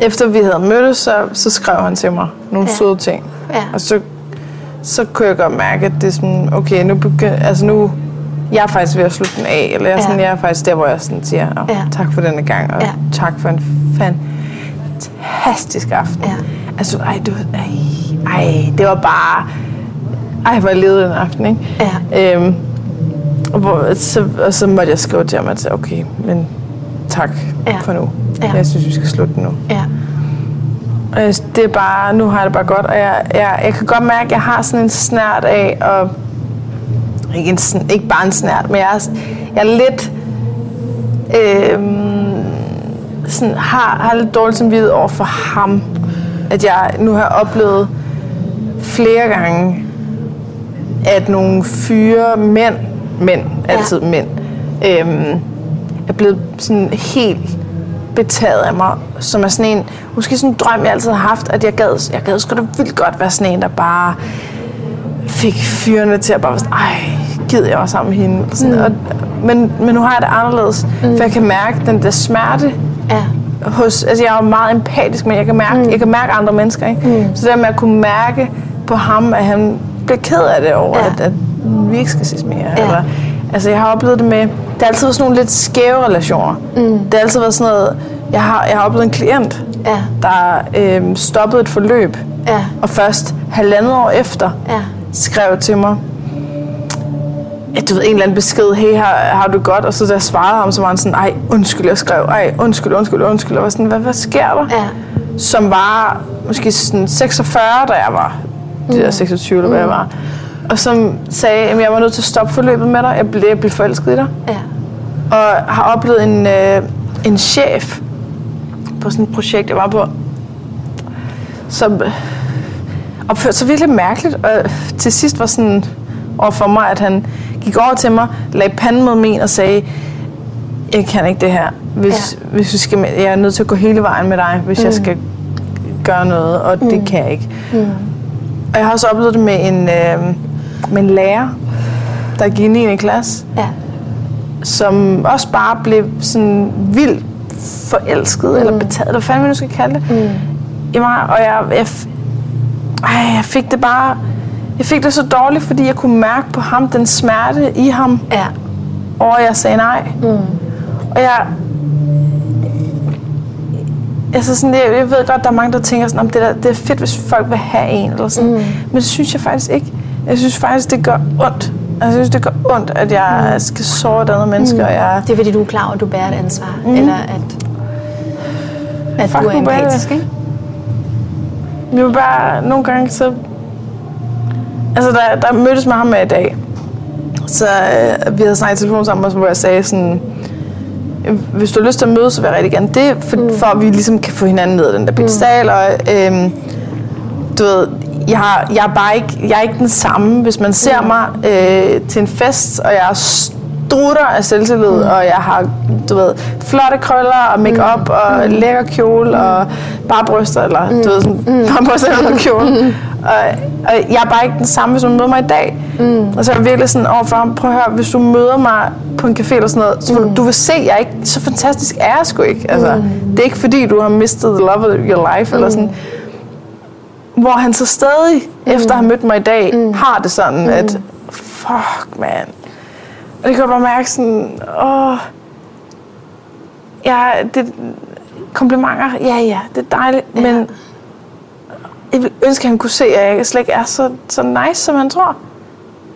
S1: efter vi havde mødtes, så, så skrev han til mig nogle ja.
S2: Ja.
S1: søde ting.
S2: Ja.
S1: Og så, så kunne jeg godt mærke, at det er sådan, okay, nu begynder, altså nu, jeg er faktisk ved at slutte den af, eller jeg er, sådan,
S2: Ja.
S1: jeg er faktisk der, hvor jeg sådan siger, oh,
S2: Ja.
S1: tak for denne gang, og
S2: Ja.
S1: tak for en fantastisk aften.
S2: Ja.
S1: Altså, ej, du, ej, ej, det var bare, ej, hvor jeg levede den aften, ikke? Ja. Øhm, og hvor, så, og så måtte jeg skrive til ham, at okay, men tak
S2: Ja.
S1: ja. for nu.
S2: Ja.
S1: Ja. Jeg synes, vi skal slutte nu.
S2: ja,
S1: Og jeg- det er bare, nu har jeg det bare godt, og jeg, jeg, jeg kan godt mærke, at jeg har sådan en snært af, og ikke, en, sn- ikke bare en snært, men jeg er, s- jeg er lidt, øh, sådan, har, har lidt dårligt samvittighed over for ham, at jeg nu har oplevet flere gange, at nogle fyre, mænd, mænd, altid mænd, øhm, er blevet sådan helt betaget af mig, som er sådan en, måske sådan en drøm, jeg altid har haft, at jeg gad, jeg gad sgu da vildt godt være sådan en, der bare fik fyrene til at bare være sådan, ej, gider jeg også sammen med hende. Sådan, mm. og, men, men nu har jeg det anderledes, mm. for jeg kan mærke den der smerte,
S2: ja,
S1: hos, altså jeg er jo meget empatisk, men jeg kan mærke, mm. jeg kan mærke andre mennesker, ikke? Mm. Så det der med at kunne mærke på ham, at han bliver ked af det over,
S2: Ja.
S1: ja. at, at vi ikke skal ses mere. Ja. Eller, altså jeg har oplevet det med, der har altid været sådan nogle lidt skæve relationer. Mm. Det har altid været sådan noget, jeg har, jeg har oplevet en klient,
S2: Ja.
S1: der øh, stoppede et forløb,
S2: Ja.
S1: og først halvandet år efter,
S2: Ja.
S1: skrev til mig, ja, du ved, en eller anden besked, hey, har, har du det godt? Og så da jeg svarede ham, så var han sådan, ej, undskyld, jeg skrev, ej, undskyld, undskyld, undskyld. Og jeg var sådan, hvad, hvad sker der?
S2: Ja.
S1: Som var måske sådan 46, da jeg var, det der 26, eller hvad jeg var. Og som sagde, at jeg var nødt til at stoppe forløbet med dig, jeg blev, jeg blev forelsket i dig
S2: ja,
S1: og har oplevet en, øh, en chef på sådan et projekt, jeg var på, som øh, opførte sig virkelig mærkeligt, og øh, til sidst var sådan over for mig, at han gik over til mig, lagde panden mod min og sagde, jeg kan ikke det her. Hvis, ja. hvis vi skal, med- jeg er nødt til at gå hele vejen med dig, hvis mm. jeg skal gøre noget, og mm. det kan jeg ikke. Mm. Og jeg har også oplevet det med en, øh, med en lærer, der gik i 9. klasse,
S2: ja,
S1: som også bare blev sådan vildt forelsket, mm. eller betaget, eller hvad fanden vi nu skal kalde det, mm. i mig. Og jeg, jeg, f- ej, jeg fik det bare... Jeg fik det så dårligt, fordi jeg kunne mærke på ham den smerte i ham,
S2: ja,
S1: over at jeg sagde nej. Mm. Og jeg... Altså sådan, jeg, jeg ved godt, der er mange, der tænker sådan, om det, der, det er fedt, hvis folk vil have en, eller sådan. Mm. Men det synes jeg faktisk ikke. Jeg synes faktisk, det gør ondt. Altså, Jeg synes, det gør ondt, at jeg skal såre et andet menneske, mm. og jeg...
S2: det er fordi, du er klar over, at du bærer et ansvar, mm. eller at, at
S1: Fuck,
S2: du er
S1: hvor bærer jeg.
S2: empatisk, ikke?
S1: Vi var bare nogle gange så... Altså, der, der mødtes med ham med i dag. Så øh, vi havde snakket i telefon sammen, hvor jeg sagde sådan... Hvis du har lyst til at mødes, så vil jeg rigtig gerne det, for, mm. for at vi ligesom kan få hinanden ned ad den der pedestal. Og, øhm, du ved, jeg, har, jeg, er bare ikke, jeg er ikke den samme. Hvis man ser mm. mig øh, til en fest, og jeg strutter af selvtillid, mm. og jeg har du ved, flotte krøller og makeup mm. og lækker kjole og bare bryster, eller mm. du ved, sådan, mm. bare bryster *laughs* eller kjole. Og, og jeg er bare ikke den samme, hvis man møder mig i dag. Mm. Og så er jeg virkelig sådan overfor ham, prøv at høre, hvis du møder mig på en café eller sådan noget, så vil du vil se, jeg er ikke, så fantastisk er jeg sgu ikke. Altså, Det er ikke fordi, du har mistet the love of your life, mm. eller sådan hvor han så stadig, mm. efter at have mødt mig i dag, mm. har det sådan, mm. at fuck, man. Og det kan jeg bare mærke sådan, åh, ja, det, komplimenter, ja, ja, det er dejligt, ja. men jeg ville ønske, at han kunne se, at jeg slet ikke er så, så nice, som han tror.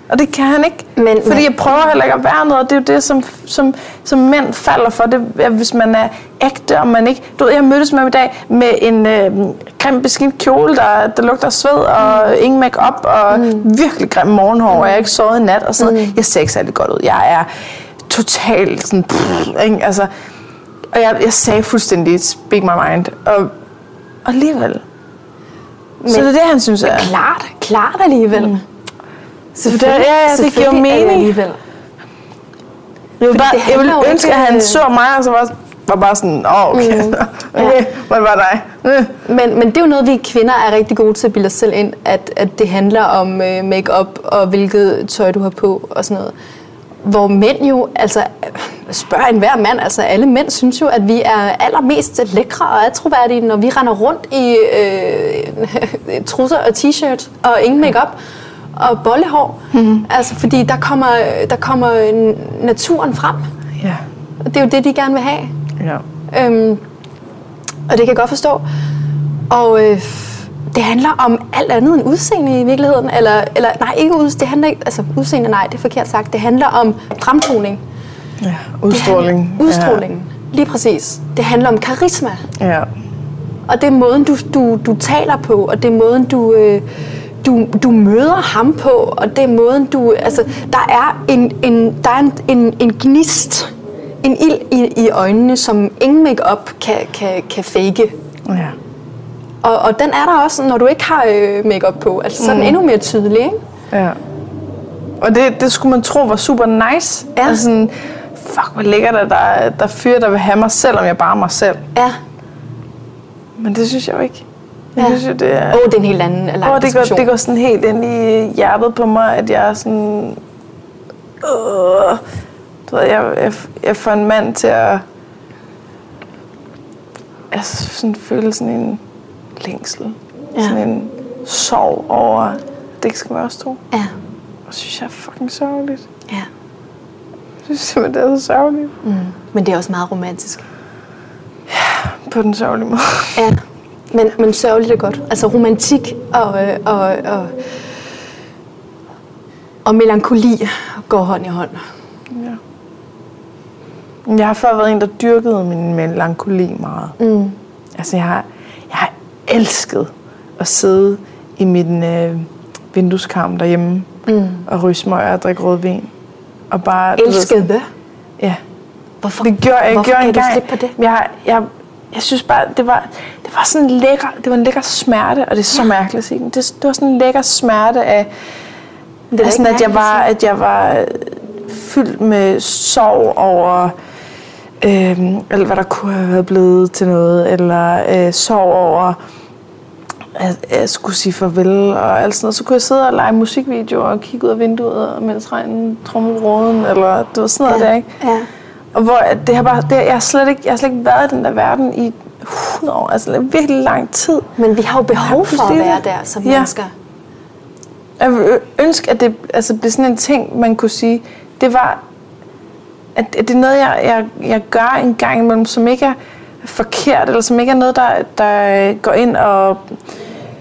S1: Og det kan han ikke,
S2: Men-
S1: fordi
S2: men-
S1: jeg prøver heller ikke at være noget, og det er jo det, som, som, som mænd falder for, det, er, hvis man er ægte, og man ikke... Du ved, jeg mødtes med ham i dag med en øh, grim beskidt kjole, der, der lugter af sved, og
S2: Mm.
S1: ingen makeup og mm. virkelig grim morgenhår, og jeg har ikke sovet i nat, og sådan
S2: Mm.
S1: noget. Jeg ser ikke særlig godt ud. Jeg er totalt sådan... Pff, ikke? Altså, og jeg, jeg sagde fuldstændig, speak my mind, og, og alligevel... Men, så det er det, han synes er...
S2: Klart, klart alligevel. Mm.
S1: det- ja, ja, det
S2: selvfølgelig
S1: giver
S2: er det
S1: mening.
S2: Alligevel.
S1: Jeg ville,
S2: det
S1: bare, jeg
S2: handler
S1: ville
S2: jo
S1: ønske,
S2: ikke,
S1: at han
S2: øh,
S1: så mig, og så var, var bare sådan, åh, oh, okay, mm. *laughs* okay, hvor var dig? Øh.
S2: *laughs* Men, men det er jo noget, vi kvinder er rigtig gode til at bilde os selv ind, at, at det handler om øh, make-up og hvilket tøj, du har på og sådan noget. Hvor mænd jo, altså spørger enhver mand, altså alle mænd synes jo, at vi er allermest lækre og attroværdige, *laughs* når vi render rundt i øh, trusser og t-shirt og ingen makeup. og bollehår. Mm. Altså, fordi der kommer, der kommer n- naturen frem.
S1: Ja.
S2: Og Det er jo det, de gerne vil have.
S1: ja.
S2: Øhm, og det kan jeg godt forstå. Og øh, det handler om alt andet end udseende i virkeligheden. Eller, eller nej, ikke udseende. Det handler ikke, altså udseende, nej, det er forkert sagt. Det handler om fremtoning.
S1: ja.
S2: Det handler-
S1: Udstråling.
S2: Udstrålingen. Ja. Lige præcis. Det handler om karisma.
S1: Ja. ja.
S2: Og det er måden, du, du, du taler på, og det er måden, du, øh, du, du møder ham på, og det er måden, du... Altså, der er en, en, der er en, en, en gnist, en ild i, i øjnene, som ingen makeup kan, kan, kan fake.
S1: ja.
S2: Og, og den er der også, når du ikke har øh, makeup på. Altså,
S1: Mm.
S2: så er den endnu mere tydelig, ikke?
S1: Ja. Og det, det skulle man tro var super nice.
S2: Ja.
S1: Og sådan, fuck, hvor lækkert, at der, er- der er fyre, der vil have mig, selvom jeg bare er mig selv.
S2: Ja.
S1: Men det synes jeg jo ikke. Jeg
S2: Ja.
S1: synes jo, det er...
S2: Åh, oh, det er en helt anden lang
S1: Åh, det, går,
S2: diskussion.
S1: det går sådan helt ind i hjertet på mig, at jeg er sådan... Øh, du ved, jeg, jeg, jeg får en mand til at... Altså, sådan føle sådan en længsel.
S2: Ja.
S1: Ja. Sådan en sorg over, at det ikke skal være os to.
S2: Ja.
S1: Det synes jeg er fucking sørgeligt.
S2: ja.
S1: Jeg synes simpelthen, det er så sørgeligt.
S2: Men det er også meget romantisk.
S1: På den sørgelige måde.
S2: Ja, men, men sørgeligt er godt. Altså romantik og, øh, og, og, og melankoli går hånd i hånd.
S1: Ja. Men Jeg har før været en, der dyrkede min melankoli meget. Mm. Altså, jeg har, jeg har elsket at sidde i min øh, vindueskarm derhjemme mm. og ryge smøger og drikke rødvin. Og bare, du ved, sådan-
S2: Elskede.
S1: Ja.
S2: Hvorfor,
S1: Det gjorde jeg, jeg
S2: hvorfor
S1: gjorde
S2: kan
S1: engang.
S2: du slippe på det?
S1: Men Jeg, jeg, jeg synes bare, det var, det var sådan en lækker, det var en lækker smerte, og det er så mærkeligt at sige, men det, det var sådan en lækker smerte af,
S2: er
S1: af sådan,
S2: ikke
S1: at jeg
S2: mærkeligt at
S1: var, at jeg var øh, fyldt med sorg over øhm, eller hvad der kunne have været blevet til noget, eller øh, sorg over at at jeg skulle sige farvel og alt sådan noget. Så kunne jeg sidde og lege musikvideoer og kigge ud af vinduet, og mens regnen trummede råden, eller det var sådan noget ja. der, ikke?
S2: Ja.
S1: Og hvor at det har bare, det, jeg, har slet ikke, jeg har slet ikke været i den der verden i 100 år, altså virkelig lang tid.
S2: Men vi har jo behov for at
S1: pludselig-
S2: være der som
S1: Ja.
S2: mennesker.
S1: Jeg ville ø- ønske, at det altså, blev sådan en ting, man kunne sige, det var, at, at det er noget, jeg, jeg, jeg gør en gang imellem, som ikke er forkert, eller som ikke er noget, der, der øh, går ind og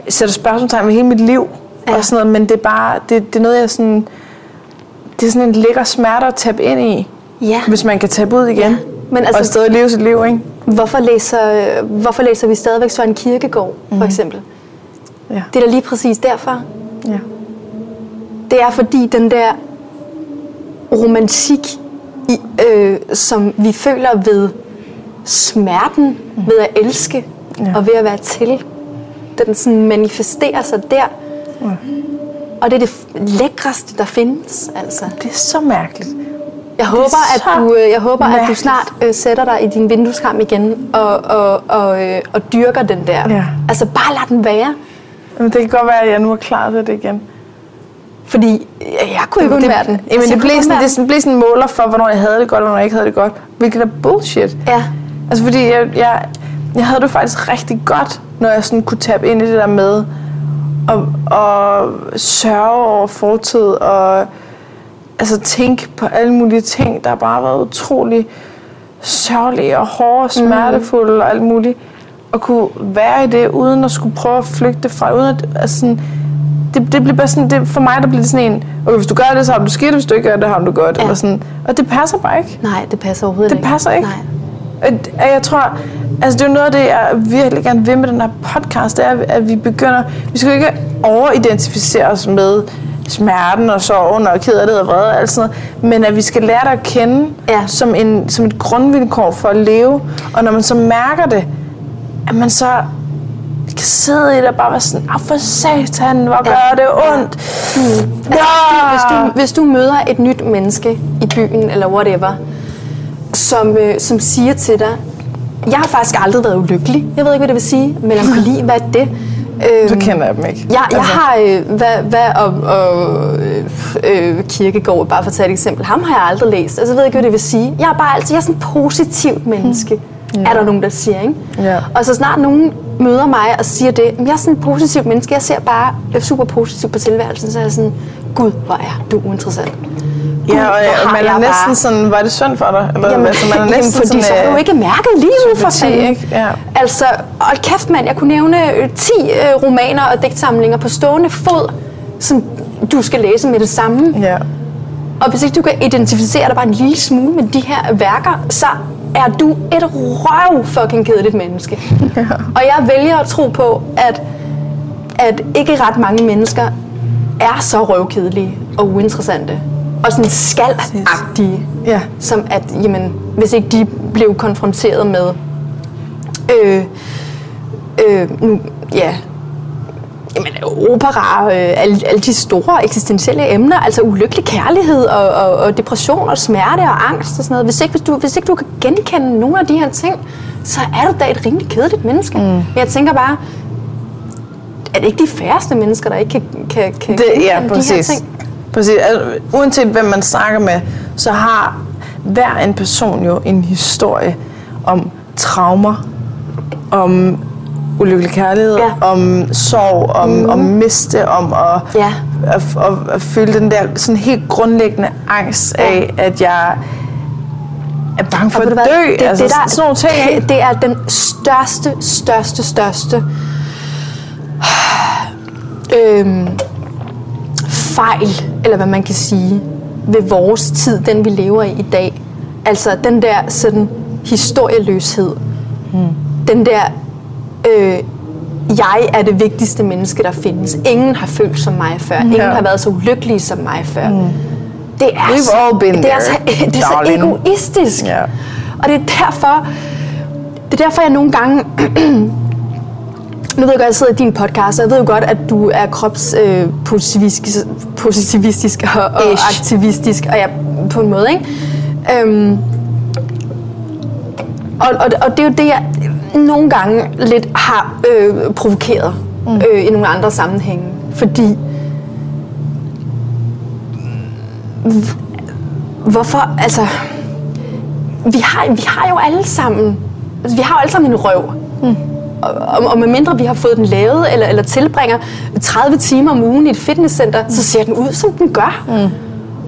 S1: sætter spørgsmålstegn ved hele mit liv,
S2: Ja.
S1: ja. og sådan noget, men det er bare, det, det er noget, jeg sådan, det er sådan en lækker smerte at tabe ind i,
S2: Ja.
S1: hvis man kan tabe ud igen,
S2: Men
S1: og
S2: altså,
S1: stadig leve sit liv, ikke?
S2: hvorfor læser, hvorfor læser vi stadigvæk Søren Kierkegaard,
S1: Mhm.
S2: for eksempel?
S1: Ja.
S2: Det er da lige præcis derfor.
S1: ja.
S2: Det er fordi den der romantik, i, øh, som vi føler ved smerten, ved at elske ja.
S1: Mm. Ja.
S2: og ved at være til, den sådan manifesterer sig der.
S1: Ja.
S2: Og det er det f- lækreste, der findes. Altså.
S1: Det er så mærkeligt.
S2: Jeg håber, at
S1: så
S2: du, øh, jeg håber, at du
S1: mærkeligt.
S2: snart øh, sætter dig i din vindueskarm igen og, og, og, øh, og dyrker den der.
S1: Ja.
S2: Altså bare lad den være.
S1: Jamen, det kan godt være, at jeg nu er klar til det igen.
S2: Fordi øh, jeg kunne ikke undvære den.
S1: Jamen,
S2: Altså, jeg
S1: det,
S2: kunne
S1: blev
S2: ikke
S1: sådan,
S2: undvære
S1: det sådan, blev sådan en måler for, hvornår jeg havde det godt, og hvornår jeg ikke havde det godt. Hvilket er bullshit.
S2: den. Ja.
S1: Altså, fordi jeg, jeg, jeg havde det faktisk rigtig godt, når jeg sådan kunne tabe ind i det der med at, at sørge over fortid og altså, tænke på alle mulige ting, der har bare været utrolig sørgelige og hårde og smertefulde og alt muligt. Og kunne være i det, uden at skulle prøve at flygte fra, uden at, altså, sådan, det, det bliver bare sådan, det, for mig der bliver det sådan en, okay, hvis du gør det, så har du skidt, hvis du ikke gør det, har du det godt. Ja.
S2: Ja.
S1: Eller sådan. Og det passer bare ikke.
S2: Nej, det passer overhovedet
S1: Det
S2: ikke.
S1: passer ikke.
S2: Nej.
S1: At- Øh, at Jeg tror, altså det er jo noget af det, jeg virkelig gerne vil med den her podcast, det er, at vi begynder, vi skal jo ikke overidentificere os med smerten og sorgen og kederlighed og vrede og alt sådan noget, men at vi skal lære dig at kende
S2: Ja.
S1: som, en, som et grundvilkår for at leve, og når man så mærker det, at man så kan sidde i det og bare være sådan, ah for satan, hvor gør det ondt. Ja.
S2: Altså, Hvis du, hvis du møder et nyt menneske i byen, eller whatever, som, øh, som siger til dig, jeg har faktisk aldrig været ulykkelig. Jeg ved ikke, hvad det vil sige. Melankoli, hvad er det? Øhm,
S1: Så kender jeg dem ikke.
S2: jeg, jeg har, øh, hvad, hvad og, og øh, øh, Kirkegaard, bare for at tage et eksempel, ham har jeg aldrig læst. Altså, jeg ved ikke, hvad det vil sige. Jeg er bare altid, jeg er sådan et positivt menneske. Mm. er der nogen, der siger. Ikke?
S1: Hmm. Ja.
S2: Og så snart nogen møder mig og siger det, "Men jeg er sådan en positiv menneske, jeg ser bare øh, super positivt på tilværelsen, så er jeg sådan, gud, hvor er du uinteressant.
S1: Ja, og,
S2: hvor
S1: og
S2: har
S1: man er
S2: jeg
S1: næsten
S2: bare-
S1: sådan, var det synd for dig? Eller,
S2: Jamen,
S1: altså, man er næsten
S2: *laughs* jamen fordi
S1: sådan,
S2: så har
S1: øh,
S2: du ikke mærket livet for
S1: sympati,
S2: fanden.
S1: ikke? Ja.
S2: Altså, hold kæft mand, jeg kunne nævne øh, 10 øh, romaner og digtsamlinger på stående fod, som du skal læse med det samme.
S1: Ja.
S2: Og hvis ikke du kan identificere dig bare en lille smule med de her værker, så er du et røv fucking kedeligt menneske.
S1: Ja.
S2: Og jeg vælger at tro på, at, at ikke ret mange mennesker er så røvkedelige og uinteressante. Og sådan skalagtige.
S1: Ja.
S2: Som at, jamen, hvis ikke de blev konfronteret med, øh, øh, nu, ja, jamen, opera, øh, alle, alle de store eksistentielle emner, altså ulykkelig kærlighed og, og, og depression og smerte og angst og sådan noget. Hvis ikke, hvis, du, hvis ikke du kan genkende nogle af de her ting, så er du da et rimelig kedeligt menneske. Mm. Men jeg tænker bare, er det ikke de færreste mennesker, der ikke kan, kan, kan
S1: Det, ja,
S2: genkende de her
S1: præcis.
S2: ting?
S1: præcis. Altså, uanset hvem man snakker med, så har hver en person jo en historie om traumer, om ulykkelig kærlighed,
S2: Ja. Mhm.
S1: om sorg, om, mm. om miste, om at,
S2: Ja.
S1: at, at, at føle den der sådan helt grundlæggende angst af, at jeg er bange for
S2: Og
S1: at
S2: ved
S1: dø.
S2: du hvad,
S1: Det, altså, det der, sådan nogle ting. ikke?
S2: Det, det er den største, største, største øhm, fejl, eller hvad man kan sige, ved vores tid, den vi lever i i dag. Altså den der sådan historieløshed. Mm. Den der, øh, jeg er det vigtigste menneske, der findes. Ingen har følt som mig før. Ingen
S1: Mm. Ja.
S2: har været så ulykkelige som mig før. Mm. Det er
S1: We've
S2: så,
S1: all been
S2: det er
S1: there,
S2: så, *laughs* det er så
S1: darling.
S2: egoistisk.
S1: Ja.
S2: Og det er derfor, det er derfor, jeg nogle gange... *clears throat* nu ved jeg godt, at jeg sidder i din podcast, og jeg ved jo godt, at du er kropspositivistisk øh, positivistisk- positivistisk og, og
S1: Ish.
S2: aktivistisk, og jeg, på en måde, ikke? Øhm, og, og, og det er jo det, jeg nogle gange lidt har øh, provokeret øh, i nogle andre sammenhænge. Fordi hvorfor, altså, vi har, vi har jo alle sammen, altså, vi har jo alle sammen en røv. Mm. Og, og medmindre vi har fået den lavet, eller, eller tilbringer 30 timer om ugen i et fitnesscenter, mm. så ser den ud, som den gør. Mm.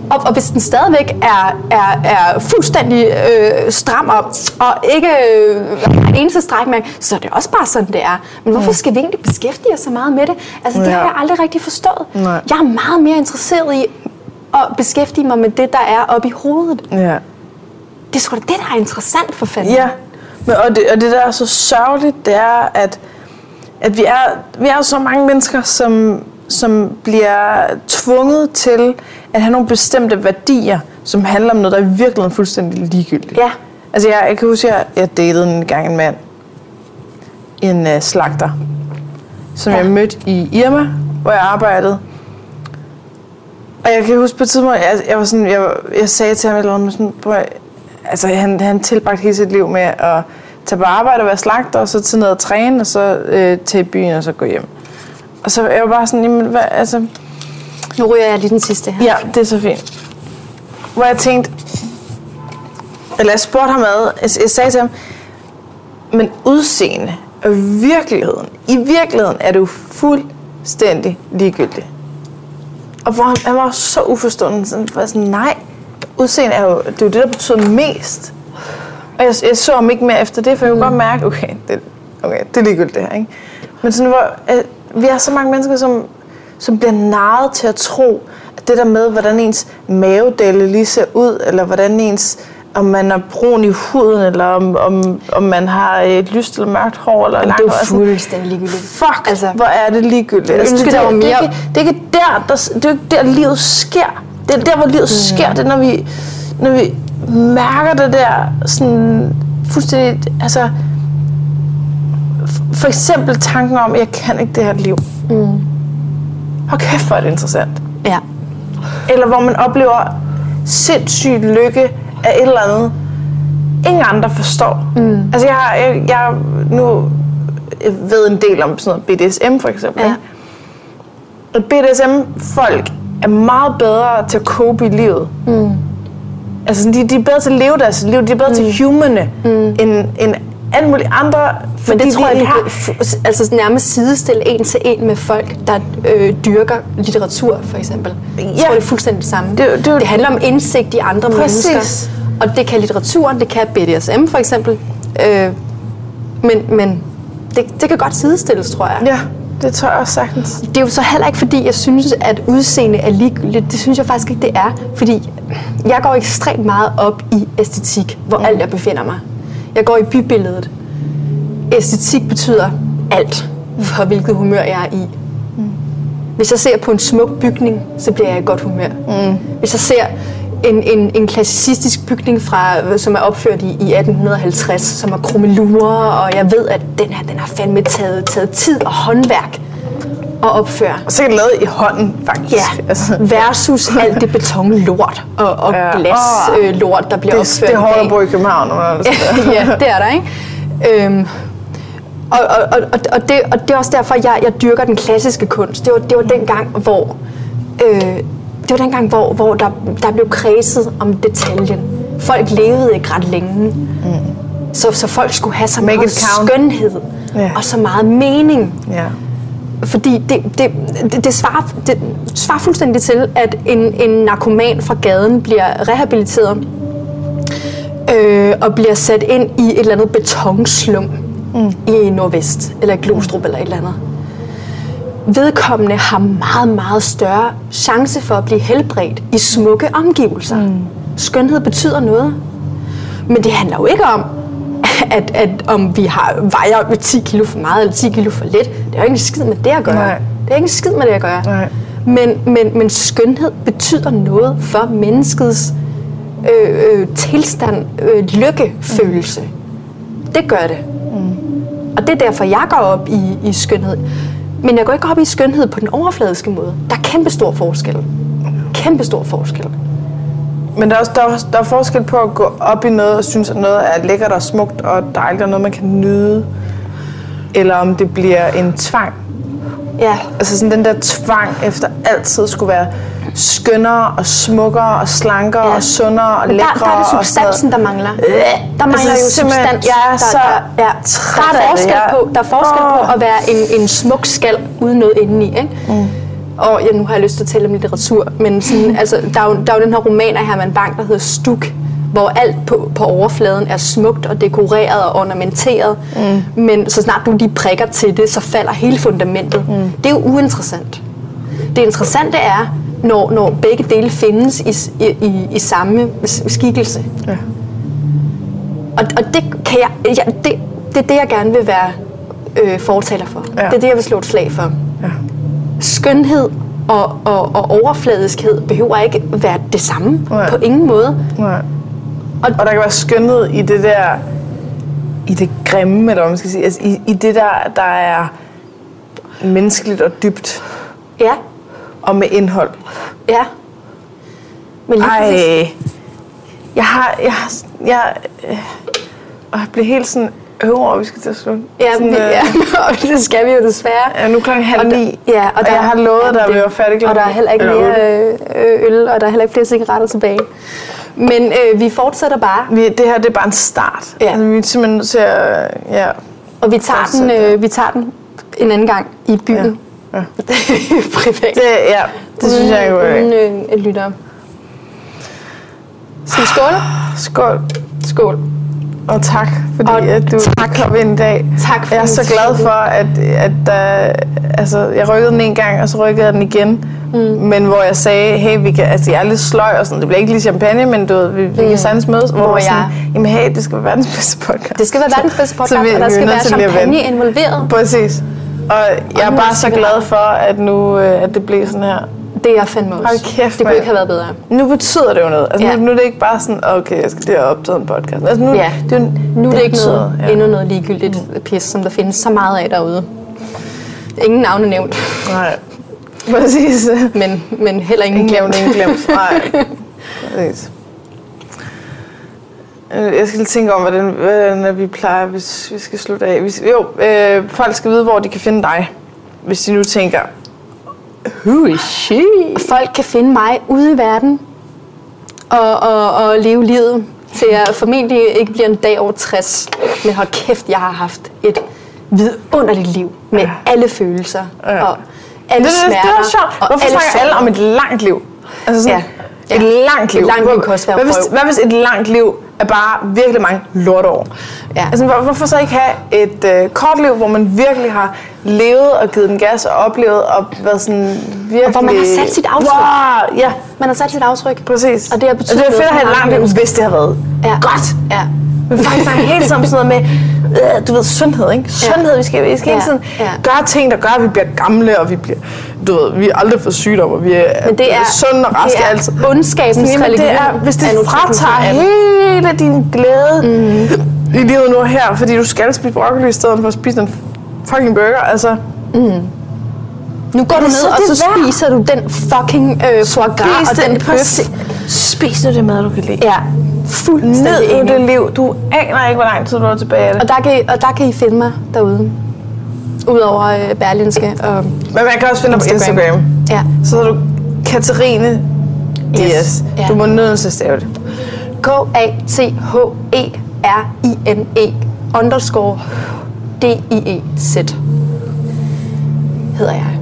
S2: Og, og hvis den stadigvæk er, er, er fuldstændig øh, stram og, og ikke øh, har eneste strækmærke, så er det også bare sådan, det er. Men hvorfor skal vi egentlig beskæftige os så meget med det? Altså, det
S1: Ja.
S2: har jeg aldrig rigtig forstået.
S1: Nej.
S2: Jeg er meget mere interesseret i at beskæftige mig med det, der er oppe i hovedet.
S1: Ja.
S2: Det er sgu da det, der er interessant for fanden.
S1: Ja, men, og, det, og det der er så sørgeligt, det er, at, at vi, er, vi er så mange mennesker, som, som bliver tvunget til at have nogle bestemte værdier, som handler om noget, der i virkeligheden er fuldstændig ligegyldigt.
S2: Ja.
S1: Altså jeg, jeg kan huske, at jeg, jeg datede en gang en mand, en øh, slagter, som
S2: Ja.
S1: ja. jeg mødte i Irma, hvor jeg arbejdede. Og jeg kan huske på et tidspunkt, jeg, jeg, var sådan, jeg, jeg sagde til ham et eller andet, sådan, prøv, at- altså han, han tilbragte hele sit liv med at tage på arbejde og være slagter, og så til ned og træne, og så øh, til byen, og så gå hjem. Og så jeg var bare sådan, jamen, hvad, altså,
S2: Nu ryger jeg lige den sidste her.
S1: Ja, det er så fint. Hvor jeg tænkte, eller jeg spurgte ham ad, jeg, jeg sagde til ham, men udseende og virkeligheden, i virkeligheden er det jo fuldstændig ligegyldigt. Og hvor han, han var så uforstående, sådan, var sådan, nej, udseende er jo det, er jo det der betyder mest. Og jeg, jeg så ham ikke mere efter det, for
S2: Mm.
S1: jeg kunne godt mærke, okay, det, okay, det er ligegyldigt det her, ikke? Men sådan, hvor, øh, vi er så mange mennesker, som, som bliver narret til at tro, at det der med, hvordan ens mavedele lige ser ud, eller hvordan ens om man er brun i huden, eller om, om, om man har et lyst eller mørkt hår, eller langt
S2: det er
S1: hår, altså,
S2: jo
S1: og sådan-
S2: fuldstændig ligegyldigt.
S1: Fuck, altså,
S2: Altså-
S1: hvor er det ligegyldigt. Altså,
S2: ønsker,
S1: det,
S2: der var
S1: det, er
S2: mere-
S1: ikke, det, er ikke der, der, det er jo ikke der, livet sker. Det er der, hvor livet sker. Det er, når vi, når vi mærker det der sådan fuldstændig... Altså, f- for eksempel tanken om, jeg kan ikke det her liv. Mm. Hvor kæft, hvor er det interessant.
S2: Ja.
S1: Eller hvor man oplever sindssyg lykke af et eller andet, ingen andre forstår. Mm. Altså jeg, har- jeg, jeg nu jeg ved en del om sådan noget BDSM for eksempel.
S2: Ja.
S1: ikke? Og BDSM-folk er meget bedre til at cope i livet. Mm. Altså sådan, de, de er bedre til at leve deres liv, de er bedre mm. til humane, mm. end, end alle mulige andre.
S2: Men
S1: fordi
S2: det tror
S1: vi-
S2: jeg,
S1: vi
S2: vi
S1: har-
S2: kan f- altså nærmest sidestille en til en med folk, der øh, dyrker litteratur, for eksempel. Jeg
S1: Ja.
S2: tror, det er fuldstændig det samme.
S1: Det er jo- det er jo-
S2: det handler om indsigt i andre
S1: Præcis.
S2: mennesker. Og det kan litteraturen, det kan BDSM for eksempel. Øh, men men det, det kan godt sidestilles, tror jeg.
S1: Ja, det tror jeg også sagtens.
S2: Det er jo så heller ikke, fordi jeg synes, at udseende er ligegyldigt. Det synes jeg faktisk ikke, det er. Fordi jeg går ekstremt meget op i æstetik, hvor alt jeg befinder mig. Jeg går i bybilledet. Æstetik betyder alt for, hvilket humør jeg er i. Hvis jeg ser på en smuk bygning, så bliver jeg i godt humør. Mm. Hvis jeg ser en, en, en klassicistisk bygning, fra, som er opført i, i 1850, som er krummelurer, og jeg ved, at den her den har fandme taget, taget tid og håndværk at opføre.
S1: Og sikkert lavet i hånden, faktisk. Altså,
S2: Ja, versus alt det betonlort og, og
S1: Ja.
S2: ja. glaslort, der bliver
S1: det,
S2: opført
S1: det er hårdt
S2: i
S1: at
S2: dag.
S1: bo i København. Eller sådan.
S2: *laughs* ja, det er der, ikke? Øhm, og, og, og, og- og, det, og det er også derfor, jeg, jeg dyrker den klassiske kunst. Det var, det var den gang, hvor, øh, det var den gang, hvor, hvor der, der blev kredset om detaljen. Folk levede ikke ret længe. Mm. Så, så folk skulle have så
S1: Make
S2: meget
S1: it count.
S2: skønhed
S1: Ja.
S2: og så meget mening.
S1: ja.
S2: Fordi det, det, det, det, svarer, det svarer fuldstændig til, at en, en narkoman fra gaden bliver rehabiliteret øh, og bliver sat ind i et eller andet betonslum mm. i Nordvest, eller i Glostrup, eller et eller andet. Vedkommende har meget, meget større chance for at blive helbredt i smukke omgivelser. Mm. Skønhed betyder noget. Men det handler jo ikke om, at, at om vi har, vejer 10 kilo for meget eller 10 kilo for lidt. Det er jo ikke en skid med det at gøre.
S1: Nej.
S2: Det er ikke en skid med det at gøre.
S1: Nej.
S2: Men, men, men skønhed betyder noget for menneskets øh, øh, tilstand, øh, lykkefølelse.
S1: Mm.
S2: Det gør det. Og det er derfor, jeg går op i, i skønhed. Men jeg går ikke op i skønhed på den overfladiske måde. Der er kæmpe stor forskel. Kæmpe stor forskel.
S1: Men der er, også, der, er, også- der er forskel på at gå op i noget og synes, at noget er lækkert og smukt og dejligt og noget, man kan nyde. Eller om det bliver en tvang.
S2: Ja,
S1: Altså sådan den der tvang efter altid skulle være skønnere og smukkere og slankere
S2: Ja.
S1: og sundere og
S2: men der,
S1: lækre.
S2: der er det substansen, der mangler. Der mangler jo substans.
S1: Altså, Jeg er
S2: der,
S1: så
S2: der, ja,
S1: træt
S2: der er
S1: af det.
S2: forskel
S1: Jeg-
S2: på, der er forskel på
S1: Åh.
S2: at være en, en smuk skal uden noget indeni. Ikke? Mm. Og ja, nu har jeg lyst til at tale om litteratur, men sådan, altså, der, er jo, der er jo den her roman af Herman Bang, der hedder Stuk, hvor alt på, på overfladen er smukt og dekoreret og ornamenteret, mm. men så snart du lige prikker til det, så falder hele fundamentet. Mm. Det er jo uinteressant. Det interessante er, når, når begge dele findes i, s- i, i, i samme s- skikkelse.
S1: Ja.
S2: Og, og det, kan jeg, jeg, det, det er det, jeg gerne vil være øh, fortaler for.
S1: Ja.
S2: Ja. Det er det, jeg vil slå et slag for.
S1: Ja.
S2: Skønhed og, og, og overfladiskhed behøver ikke være det samme
S1: Nej.
S2: på ingen måde.
S1: Nej. Og,
S2: Og-
S1: og der kan være skønhed i det der, i det grimme, eller hvad man skal sige, altså, i, i det der, der er menneskeligt og dybt
S2: Ja,
S1: og med indhold.
S2: ja. Men lige præcis-
S1: Ej, jeg har, jeg har, jeg, øh, og jeg bliver helt sådan øvre, vi skal til at slutte.
S2: Ja,
S1: sådan,
S2: vi, ja, *laughs* og det skal vi jo desværre.
S1: ja, nu er klokken halv
S2: Og der-
S1: ni,
S2: ja,
S1: og jeg har lovet,
S2: jamen,
S1: dig, at vi
S2: det-
S1: var færdige
S2: Og der
S1: klokken-
S2: er heller ikke
S1: eller
S2: mere
S1: otte.
S2: øh, øl, og der er heller ikke flere cigaretter tilbage. Men øh, vi fortsætter bare,
S1: Vi, det her det er bare en start.
S2: Ja.
S1: Altså, vi er simpelthen nødt til at... Ja.
S2: og vi tager, den,
S1: Fortsætter.
S2: øh, vi tager den en anden gang i byen.
S1: Ja,
S2: *laughs*
S1: ja.
S2: Privat.
S1: Det, ja, det synes jeg jo
S2: Uden
S1: er
S2: øh, lytter. Så skål.
S1: Skål,
S2: Skål.
S1: og tak, fordi
S2: Og
S1: at du tak. kom ind i dag.
S2: Tak for
S1: Jeg er
S2: din
S1: så glad
S2: tid.
S1: for, at, at uh, altså, jeg rykkede den en gang, og så rykkede jeg den igen. Mm. Men hvor jeg sagde, hey, vi kan, altså, jeg er lidt sløj, og sådan, det bliver ikke lige champagne, men du, ved, vi, vi kan sagtens mødes. Hvor,
S2: Mm. Hvor
S1: jeg sådan,
S2: jeg-
S1: jamen hey, det skal være verdens bedste podcast.
S2: Det skal være verdens bedste podcast,
S1: vi-
S2: og der
S1: vi er
S2: skal
S1: nødt
S2: være
S1: til lige at
S2: champagne
S1: vente.
S2: involveret.
S1: *laughs* Præcis. Og jeg
S2: nu
S1: er
S2: er
S1: bare
S2: det
S1: så glad for, at nu øh, at det blev sådan her.
S2: Det er jeg fandme også.
S1: Hold kæft,
S2: det kunne
S1: mand.
S2: ikke have været bedre.
S1: Nu betyder det jo noget. Altså,
S2: Ja.
S1: nu, nu er det ikke bare sådan, okay, jeg skal til at optage en podcast. Altså, nu,
S2: Ja.
S1: det, er jo-
S2: Nu er det ikke
S1: betyder-
S2: noget, endnu noget ligegyldigt pis, som der findes så meget af derude. Ingen navne nævnt,
S1: Nej. Præcis.
S2: men, men heller ingen
S1: Ingen
S2: glemt.
S1: glemt, ingen *laughs* glemt. Nej. Præcis. Øh, Jeg skal lige tænke om, hvordan, hvordan vi plejer, hvis vi skal slutte af. Hvis, jo, øh, folk skal vide, hvor de kan finde dig. Hvis de nu tænker, who is she?
S2: Folk kan finde mig ude i verden og, og, og leve livet til jeg formentlig ikke bliver en dag over 60. Men hold kæft, jeg har haft et vidunderligt liv med alle følelser
S1: Ja.
S2: og alle
S1: det, det,
S2: smerter.
S1: det er sjovt.
S2: og
S1: Hvorfor snakker alle om et langt liv? Altså sådan,
S2: Ja.
S1: ja. et
S2: Ja.
S1: langt liv.
S2: Et langt liv
S1: Hvor-
S2: kan også være
S1: hvad, hvis,
S2: prøve.
S1: hvad hvis et langt liv er bare virkelig mange lorteår?
S2: Ja.
S1: Altså, hvor, hvorfor så ikke have et øh, kort liv, hvor man virkelig har levet og givet den gas og oplevet og været sådan virkelig...
S2: hvor man har sat sit aftryk.
S1: Wow, ja,
S2: Man har sat sit aftryk.
S1: præcis.
S2: Og det har
S1: altså,
S2: betydet
S1: det er fedt
S2: noget
S1: at have
S2: for
S1: et
S2: mange
S1: langt liv,
S2: mennesker.
S1: hvis det har været
S2: Ja.
S1: godt.
S2: Ja.
S1: Men folk snakker hele tiden om sådan noget med, øh, du ved, sundhed, ikke? Sundhed, vi skal, vi skal
S2: Ja,
S1: hele tiden
S2: ja.
S1: gøre ting, der gør, at vi bliver gamle, og vi bliver, du ved, vi har aldrig får sygdomme, og vi er,
S2: Men det er,
S1: sunde og raske
S2: det er
S1: altid.
S2: ondskabens
S1: Jamen,
S2: religion.
S1: det er, hvis det
S2: anno
S1: fratager
S2: 2018.
S1: hele din glæde mm. i livet nu og her, fordi du skal spise broccoli i stedet for at spise den fucking burger, altså.
S2: Mm. Nu går du
S1: Hvad
S2: ned,
S1: så
S2: og
S1: det
S2: så
S1: værd?
S2: spiser du den fucking øh, foie gras og den bøf.
S1: Spis nu det mad, du kan lide.
S2: Ja,
S1: Ned
S2: fuldstændig
S1: i
S2: enig.
S1: det liv. Du aner ikke, hvor lang tid du er tilbage af det.
S2: Og der, kan I, og der kan I finde mig derude. Udover øh, Berlinske og
S1: Men man kan også finde dig på
S2: Instagram.
S1: Instagram.
S2: Ja.
S1: Så hedder du Katarine Dias.
S2: Yes. Ja.
S1: Du må nødt til at stave det.
S2: E K-A-T-H-E-R-I-N-E E underscore D-I-E-Z hedder jeg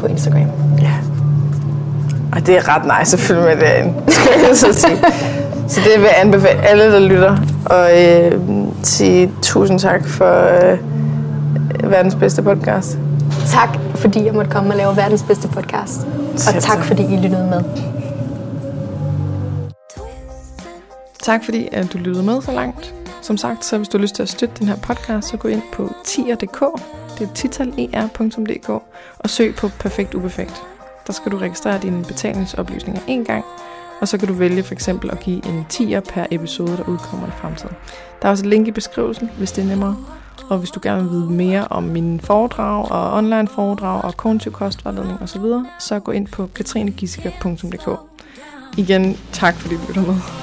S2: på Instagram.
S1: Ja. Og det er ret nice at filme med derinde. *laughs* skal jeg så sige. Så det vil jeg anbefale alle, der lytter. Og øh, sige tusind tak for øh, verdens bedste podcast.
S2: Tak, fordi jeg måtte komme og lave verdens bedste podcast.
S1: Selv
S2: Og
S1: tak.
S2: tak, fordi I lyttede med.
S1: Tak fordi at du lyttede med så langt. Som sagt, så hvis du har lyst til at støtte den her podcast, så gå ind på tier.dk, det er e titaler.dk, og søg på Perfekt Uperfekt. Der skal du registrere dine betalingsoplysninger en gang, og så kan du vælge for eksempel at give en tier per episode, der udkommer i fremtiden. Der er også et link i beskrivelsen, hvis det er nemmere. Og hvis du gerne vil vide mere om mine foredrag og online foredrag og kognitiv kostvejledning osv., så gå ind på katrinegissiker.dk. Igen, tak fordi du lytter med.